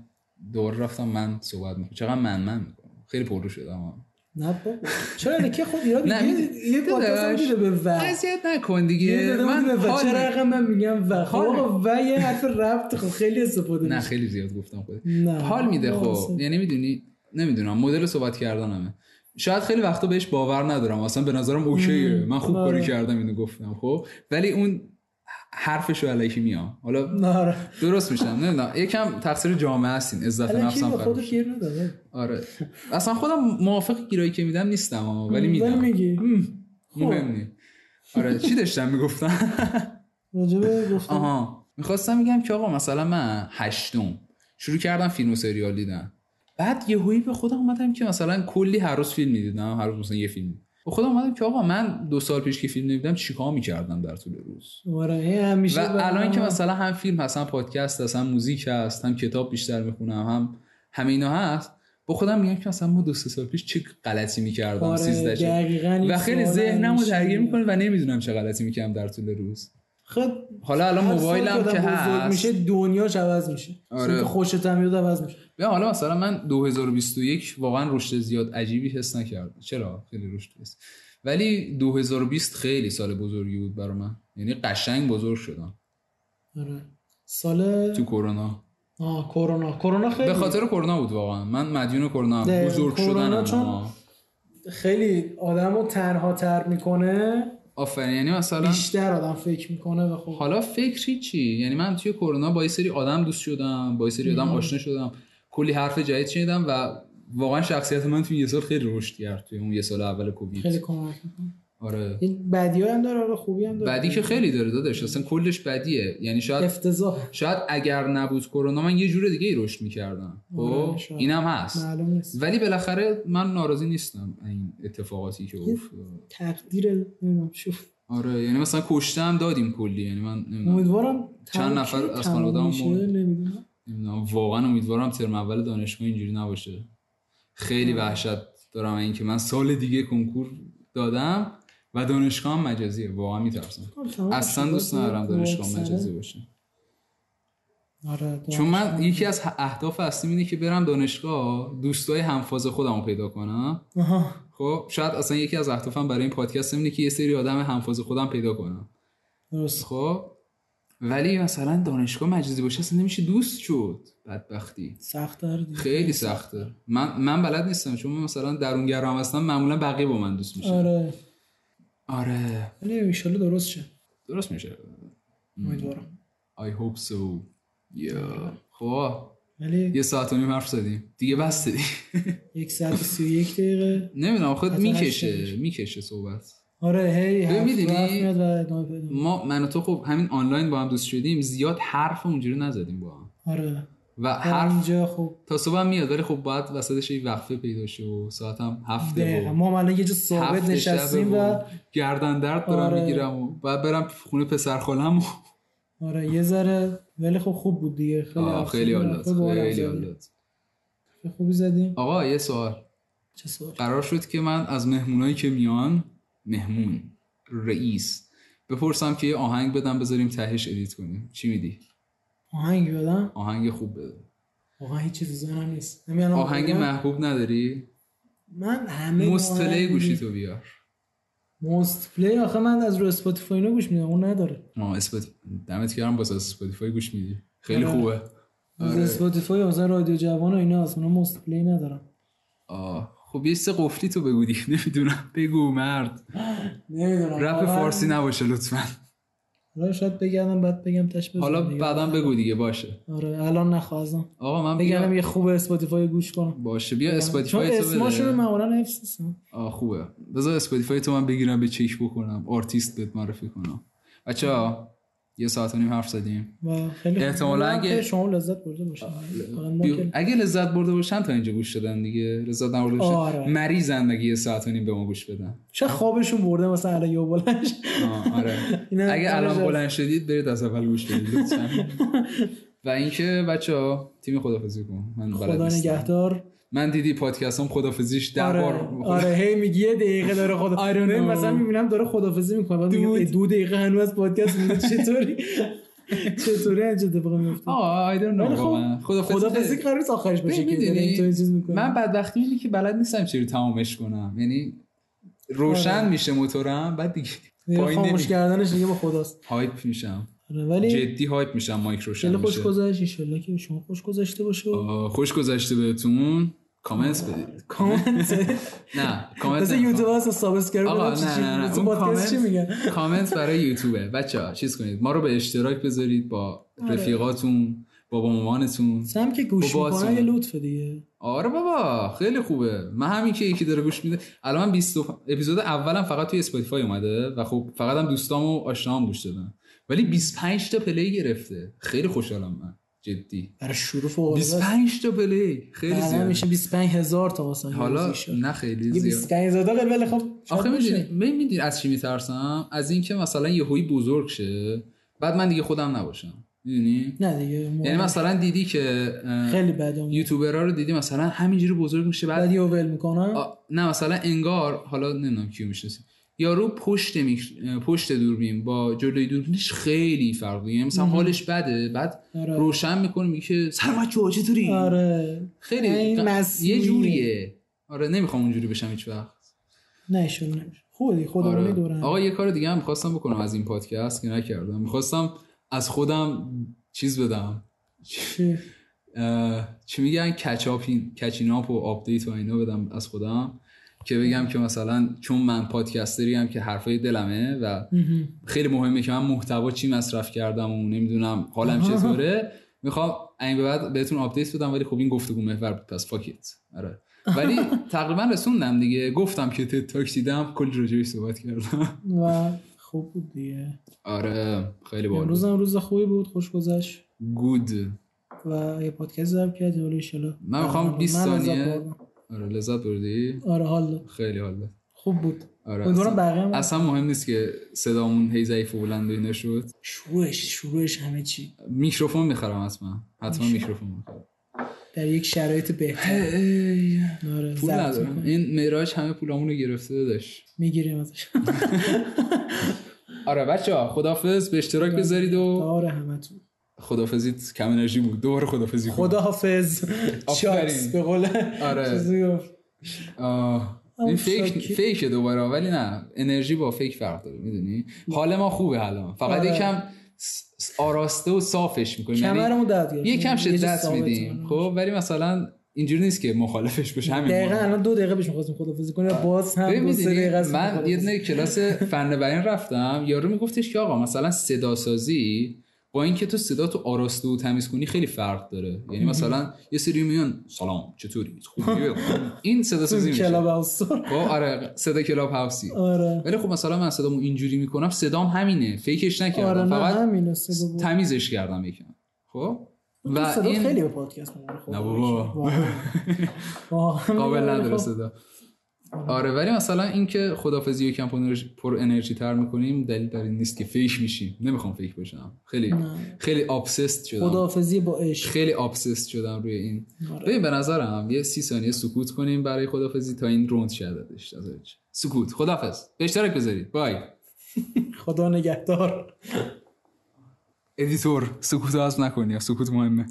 دور رفتم من صحبت میکنم چقدر من من میکنم خیلی پررو شدم آه. نه بابا چرا الکی خود ایراد نه، میگیره؟ می‌دونی. یه پادکست هم داداش. میده به و اذیت نکن دیگه من من حال چرا می- رقم من میگم و خب حال آقا و یه حرف ربط خب خیلی استفاده نه میشه خیلی زیاد گفتم خودی نه. حال میده نه، خب اصلا. یعنی میدونی نمیدونم مدل صحبت کردنمه شاید خیلی وقتا بهش باور ندارم اصلا به نظرم اوکیه من خوب آره. کاری کردم اینو گفتم خب ولی اون حرفشو علیکی میام حالا نه درست میشم نمیدونم یکم تقصیر جامعه هستین عزت الکی نفسم به خراب خودت شد. گیر نداره آره اصلا خودم موافق گیرایی که میدم نیستم آه، ولی ولی میدم میگی خب. مهم نیست آره چی داشتم میگفتم راجبه گفتم آها میخواستم میگم که آقا مثلا من هشتم شروع کردم فیلم و سریال دیدن بعد یهویی به خودم اومدم که مثلا کلی هر روز فیلم میدیدم هر روز مثلا یه فیلم به خودم اومدم که آقا من دو سال پیش که فیلم نمیدم چیکار میکردم در طول روز آره هی همیشه و برام الان که هم- مثلا هم فیلم هست هم پادکست هست هم موزیک هست هم کتاب بیشتر میخونم هم همه اینا هست با خودم میگم که مثلا ما دو سه سال پیش چه غلطی میکردم آره، دقیقاً این و خیلی سوال ذهنم رو همیشه درگیر میکنه و نمیدونم چه غلطی میکردم در طول روز خب حالا الان هر سال موبایلم آدم که بزرگ هست میشه دنیاش عوض میشه آره. آره. که خوشت هم میاد عوض میشه بیا حالا مثلا من 2021 واقعا رشد زیاد عجیبی حس نکردم چرا خیلی رشد حس ولی 2020 خیلی سال بزرگی بود برا من یعنی قشنگ بزرگ شدم آره. سال تو کرونا آه کرونا کرونا خیلی به خاطر کرونا بود واقعا من مدیون کرونا هم. دقیقاً. بزرگ کرونا شدن چون- خیلی آدم رو تنها تر میکنه آفرین یعنی مثلا بیشتر آدم فکر میکنه و خب حالا فکر چی یعنی من توی کرونا با یه سری آدم دوست شدم با یه سری آدم آشنا شدم کلی حرف جدید شنیدم و واقعا شخصیت من توی یه سال خیلی رشد کرد توی اون یه سال اول خیلی کووید کمک میکنه آره بدی هم داره آره خوبی هم داره بدی که خیلی داره داداش اصلا کلش بدیه یعنی شاید افتضاح شاید اگر نبود کرونا من یه جور دیگه ای رشد میکردم خب آره، شاید. اینم هست معلوم نیست ولی بالاخره من ناراضی نیستم از این اتفاقاتی که افتاد تقدیر نمیدونم شوف آره یعنی مثلا کشته هم دادیم کلی یعنی من نمیدونم امیدوارم چند نفر ترکی از تموم خانواده‌مون میشه، مرد. نمیدونم نمیدونم واقعا امیدوارم ترم اول دانشگاه اینجوری نباشه خیلی آره. وحشت دارم از اینکه من سال دیگه کنکور دادم و دانشگاه هم مجازیه واقعا میترسم خب، تمام اصلا شده. دوست ندارم دانشگاه واکسنه. مجازی باشه آره چون من یکی از ه- اهداف اصلیم اینه که برم دانشگاه دوستای همفاز خودم رو پیدا کنم آها. خب شاید اصلا یکی از اهدافم برای این پادکست اینه که یه سری آدم همفاز خودم پیدا کنم درست خب ولی مثلا دانشگاه مجازی باشه اصلا نمیشه دوست شد بدبختی سخت داره دیگه. خیلی سخته من من بلد نیستم چون من مثلا درونگرام هستم معمولا بقیه با من دوست میشه آره آره ولی ان درست شه درست میشه امیدوارم I hope so yeah. خب ولی یه ساعت و نیم حرف زدیم دیگه بس دیگه یک ساعت و سی و یک دقیقه نمیدونم خود حتی میکشه هشتادش. میکشه صحبت آره هی ببین حرف می‌دونی؟ رفت میاد و ادامه پیدا می‌کنه. ما من و تو خب همین آنلاین با هم دوست شدیم زیاد حرف اونجوری نزدیم با هم آره و هر حرف اینجا خب تا صبح هم میاد ولی خب باید وسطش یه وقفه پیدا شه و ساعت هم هفته دقیقا و ما هم الان یه جا ثابت هفت نشستیم شبه و گردن درد دارم آره. میگیرم و بعد برم خونه پسر خالم و آره یه ذره ولی خب خوب بود دیگه خیلی آه، افسرده. خیلی حالات خیلی باحال خیلی زدیم. حالات خیلی خوبی زدیم آقا یه سوال چه سوال قرار شد که من از مهمونایی که میان مهمون رئیس بپرسم که یه آهنگ بدم بذاریم تهش ادیت کنیم چی میدی آهنگ بدم آهنگ خوب بده واقعا هیچ چیزی زنم نیست همین الان آهنگ بگم. محبوب نداری من همه مستله آهنگ- گوشی تو بیار مست پلی آخه من از رو اسپاتیفای اینو گوش میدم اون نداره آه اسپات دمت گرم باز از اسپاتیفای گوش میدی خیلی آره. خوبه از آره. اسپاتیفای مثلا رادیو جوان و اینا هست اونا مست پلی ندارم آه خب یه سه قفلی تو بگو دیگه نمیدونم بگو مرد نمیدونم رپ فارسی نباشه لطفا حالا شاید بگردم بعد بگم تش بزنم حالا دیگه. بعدا بگو دیگه باشه آره الان نخواستم آقا من بگم بیا یه خوب اسپاتیفای گوش کنم باشه بیا چون اسپاتیفای تو اسماشون رو بده معمولا حفظ نیستم آه خوبه بذار اسپاتیفای تو من بگیرم به چک بکنم آرتیست بهت معرفی کنم بچه ها یه ساعت و نیم حرف زدیم و خیلی خوب. احتمالاً امیدوارم اگه- که شما لذت برده باشین حالا ما بیا- که- اگه لذت برده باشن تا اینجا گوش دادن دیگه لذت نبرده باشن آره. مریضن اگه یه ساعت و نیم به ما گوش بدن شاید خوابشون برده مثلا علی یا بلنش آه، آره اینم اگه خارج الان از- بلند شدید برید از اول گوش بدید لطفاً. و اینکه بچه ها تیم خدافزی کن من بلد خدا نیستم نگهدار من دیدی پادکست هم خدافزیش در آره بار آره هی میگی یه دقیقه داره خدا I don't من know. مثلا میبینم داره خدافظی میکنه بعد میگم دود. ای، دو دقیقه هنوز از پادکست مونده چطوری چطوری اینجا اتفاقی میفته آه I don't know ولی واقعا. خب خداحافظی خدافظی خیلی- قرار نیست آخرش باشه که داره می‌دونی؟ اینطوری چیز میکنه من بدبختی اینه که بلد نیستم چجوری تمامش کنم یعنی روشن آره. میشه موتورم بعد دیگه دیگه پایین خاموش نمیشه کردنش دیگه با خداست هایپ میشم آره، ولی یعنی جدی هایپ میشم مایک روشن خیلی خوش میشه گذشت ایشالله که به شما خوش گذشته باشه و آه، خوش گذشته بهتون کامنت بدید کامنت نه کامنت مثلا نمی‌خوام. یوتیوب هست و سابسکرایب آقا بدم چی نه چی نه نه مثلا اون پادکست چی میگن کامنت کامنت برای یوتیوبه بچه ها چیز کنید ما رو به اشتراک بذارید با آره. رفیقاتون بابا مامانتون سم که گوش بابا میکنه آسمان. یه لطفه دیگه آره بابا خیلی خوبه من همین که یکی داره گوش میده الان من 20 اپیزود اولم فقط توی اسپاتیفای اومده و خب فقط هم دوستام و آشنام گوش دادن ولی 25 تا پلی گرفته خیلی خوشحالم من جدی برای شروع فوق العاده است. 25 تا پلی خیلی بعدا زیاده میشه 25 هزار تا مثلا حالا یوزی شد. نه خیلی یه زیاد 25 هزار تا ولی خب شاید آخه میدونی باشه. میدونی از چی میترسم از اینکه مثلا یه هوی بزرگ شه بعد من دیگه خودم نباشم میدونی نه دیگه ما- یعنی مثلا دیدی که اه، خیلی بده اون. یوتیوبرا رو دیدی مثلا همینجوری بزرگ میشه بعد بعد یه ول میکنم آ- نه مثلا انگار حالا نمیدونم کیو میشناسی یارو پشت میکر... پشت دوربین با جلوی دوربینش خیلی فرق داره یعنی مثلا حالش بده بعد آره. روشن میکنه میگه که سلام بچه‌ها چطوری آره خیلی این یه مسئولیه. جوریه آره نمیخوام اونجوری بشم هیچ وقت نه ایشون نمیشه خودی خودمونی آره. دورن آقا یه کار دیگه هم میخواستم بکنم از این پادکست که نکردم میخواستم از خودم چیز بدم چی؟ اه، چی میگن کچاپین کچیناپ و آپدیت و اینا بدم از خودم که بگم که مثلا چون من پادکستری هم که حرفای دلمه و خیلی مهمه که من محتوا چی مصرف کردم و نمیدونم حالم چطوره میخوام این به بعد بهتون آپدیت بدم ولی خب این گفتگو محور بود پس فاکیت آره ولی تقریبا رسوندم دیگه گفتم که تد تاک دیدم کلی راجعش صحبت کردم و خوب بود دیگه آره خیلی باحال امروز هم روز خوبی بود خوش گذشت گود و یه پادکست ضرب کردیم حالا انشالله من میخوام 20 من لذت ثانیه بردم. آره لذت بردی آره حال داد. خیلی حال داد. خوب بود آره امیدوارم بقیه هم اصلا مهم نیست که صدامون هی ضعیف و بلند و اینا شد شروعش شروعش همه چی میکروفون میخرم حتما حتما میکروفون میخرم در یک شرایط بهتر آره پول ندارم این معراج همه پولامون رو گرفته داشت میگیریم ازش آره بچه ها خدافز به آره. اشتراک بذارید و دار همتون خدافزیت کم انرژی بود دوباره خدافزی کن. خداحافظ آفرین. چاکس به قول آره. چیزی گفت. آه. این آه، فیک شاکی. فیک دوباره ولی نه انرژی با فیک فرق داره میدونی حال ما خوبه الان فقط آره. یکم س- س- آراسته و صافش میکنیم کمرمون درد گرفت. یکم یه چیز یعنی شدت ثابت میدیم کنیم. خب ولی مثلا اینجوری نیست که مخالفش بشه همین دقیقا موقع. الان دو دقیقه بهش میخواستیم خدافزی کنیم باز هم ببین دو سه می‌دونی، دقیقه است من خداحافظی. یه دونه کلاس فناوری رفتم یارو میگفتش که آقا مثلا صدا سازی با اینکه تو صدا تو آراسته و تمیز کنی خیلی فرق داره یعنی مثلا یه سری میان سلام چطوری خوبی این صدا سازی تو کلاب میشه هاوس. خب آره صدا کلاب هاوسی آره ولی خب مثلا من صدامو اینجوری میکنم صدام همینه فیکش آره نکردم نه فقط همینه صدا بود. تمیزش کردم یکم خب و تو صدا این خیلی به پادکست میمونه خب. نه بابا. واقعا. واقعا. قابل نداره خب. صدا آره ولی مثلا اینکه خدافظی یکم پر انرژی, پر انرژی تر میکنیم دلیل بر این نیست که فیک میشیم نمیخوام فیک بشم خیلی نه. خیلی آبسست شدم خداحافظی با عشق خیلی آبسست شدم روی این آره. ببین به نظرم یه سی ثانیه سکوت کنیم برای خدافظی تا این روند شدتش نظرت چیه؟ سکوت خدافظ به اشتراک بذارید بای خدا نگهدار ادیتور سکوت رو حذف نکنی سکوت مهمه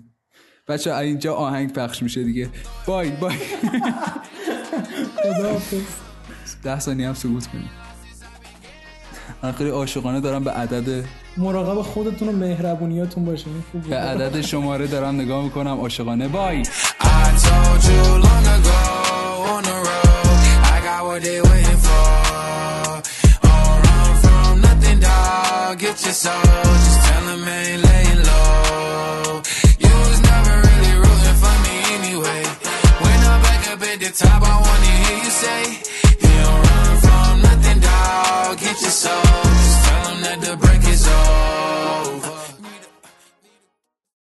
بچه اینجا آهنگ پخش میشه دیگه بای بای خداحافظ ده ثانیه هم سکوت کنی من خیلی عاشقانه دارم به عدد مراقب خودتون و مهربونیاتون باشین این خوب بود. به عدد شماره دارم نگاه میکنم عاشقانه بای I told you long ago on the road, I got what they waiting for. Don't run from nothing, dog. Get your soul. Just tell 'em I ain't laying low. You was never really rooting for me anyway. When I'm back up at the top, I wanna hear you say.